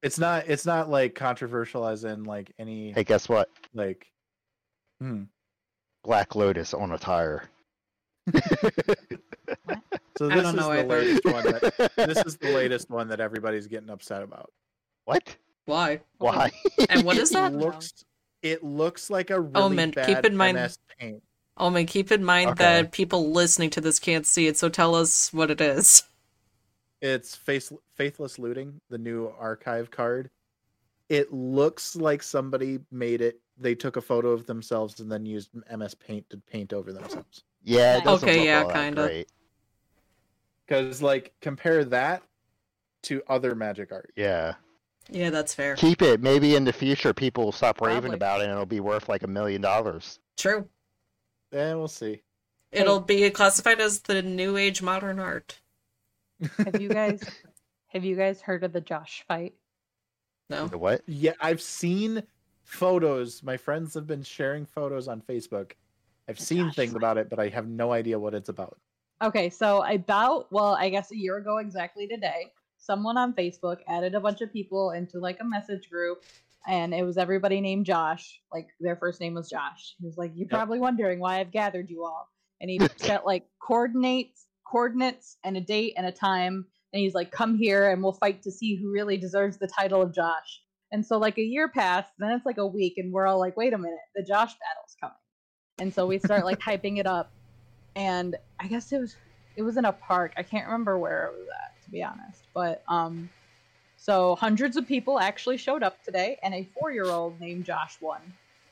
Speaker 3: It's not it's not like controversial as in like any
Speaker 4: Hey, guess what?
Speaker 3: like hmm.
Speaker 4: Black Lotus on a tire.
Speaker 3: So
Speaker 2: I
Speaker 3: this
Speaker 2: don't
Speaker 3: is
Speaker 2: know
Speaker 3: the
Speaker 2: either.
Speaker 3: latest one. That, this is the latest one that everybody's getting upset about.
Speaker 4: what?
Speaker 2: Why?
Speaker 4: Why?
Speaker 2: And what is that? Oh,
Speaker 1: Wow.
Speaker 3: Looks it looks like a really
Speaker 2: man,
Speaker 3: bad
Speaker 2: keep in mind-
Speaker 3: MS Paint.
Speaker 2: Oh man, keep in mind
Speaker 4: Okay.
Speaker 2: that people listening to this can't see it, so tell us what it is.
Speaker 3: It's face, faithless looting, the new archive card. It looks like somebody made it. They took a photo of themselves and then used MS Paint to paint over themselves.
Speaker 4: Yeah, it
Speaker 1: Nice.
Speaker 4: doesn't
Speaker 2: Okay,
Speaker 4: look
Speaker 2: yeah,
Speaker 4: all that
Speaker 2: kinda.
Speaker 4: great.
Speaker 3: Because like compare that to other magic art.
Speaker 4: Yeah.
Speaker 2: Yeah, that's fair.
Speaker 4: Keep it. Maybe in the future people will stop raving
Speaker 1: Probably.
Speaker 4: about it and it'll be worth like a million dollars.
Speaker 2: True.
Speaker 3: And Eh, we'll see.
Speaker 2: It'll be classified as the new age modern art.
Speaker 1: Have you guys have you guys heard of the Josh fight?
Speaker 2: No.
Speaker 1: Oh.
Speaker 4: The What?
Speaker 3: Yeah, I've seen photos. My friends have been sharing photos on Facebook. I've seen
Speaker 1: gosh.
Speaker 3: things about it, but I have no idea what it's about.
Speaker 1: Okay, so about well, I guess a year ago exactly today, someone on Facebook added a bunch of people into like a message group, and it was everybody named Josh. Like their first name was Josh. He was like, "You're probably wondering why I've gathered you all," and he set like coordinates, coordinates, and a date and a time, and he's like, "Come here, and we'll fight to see who really deserves the title of Josh." And so like a year passed, then it's like a week, and we're all like, "Wait a minute, the Josh battle's coming," and so we start like hyping it up and I guess it was it was in a park. I can't remember where it was at, to be honest. But um, so hundreds of people actually showed up today, and a four-year-old named Josh won.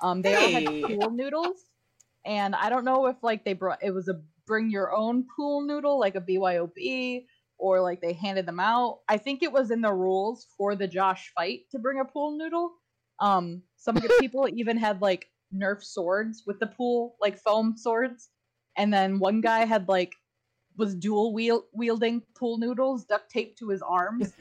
Speaker 1: Um, they
Speaker 2: Hey.
Speaker 1: all had pool noodles, and I don't know if like they brought it was a bring your own pool noodle, like a BYOB, or like they handed them out. I think it was in the rules for the Josh fight to bring a pool noodle. Um, some of the people even had like Nerf swords with the pool, like foam swords, and then one guy had like was dual wield- wielding pool noodles duct taped to his arms,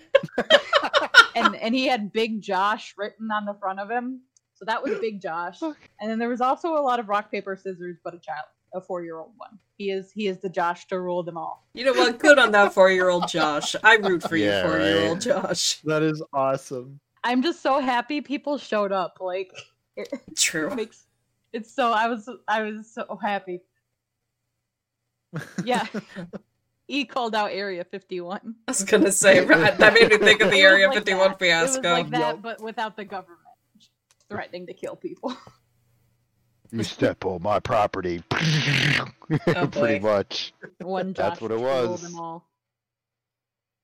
Speaker 1: and and he had Big Josh written on the front of him. So that was Big Josh, and then there was also a lot of rock paper scissors, but a child, a four year old one. He is he is the Josh to rule them all.
Speaker 2: You know what? Good on that four year old Josh. I root for
Speaker 4: Yeah,
Speaker 2: you, four year old
Speaker 4: right.
Speaker 2: Josh.
Speaker 3: That is awesome.
Speaker 1: I'm just so happy people showed up. Like
Speaker 2: True.
Speaker 1: makes it's so I was I was so happy. Yeah. E called out Area 51.
Speaker 2: I was gonna say right, that made me think of the
Speaker 1: It was
Speaker 2: Area
Speaker 1: like
Speaker 2: 51
Speaker 1: that.
Speaker 2: fiasco.
Speaker 1: It was like that,
Speaker 3: Yup.
Speaker 1: but without the government threatening to kill people.
Speaker 4: You step on my property.
Speaker 1: Oh,
Speaker 4: Pretty
Speaker 2: boy.
Speaker 4: much.
Speaker 1: One
Speaker 4: That's
Speaker 1: Josh
Speaker 4: what it
Speaker 1: ruled
Speaker 4: was.
Speaker 1: them all.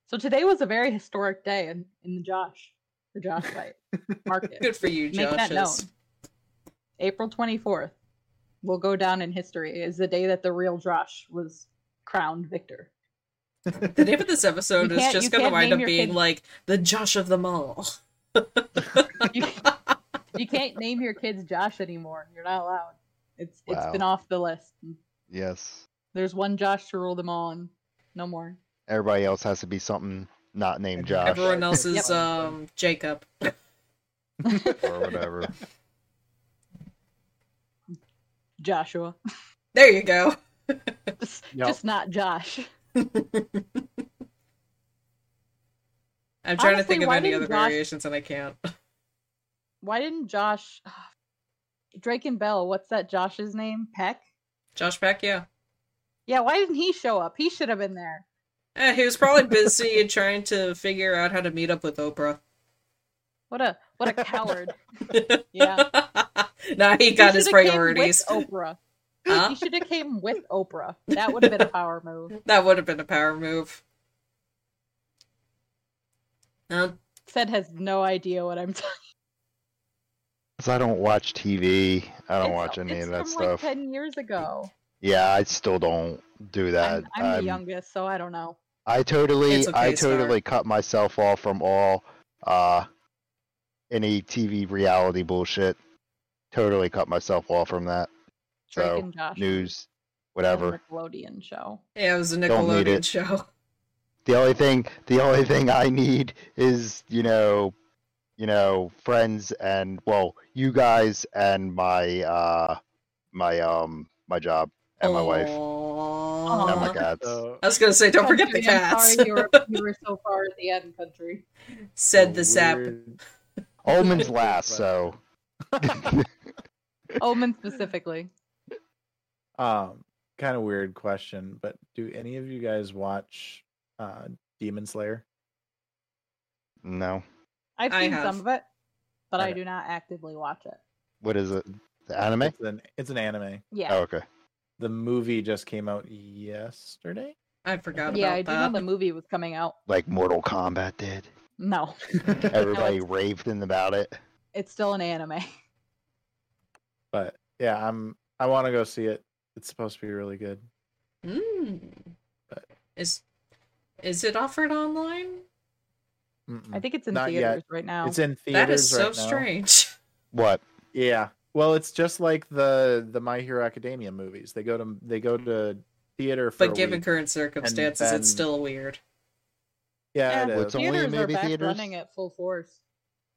Speaker 1: So today was a very historic day in, in the Josh, the Josh fight. Mark it.
Speaker 2: Good for you,
Speaker 1: Make that
Speaker 2: Joshes.
Speaker 1: April 24th will go down in history as the day that the real Josh was crowned victor.
Speaker 2: The name of this episode
Speaker 1: You
Speaker 2: is
Speaker 1: can't-
Speaker 2: just
Speaker 1: you
Speaker 2: gonna
Speaker 1: can't
Speaker 2: wind
Speaker 1: name
Speaker 2: up
Speaker 1: your
Speaker 2: being
Speaker 1: kid-
Speaker 2: like the Josh of them all.
Speaker 1: You, you can't name your kids Josh anymore. You're not allowed. It's it's
Speaker 4: Wow.
Speaker 1: been off the list.
Speaker 4: Yes.
Speaker 1: There's one Josh to rule them all, and no more.
Speaker 4: Everybody else has to be something not named Josh
Speaker 2: Everyone else is
Speaker 1: Yep.
Speaker 2: um Jacob.
Speaker 4: or whatever.
Speaker 1: Joshua,
Speaker 2: There you go.
Speaker 1: just,
Speaker 3: Yep.
Speaker 1: just not Josh.
Speaker 2: I'm trying to
Speaker 1: Honestly,
Speaker 2: think of
Speaker 1: why
Speaker 2: any
Speaker 1: didn't
Speaker 2: other
Speaker 1: Josh-
Speaker 2: variations and I can't.
Speaker 1: Why didn't Josh, Drake and Bell? What's that Josh's name? Peck.
Speaker 2: Josh Peck, yeah.
Speaker 1: Yeah. Why didn't he show up? He should have been there.
Speaker 2: Eh, he was probably busy trying to figure out how to meet up with Oprah.
Speaker 1: What a what a coward. yeah.
Speaker 2: nah, he got
Speaker 1: He shoulda came
Speaker 2: his
Speaker 1: with
Speaker 2: priorities.
Speaker 1: Oprah.
Speaker 2: Huh?
Speaker 1: He should have came with Oprah. That would have been a power move.
Speaker 2: That would have been a power move. Um,
Speaker 1: Said has no idea what I'm talking.
Speaker 4: Because I don't watch TV. I don't
Speaker 1: It's-
Speaker 4: watch any
Speaker 1: it's
Speaker 4: of that
Speaker 1: from,
Speaker 4: stuff.
Speaker 1: Like Ten years ago.
Speaker 4: Yeah, I still don't do that.
Speaker 1: I'm, I'm the
Speaker 4: I'm-
Speaker 1: youngest, so I don't know.
Speaker 4: I totally,
Speaker 2: It's okay,
Speaker 4: I
Speaker 2: Star.
Speaker 4: totally cut myself off from all uh any TV reality bullshit. Totally cut myself off from that.
Speaker 1: Drake
Speaker 4: So
Speaker 1: and Josh.
Speaker 4: news,
Speaker 1: is a
Speaker 4: whatever.
Speaker 1: Nickelodeon show.
Speaker 2: yeah, it was a
Speaker 4: Don't need
Speaker 2: Nickelodeon
Speaker 4: it.
Speaker 2: show.
Speaker 4: The only thing, the only thing I need is you know, you know, friends and well, you guys and my uh my um my job and my wife and my
Speaker 1: Aw.
Speaker 4: cats.
Speaker 3: So,
Speaker 2: I was gonna say, don't forget the
Speaker 1: Country, I'm
Speaker 2: cats.
Speaker 1: sorry you were, you were so far at the end, country.
Speaker 2: Said
Speaker 3: a
Speaker 2: the sap.
Speaker 3: weird-
Speaker 4: Almond's last, so
Speaker 1: Omen specifically.
Speaker 3: Um, kind of weird question, but do any of you guys watch uh Demon Slayer?
Speaker 4: No.
Speaker 1: I've
Speaker 2: I
Speaker 1: seen
Speaker 2: have.
Speaker 1: some of it, but I
Speaker 3: Okay.
Speaker 1: do not actively watch it.
Speaker 4: What is it? The anime?
Speaker 3: It's an it's an anime.
Speaker 1: Yeah.
Speaker 4: Oh, okay.
Speaker 3: The movie just came out yesterday.
Speaker 2: I forgot
Speaker 1: yeah, I
Speaker 2: about
Speaker 1: do know
Speaker 2: that.
Speaker 1: the movie was coming out.
Speaker 4: Like Mortal Kombat did.
Speaker 1: No,
Speaker 4: Everybody
Speaker 1: it's-
Speaker 4: raved in about it.
Speaker 1: it's still an anime.
Speaker 3: Hmm. But yeah, I'm I want to go see it. It's supposed to be really good.
Speaker 2: Mm.
Speaker 3: But-
Speaker 2: Is is it offered online?
Speaker 3: Mm-mm.
Speaker 1: I think it's in
Speaker 3: Not yet.
Speaker 1: theaters right now.
Speaker 3: it's in theaters
Speaker 2: That is so
Speaker 3: right now.
Speaker 2: strange.
Speaker 4: What?
Speaker 3: Yeah. Well, it's just like the the My Hero Academia movies. They go to they go to theater for a
Speaker 2: but given
Speaker 3: week.
Speaker 2: current circumstances,
Speaker 3: then-
Speaker 2: it's still weird.
Speaker 3: yeah,
Speaker 1: Yeah.
Speaker 3: it
Speaker 4: What's
Speaker 3: is.
Speaker 4: It's only in
Speaker 1: theaters are
Speaker 4: movie
Speaker 1: back
Speaker 4: theaters?
Speaker 1: running at full force.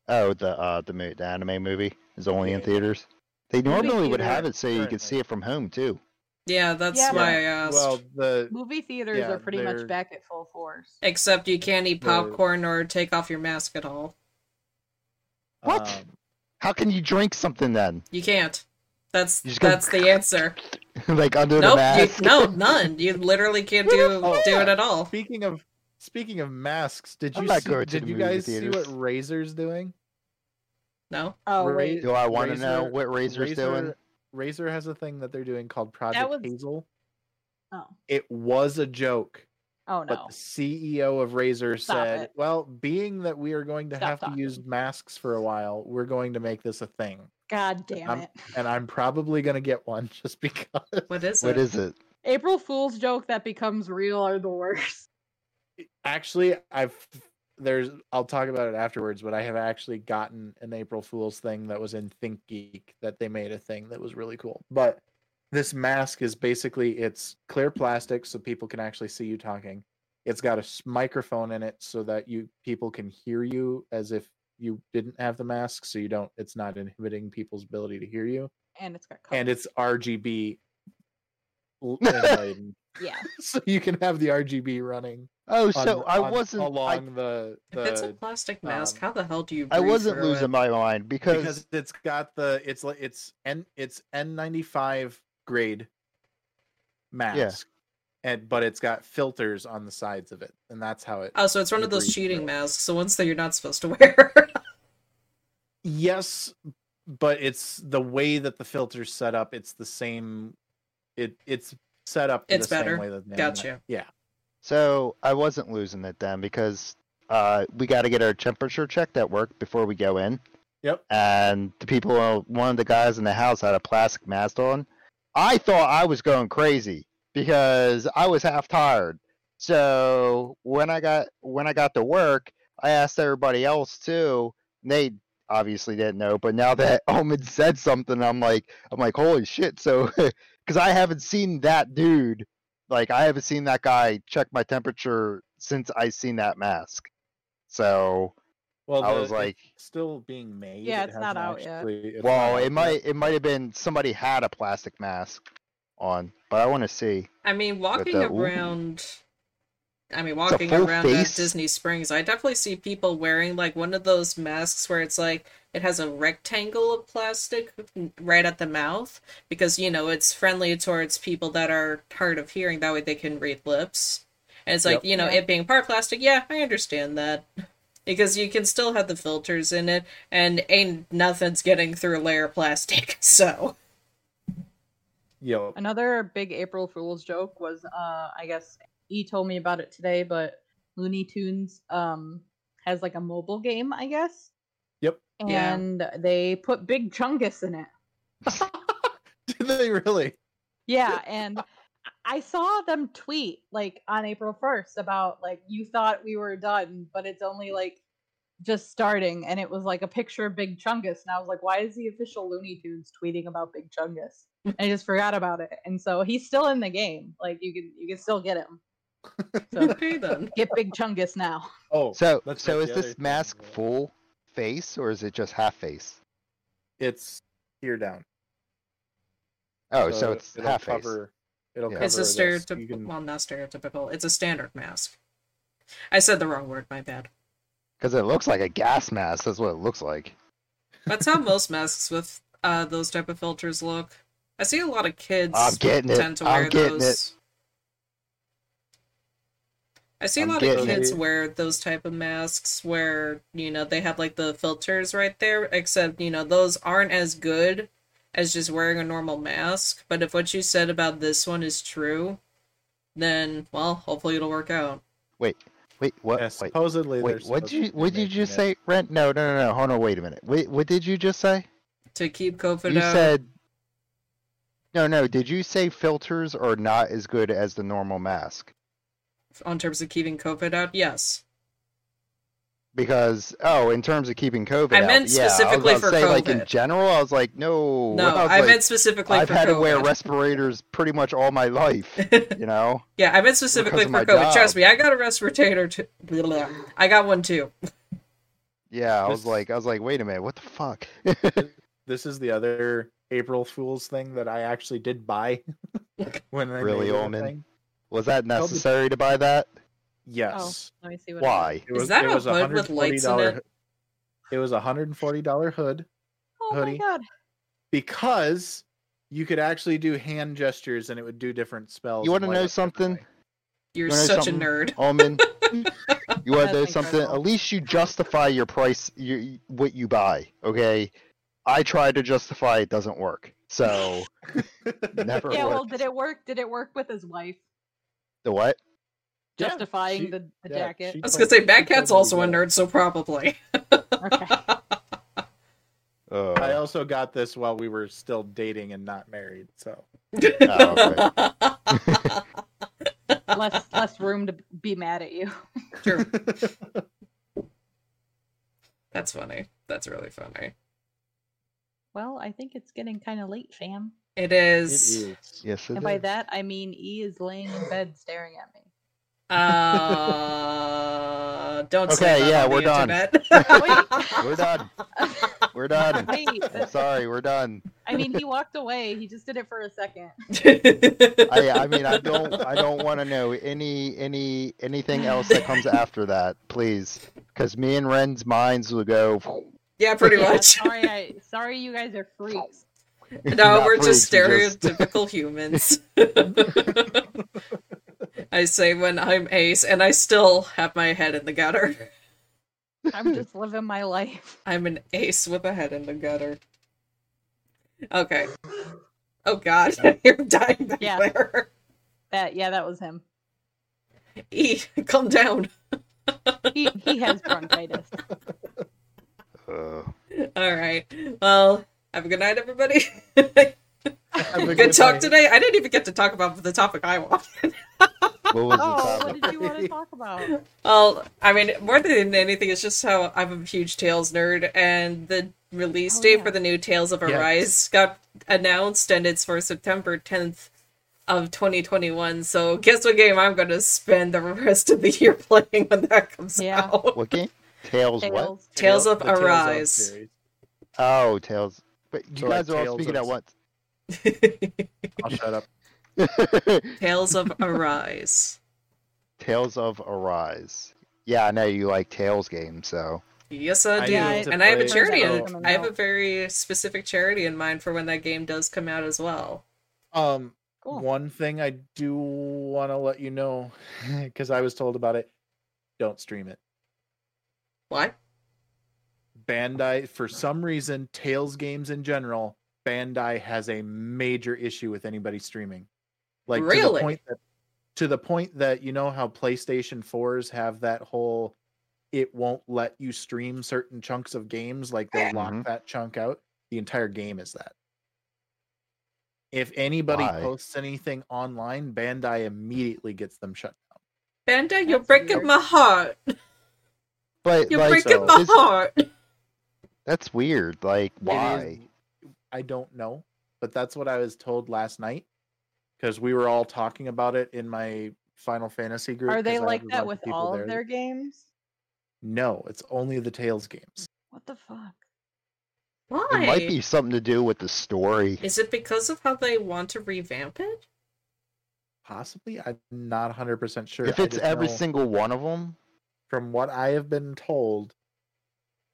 Speaker 4: Oh, the uh the, mo- the anime movie is only in
Speaker 3: Yeah.
Speaker 4: theaters. They normally would
Speaker 1: theater
Speaker 4: have it so you could
Speaker 3: currently.
Speaker 4: see it from home too.
Speaker 2: Yeah, that's
Speaker 1: Yeah,
Speaker 2: why
Speaker 3: but-
Speaker 2: I asked.
Speaker 3: well the
Speaker 1: Movie theaters
Speaker 3: Yeah,
Speaker 1: are pretty much
Speaker 3: they're-
Speaker 1: back at full force.
Speaker 2: Except you can't eat
Speaker 3: The-
Speaker 2: popcorn or take off your mask at all.
Speaker 4: What?
Speaker 3: um,
Speaker 4: How can you drink something then?
Speaker 2: You can't. That's
Speaker 4: You just go-
Speaker 2: that's the answer.
Speaker 4: like under the
Speaker 2: Nope,
Speaker 4: mask?
Speaker 2: you, no, none. You literally can't do
Speaker 4: Oh.
Speaker 2: do it at all.
Speaker 3: speaking of speaking of masks, did
Speaker 4: I'm
Speaker 3: you
Speaker 4: not
Speaker 3: see,
Speaker 4: going to
Speaker 3: did
Speaker 4: the
Speaker 3: you
Speaker 4: movie
Speaker 3: guys see
Speaker 4: theaters.
Speaker 3: what Razor's doing?
Speaker 2: No.
Speaker 1: Oh
Speaker 3: Right.
Speaker 1: wait,
Speaker 4: Do I want to know
Speaker 3: Razor-
Speaker 4: what Razor's doing?
Speaker 3: Razor has a thing that they're doing called Project
Speaker 1: was-
Speaker 3: Hazel.
Speaker 1: oh,
Speaker 3: It was a joke,
Speaker 1: oh
Speaker 3: but
Speaker 1: no,
Speaker 3: the CEO of Razor
Speaker 1: Stop
Speaker 3: said,
Speaker 1: it.
Speaker 3: "Well, being that we are going to
Speaker 1: Stop
Speaker 3: have to use masks for a while, we're going to make this a thing,
Speaker 1: god damn
Speaker 3: I'm-
Speaker 1: it!
Speaker 3: and I'm probably going to get one just because."
Speaker 2: What is
Speaker 4: What
Speaker 2: it?
Speaker 4: is it?
Speaker 1: April Fool's joke that becomes real are the worst.
Speaker 3: Actually, I've there's I'll talk about it afterwards, but I have actually gotten an April Fool's thing that was in Think Geek that they made a thing that was really cool. But this mask is basically it's clear plastic so people can actually see you talking. It's got a s- microphone in it so that you people can hear you as if you didn't have the mask, so you don't it's not inhibiting people's ability to hear you.
Speaker 1: And it's got color.
Speaker 3: And it's RGB l- enlightened,
Speaker 1: yeah,
Speaker 3: so you can have the RGB running
Speaker 4: Oh,
Speaker 3: on-
Speaker 4: so I
Speaker 3: on-
Speaker 4: wasn't I-
Speaker 3: along the,
Speaker 2: If it's a
Speaker 3: the
Speaker 2: plastic mask,
Speaker 3: um,
Speaker 2: how the hell do you?
Speaker 4: I
Speaker 2: breathe
Speaker 4: wasn't
Speaker 2: through
Speaker 4: losing
Speaker 2: it?
Speaker 4: my mind because,
Speaker 3: because it's got the it's like it's n it's N95 grade mask, and but it's got filters on the sides of it, and that's how it.
Speaker 2: Oh, so it's one
Speaker 3: you
Speaker 2: of those
Speaker 3: breathe through
Speaker 2: cheating
Speaker 3: it.
Speaker 2: masks. So ones that you're not supposed to wear.
Speaker 3: Yes, but it's the way that the filters set up. It's the same. It it's set up. to
Speaker 2: It's
Speaker 3: the
Speaker 2: better.
Speaker 3: Same way that the internet-
Speaker 2: Gotcha.
Speaker 3: Yeah.
Speaker 4: so I wasn't losing it then because uh, we got to get our temperature checked at work before we go in.
Speaker 3: Yep.
Speaker 4: And the people, uh, one of the guys in the house had a plastic mask on. I thought I was going crazy because I was half tired. So when I got when I got to work, I asked everybody else too. And they obviously didn't know, but now that Omen said something, I'm like, I'm like, holy shit! So because I haven't seen that dude, like I haven't seen that guy check my temperature since I seen that mask. So
Speaker 3: Well,
Speaker 4: I
Speaker 3: the-
Speaker 4: was like,
Speaker 3: it's still being made.
Speaker 1: Yeah, it's not
Speaker 3: hasn't
Speaker 1: out yet.
Speaker 3: actually- it's not
Speaker 4: well,
Speaker 3: out
Speaker 4: it
Speaker 3: yet.
Speaker 4: might it might have been somebody had a plastic mask on, but I want to see.
Speaker 2: I mean, walking
Speaker 4: the- ooh.
Speaker 2: around. I mean, walking
Speaker 4: full
Speaker 2: around
Speaker 4: face.
Speaker 2: at Disney Springs, I definitely see people wearing like one of those masks where it's like it has a rectangle of plastic right at the mouth because you know it's friendly towards people that are hard of hearing. That way, they can read lips. And it's like
Speaker 3: Yep.
Speaker 2: you know
Speaker 1: Yeah.
Speaker 2: it being part plastic. Yeah, I understand that because you can still have the filters in it, and ain't nothing's getting through a layer of plastic. So
Speaker 3: Yo,
Speaker 1: Another big April Fool's joke was, uh, I guess E told me about it today, but Looney Tunes um has like a mobile game, I guess.
Speaker 3: Yep.
Speaker 2: Yeah.
Speaker 1: And they put Big Chungus in it.
Speaker 3: did they really?
Speaker 1: Yeah, and I saw them tweet like on April 1st about like you thought we were done, but it's only like just starting and it was like a picture of Big Chungus and I was like why is the official Looney Tunes tweeting about Big Chungus? And I just forgot about it. And so he's still in the game. Like you can you can still get him. So
Speaker 2: okay then.
Speaker 1: get Big Chungus now.
Speaker 3: Oh,
Speaker 4: So
Speaker 3: that's
Speaker 4: so
Speaker 3: what
Speaker 4: is
Speaker 3: the other
Speaker 4: this
Speaker 3: thing
Speaker 4: mask
Speaker 3: was.
Speaker 4: full face or is it just half face?
Speaker 3: it's here down.
Speaker 4: Oh, so, it's half face.
Speaker 3: cover. It'll
Speaker 4: Yeah.
Speaker 3: cover.
Speaker 2: It's a
Speaker 3: this. You
Speaker 2: stereotypical,
Speaker 3: can-
Speaker 2: well, not stereotypical. It's a standard mask. I said the wrong word. My bad.
Speaker 4: Because it looks like a gas mask. That's what it looks like.
Speaker 2: That's how most masks with uh, those type of filters look. I see a lot of kids
Speaker 3: Ah,
Speaker 4: I'm getting it.
Speaker 2: tend to
Speaker 4: I'm
Speaker 2: wear
Speaker 4: getting it.
Speaker 2: those. I see a
Speaker 4: I'm
Speaker 2: lot of
Speaker 4: getting
Speaker 2: kids
Speaker 3: it.
Speaker 2: wear those type of masks where, you know, they have like the filters right there, except, you know, those aren't as good as just wearing a normal mask. But if what you said about this one is true, then well, hopefully it'll work out.
Speaker 4: Wait, what?
Speaker 3: Yeah,
Speaker 4: wait,
Speaker 3: supposedly they're
Speaker 4: wait. What
Speaker 3: supposed
Speaker 4: did you?
Speaker 3: to be
Speaker 4: What did you
Speaker 3: making
Speaker 4: just
Speaker 3: it-
Speaker 4: say? Rent? No, no, no, no. Hold on. Wait a minute. Wait, what did you just say?
Speaker 2: To keep COVID
Speaker 4: you
Speaker 2: out.
Speaker 4: said. No, no. Did you say filters are not as good as the normal mask?
Speaker 2: on terms of keeping COVID out? Yes.
Speaker 4: Because oh, in terms of keeping COVID,
Speaker 2: I
Speaker 4: out,
Speaker 2: meant
Speaker 4: yeah, was
Speaker 2: specifically
Speaker 4: about
Speaker 2: for
Speaker 4: to say, Like in
Speaker 2: COVID.
Speaker 4: general, I was like, no.
Speaker 2: No,
Speaker 4: was
Speaker 2: I
Speaker 4: like,
Speaker 2: meant specifically
Speaker 4: I've
Speaker 2: for
Speaker 4: had
Speaker 2: COVID.
Speaker 4: to wear respirators pretty much all my life. You know.
Speaker 2: yeah, I meant specifically
Speaker 4: of
Speaker 2: for
Speaker 4: my
Speaker 2: COVID. Trust
Speaker 4: job.
Speaker 2: me, I got a respirator. T- blah, blah. I got one too.
Speaker 4: Yeah, I was
Speaker 3: This-
Speaker 4: like, I was like, wait a minute, what the fuck?
Speaker 3: This is the other April Fool's thing that I actually did buy when I
Speaker 4: Really,
Speaker 3: made the
Speaker 4: Omen?
Speaker 3: thing.
Speaker 4: Was that
Speaker 3: Tell me-
Speaker 4: necessary to buy that?
Speaker 3: Yes.
Speaker 1: Let me see what.
Speaker 4: Why?
Speaker 3: It
Speaker 2: Oh. Is that
Speaker 3: it
Speaker 2: a hood with
Speaker 3: $140
Speaker 2: lights in it?
Speaker 3: It was a hundred and forty dollar hood
Speaker 1: Oh my
Speaker 3: Hoodie.
Speaker 1: god!
Speaker 3: because you could actually do hand gestures and it would do different spells.
Speaker 4: You
Speaker 3: and
Speaker 4: wanna
Speaker 3: light
Speaker 4: know
Speaker 3: up differently.
Speaker 4: something?
Speaker 2: You're
Speaker 4: You wanna know
Speaker 2: such
Speaker 4: something?
Speaker 2: a nerd.
Speaker 4: Omen, you
Speaker 1: That's
Speaker 4: want to know something?
Speaker 1: incredible.
Speaker 4: At least you justify your price, your, what you buy. Okay, I try to justify it doesn't work. So never
Speaker 1: Yeah,
Speaker 4: worked.
Speaker 1: well, did it work? Did it work with his wife
Speaker 4: the what?
Speaker 3: Yeah,
Speaker 1: justifying
Speaker 3: she-
Speaker 1: the, the
Speaker 3: yeah,
Speaker 1: jacket?
Speaker 3: she
Speaker 2: I was gonna
Speaker 3: told-
Speaker 2: say
Speaker 3: she
Speaker 2: Bad
Speaker 3: told
Speaker 2: Cat's
Speaker 3: me
Speaker 2: also a
Speaker 3: that.
Speaker 2: nerd, so probably.
Speaker 1: Okay.
Speaker 4: Oh,
Speaker 3: I also got this while we were still dating and not married. So
Speaker 4: Oh,
Speaker 1: less less room to be mad at you.
Speaker 2: True. That's funny. That's really funny.
Speaker 1: Well, I think it's getting kind of late, fam.
Speaker 2: It
Speaker 3: it
Speaker 2: is.
Speaker 3: is.
Speaker 4: yes, it
Speaker 1: And by
Speaker 4: is.
Speaker 1: that, I mean E is laying in bed staring at me.
Speaker 2: Uh, don't
Speaker 4: Okay,
Speaker 2: say that
Speaker 4: yeah,
Speaker 2: on the
Speaker 4: we're done.
Speaker 2: internet.
Speaker 4: We're done. We're done.
Speaker 1: Wait,
Speaker 4: I'm sorry, we're done.
Speaker 1: I mean, he walked away. He just did it for a second.
Speaker 4: I, I mean, I don't, I don't want to know any, any, anything else that comes after that, please, because me and Ren's minds will go.
Speaker 2: Yeah, pretty
Speaker 1: Yeah,
Speaker 2: much.
Speaker 1: Sorry, I, sorry, you guys are freaks.
Speaker 2: No,
Speaker 4: Not
Speaker 2: we're just
Speaker 4: freaks, we
Speaker 2: stereotypical humans. I say when I'm ace, and I still have my head in the gutter.
Speaker 1: I'm just living my life.
Speaker 2: I'm an ace with a head in the gutter. Okay. Oh god, you're dying back
Speaker 1: Yeah.
Speaker 2: there.
Speaker 1: That yeah, that was him.
Speaker 2: E, calm down.
Speaker 1: He he has bronchitis.
Speaker 4: Uh,
Speaker 2: All right. Well, have a good night, everybody.
Speaker 3: Have a
Speaker 2: good talk
Speaker 3: night.
Speaker 2: today. I didn't even get to talk about the topic I want.
Speaker 4: what was the
Speaker 1: Oh,
Speaker 4: topic?
Speaker 1: what did you want to talk about?
Speaker 2: Well, I mean, more than anything, it's just how I'm a huge Tales nerd, and the release
Speaker 1: Oh,
Speaker 2: date
Speaker 1: yeah.
Speaker 2: for the new Tales of
Speaker 3: Yes.
Speaker 2: Arise got announced, and it's for September 10th of 2021. So, guess what game I'm going to spend the rest of the year playing when that comes
Speaker 1: Yeah.
Speaker 2: out?
Speaker 4: What game? Tales, what?
Speaker 1: Tails.
Speaker 2: Tales of
Speaker 3: The Tales
Speaker 2: Arise.
Speaker 3: series.
Speaker 4: Oh, Tales. But you
Speaker 3: So, like,
Speaker 4: guys are all
Speaker 3: Tales
Speaker 4: speaking
Speaker 3: of-
Speaker 4: at once.
Speaker 3: I'll shut up.
Speaker 2: Tales of Arise.
Speaker 4: Tales of Arise. Yeah, I know you like Tales games, so
Speaker 2: Yes, I
Speaker 3: I
Speaker 2: do.
Speaker 1: need to
Speaker 2: and I have a
Speaker 1: play
Speaker 2: charity.
Speaker 1: Tales
Speaker 2: in-
Speaker 1: of
Speaker 2: I have a
Speaker 1: Arise.
Speaker 2: very specific charity in mind for when that game does come out as well.
Speaker 3: Um,
Speaker 1: Cool.
Speaker 3: One thing I do want to let you know, because I was told about it, don't stream it.
Speaker 2: What?
Speaker 3: Bandai, for some reason, Tails games in general, Bandai has a major issue with anybody streaming. Like to the
Speaker 2: Really?
Speaker 3: point that to the point that you know how PlayStation 4s have that whole it won't let you stream certain chunks of games, like they
Speaker 4: Mhm.
Speaker 3: lock that chunk out. The entire game is that. If anybody
Speaker 4: Why?
Speaker 3: posts anything online, Bandai immediately gets them shut down.
Speaker 2: Banda, you're
Speaker 1: That's
Speaker 2: breaking
Speaker 1: weird.
Speaker 2: my heart.
Speaker 4: but
Speaker 2: You're
Speaker 4: like
Speaker 2: breaking
Speaker 3: so-
Speaker 2: my
Speaker 4: this-
Speaker 2: heart.
Speaker 4: that's weird. Like
Speaker 3: It is-
Speaker 4: why?
Speaker 3: I don't know, but that's what I was told last night because we were all talking about it in my Final Fantasy group.
Speaker 1: Are they
Speaker 3: 'cause I
Speaker 1: like
Speaker 3: was
Speaker 1: that
Speaker 3: the
Speaker 1: with
Speaker 3: people
Speaker 1: all
Speaker 3: there
Speaker 1: of
Speaker 3: that-
Speaker 1: their games?
Speaker 3: No, it's only the Tails games.
Speaker 1: What the fuck?
Speaker 2: Why?
Speaker 4: It might be something to do with the story.
Speaker 2: Is it because of how they want to revamp it?
Speaker 3: Possibly, I'm not 100% sure.
Speaker 4: if
Speaker 3: I
Speaker 4: it's
Speaker 3: just
Speaker 4: every
Speaker 3: know
Speaker 4: single one of them,
Speaker 3: from what I have been told,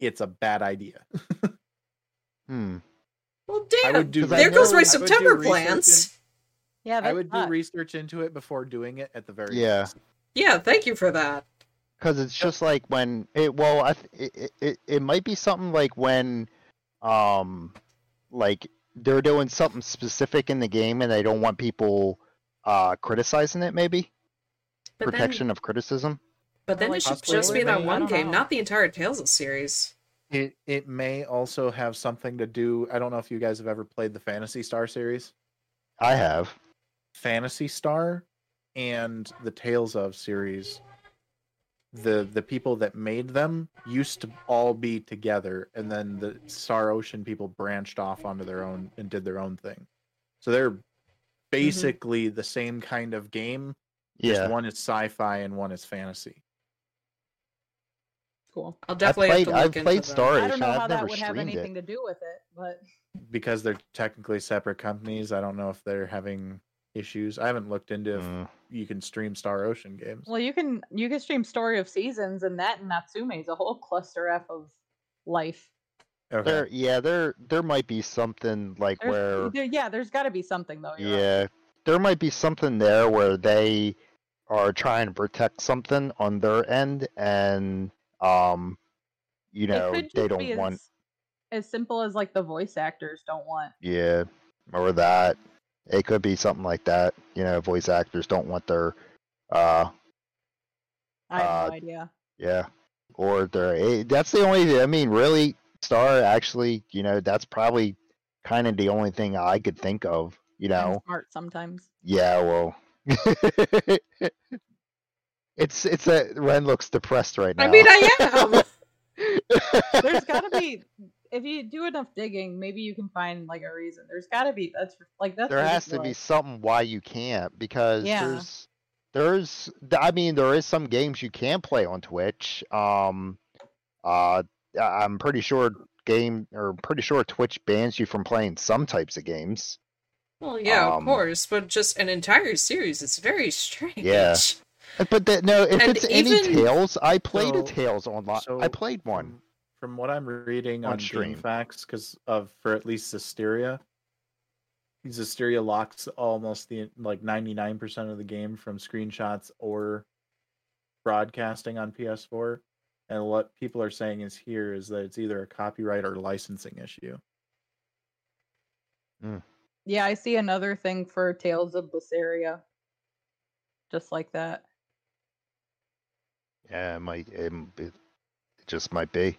Speaker 3: it's a bad idea.
Speaker 4: hmm.
Speaker 2: Well,
Speaker 3: I
Speaker 2: damn.
Speaker 3: would do.
Speaker 4: 'Cause I
Speaker 2: there goes
Speaker 4: know-
Speaker 2: my
Speaker 4: I
Speaker 2: September
Speaker 3: plans.
Speaker 2: plans.
Speaker 1: Yeah,
Speaker 3: I
Speaker 1: that's
Speaker 3: would do
Speaker 1: hot.
Speaker 3: research into it before doing it at the very
Speaker 4: Yeah.
Speaker 3: least.
Speaker 2: Yeah, thank you for that.
Speaker 4: because it's just like when it well I th- it, it- it it might be something like when um like they're doing something specific in the game and they don't want people uh criticizing it maybe
Speaker 2: But
Speaker 4: protection
Speaker 2: then,
Speaker 4: of criticism
Speaker 2: but then
Speaker 1: Or,
Speaker 2: it
Speaker 1: like,
Speaker 2: should
Speaker 3: possibly
Speaker 2: just be
Speaker 3: with
Speaker 2: that
Speaker 3: me, I
Speaker 2: one
Speaker 1: don't
Speaker 2: game,
Speaker 1: know.
Speaker 2: not the entire Tales of series.
Speaker 3: It it may also have something to do. I don't know if you guys have ever played the Fantasy Star series.
Speaker 4: I have
Speaker 3: Fantasy Star and the Tales of series. The the people that made them used to all be together, and then the Star Ocean people branched off onto their own and did their own thing. So they're basically the same kind of game.
Speaker 4: Mm-hmm. yeah
Speaker 3: Just one is sci-fi and one is fantasy.
Speaker 1: Cool.
Speaker 2: I'll
Speaker 4: I
Speaker 2: definitely
Speaker 4: played
Speaker 2: have to
Speaker 4: I've
Speaker 2: look
Speaker 4: played
Speaker 2: into that.
Speaker 4: Star
Speaker 1: I
Speaker 4: Ocean
Speaker 1: don't know how
Speaker 4: I've
Speaker 1: that
Speaker 4: never
Speaker 1: would have
Speaker 4: streamed it
Speaker 1: anything to do with it, but
Speaker 3: because they're technically separate companies. I don't know if they're having issues. I haven't looked into if
Speaker 4: Mm.
Speaker 3: you can stream Star Ocean games.
Speaker 1: well, you can you can stream Story of Seasons, and that and Natsume is a whole cluster f of life.
Speaker 3: Okay.
Speaker 4: there yeah there there might be something like
Speaker 1: There's,
Speaker 4: where
Speaker 1: there- yeah, there's got to be something though. you're right.
Speaker 4: Yeah, there might be something there where they are trying to protect something on their end, and um, you
Speaker 1: It
Speaker 4: know
Speaker 1: could
Speaker 4: they
Speaker 1: just
Speaker 4: don't
Speaker 1: be
Speaker 4: want
Speaker 1: as- as simple as like the voice actors don't want.
Speaker 4: yeah or that. It could be something like that. You know, voice actors don't want their uh
Speaker 1: I have
Speaker 4: Uh,
Speaker 1: no idea.
Speaker 4: yeah or their eh, that's the only I mean really Star actually you know that's probably kind of the only thing I could think of. You
Speaker 1: I'm
Speaker 4: know,
Speaker 1: smart sometimes.
Speaker 2: Mm-hmm.
Speaker 4: Yeah, well. it's it's a Ren looks depressed right now.
Speaker 2: I mean, I
Speaker 1: There's got to be if you do enough digging, maybe you can find like a reason. There's got to be that's like that's
Speaker 4: there has to be
Speaker 1: ridiculous.
Speaker 4: something why you can't because
Speaker 1: Yeah.
Speaker 4: there's there's I mean there is some games you can play on Twitch. Um uh I- I'm pretty sure game or pretty sure Twitch bans you from playing some types of games.
Speaker 2: am. Well, yeah, of
Speaker 4: Um,
Speaker 2: course, but just an entire series. It's very strange.
Speaker 4: Yeah. Uh, But that no, if
Speaker 2: And
Speaker 4: it's
Speaker 2: even-
Speaker 4: any Tales, I played a
Speaker 3: So-
Speaker 4: Tales online.
Speaker 3: so
Speaker 4: I played one.
Speaker 3: From, from what I'm reading
Speaker 4: On
Speaker 3: on, stream
Speaker 4: stream.
Speaker 3: facts, because of for at least Zisteria, Zisteria locks almost the like 99% of the game from screenshots or broadcasting on PS4. And what people are saying is here is that it's either a copyright or licensing issue.
Speaker 1: Yeah, I see another thing for Tales of Berseria. Just like that.
Speaker 4: Yeah, it might. It, m- it it just might be.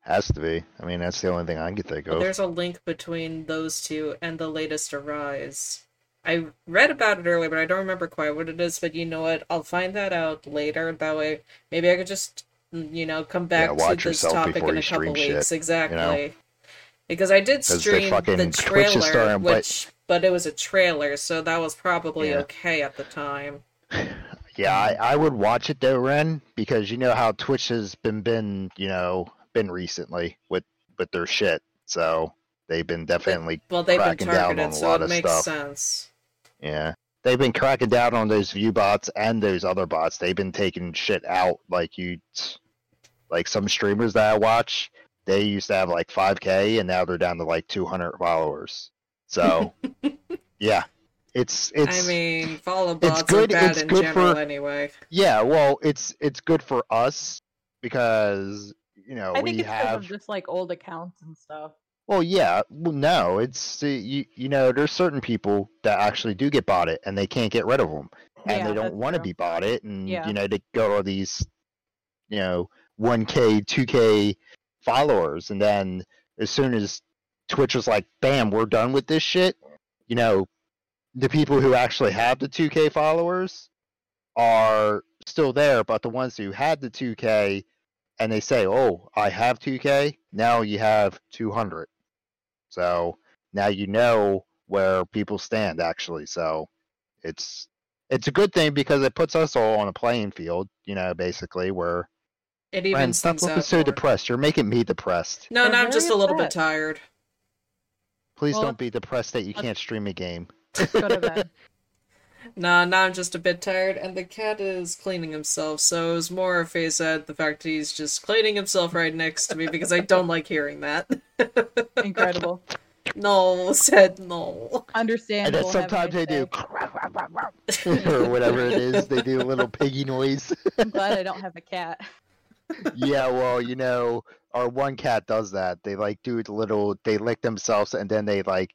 Speaker 4: Has to be. I mean, that's the only thing I can think
Speaker 2: Well,
Speaker 4: of.
Speaker 2: there's a link between those two and the latest Arise. I read about it earlier, but I don't remember quite what it is. But you know what? I'll find that out later. That way, maybe I could just, mm, you know, come back
Speaker 4: Yeah, watch
Speaker 2: to this
Speaker 4: yourself
Speaker 2: topic
Speaker 4: before
Speaker 2: in a
Speaker 4: you stream
Speaker 2: couple
Speaker 4: shit,
Speaker 2: weeks. Exactly. Because I did
Speaker 4: 'Cause they
Speaker 2: stream
Speaker 4: fucking-
Speaker 2: the
Speaker 4: Twitch is starting
Speaker 2: trailer,
Speaker 4: to bite-
Speaker 2: which, but it was a trailer, so that was probably
Speaker 4: Yeah.
Speaker 2: okay at the time.
Speaker 4: Yeah, I, I would watch it though, Ren, because you know how Twitch has been been you know been recently with with their shit. So they've been definitely
Speaker 2: Well, they've been
Speaker 4: Cracking down on
Speaker 2: targeted,
Speaker 4: a
Speaker 2: so
Speaker 4: lot
Speaker 2: it
Speaker 4: of
Speaker 2: makes
Speaker 4: stuff.
Speaker 2: sense.
Speaker 4: yeah they've been cracking down on those view bots and those other bots. They've been taking shit out like you like some streamers that I watch. They used to have like 5k and now they're down to like 200 followers. So yeah, it's it's
Speaker 2: I mean, follow bots
Speaker 4: good-
Speaker 2: are bad
Speaker 4: it's
Speaker 2: in
Speaker 4: good
Speaker 2: general
Speaker 4: for-
Speaker 2: anyway.
Speaker 4: Yeah, well, it's it's good for us because you know
Speaker 1: I
Speaker 4: we
Speaker 1: think it's 'cause
Speaker 4: have.
Speaker 1: of just like old accounts and stuff.
Speaker 4: Well, yeah, well, no, it's uh, you, you know there's certain people that actually do get bought it and they can't get rid of them and
Speaker 1: Yeah,
Speaker 4: they don't
Speaker 1: that's
Speaker 4: want to
Speaker 1: true.
Speaker 4: be bought it and
Speaker 1: Yeah.
Speaker 4: you know they go all these you know 1k 2k followers and then as soon as Twitch was like bam we're done with this shit you know the people who actually have the 2k followers are still there, but the ones who had the 2K and they say, "Oh, I have 2K." Now you have 200. So now you know where people stand actually. So it's it's a good thing because it puts us all on a playing field, you know, basically where
Speaker 2: It even
Speaker 4: Ryan, stop
Speaker 2: seems
Speaker 4: looking
Speaker 2: out
Speaker 4: so
Speaker 2: more.
Speaker 4: depressed. You're making me depressed.
Speaker 2: No,
Speaker 1: They're
Speaker 2: no, I'm just
Speaker 1: very
Speaker 2: a little bit
Speaker 1: upset.
Speaker 2: tired.
Speaker 4: Please
Speaker 1: Well,
Speaker 4: don't be depressed that you
Speaker 1: let's-
Speaker 4: can't stream a game.
Speaker 1: Let's go to bed.
Speaker 2: Nah, nah, I'm just a bit tired, and the cat is cleaning himself, so it was more a face at the fact that he's just cleaning himself right next to me because I don't like hearing that.
Speaker 1: Incredible.
Speaker 2: No, said no.
Speaker 4: And then
Speaker 1: Understandable. have a
Speaker 4: sometimes they
Speaker 1: nice
Speaker 4: do
Speaker 1: day.
Speaker 4: or whatever it is. They do a little piggy noise.
Speaker 1: I'm glad I don't have a cat.
Speaker 4: yeah, well, you know, our one cat does that. They like do the little. They lick themselves and then they like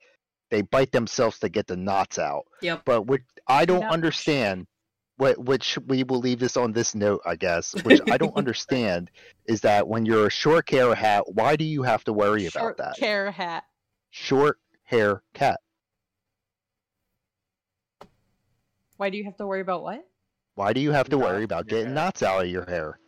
Speaker 4: they bite themselves to get the knots out.
Speaker 2: Yep.
Speaker 4: But which I don't
Speaker 1: know-
Speaker 4: understand. What which we will leave this on this note, I guess. Which I don't understand is that when you're a short hair hat, why do you have to worry
Speaker 1: Short
Speaker 4: about that?
Speaker 1: Care hat.
Speaker 4: short hair cat.
Speaker 1: Why do you have to worry about what?
Speaker 4: Why do you have to
Speaker 3: Knots
Speaker 4: worry
Speaker 3: in
Speaker 4: about
Speaker 3: your
Speaker 4: getting
Speaker 3: hair.
Speaker 4: knots out of your hair?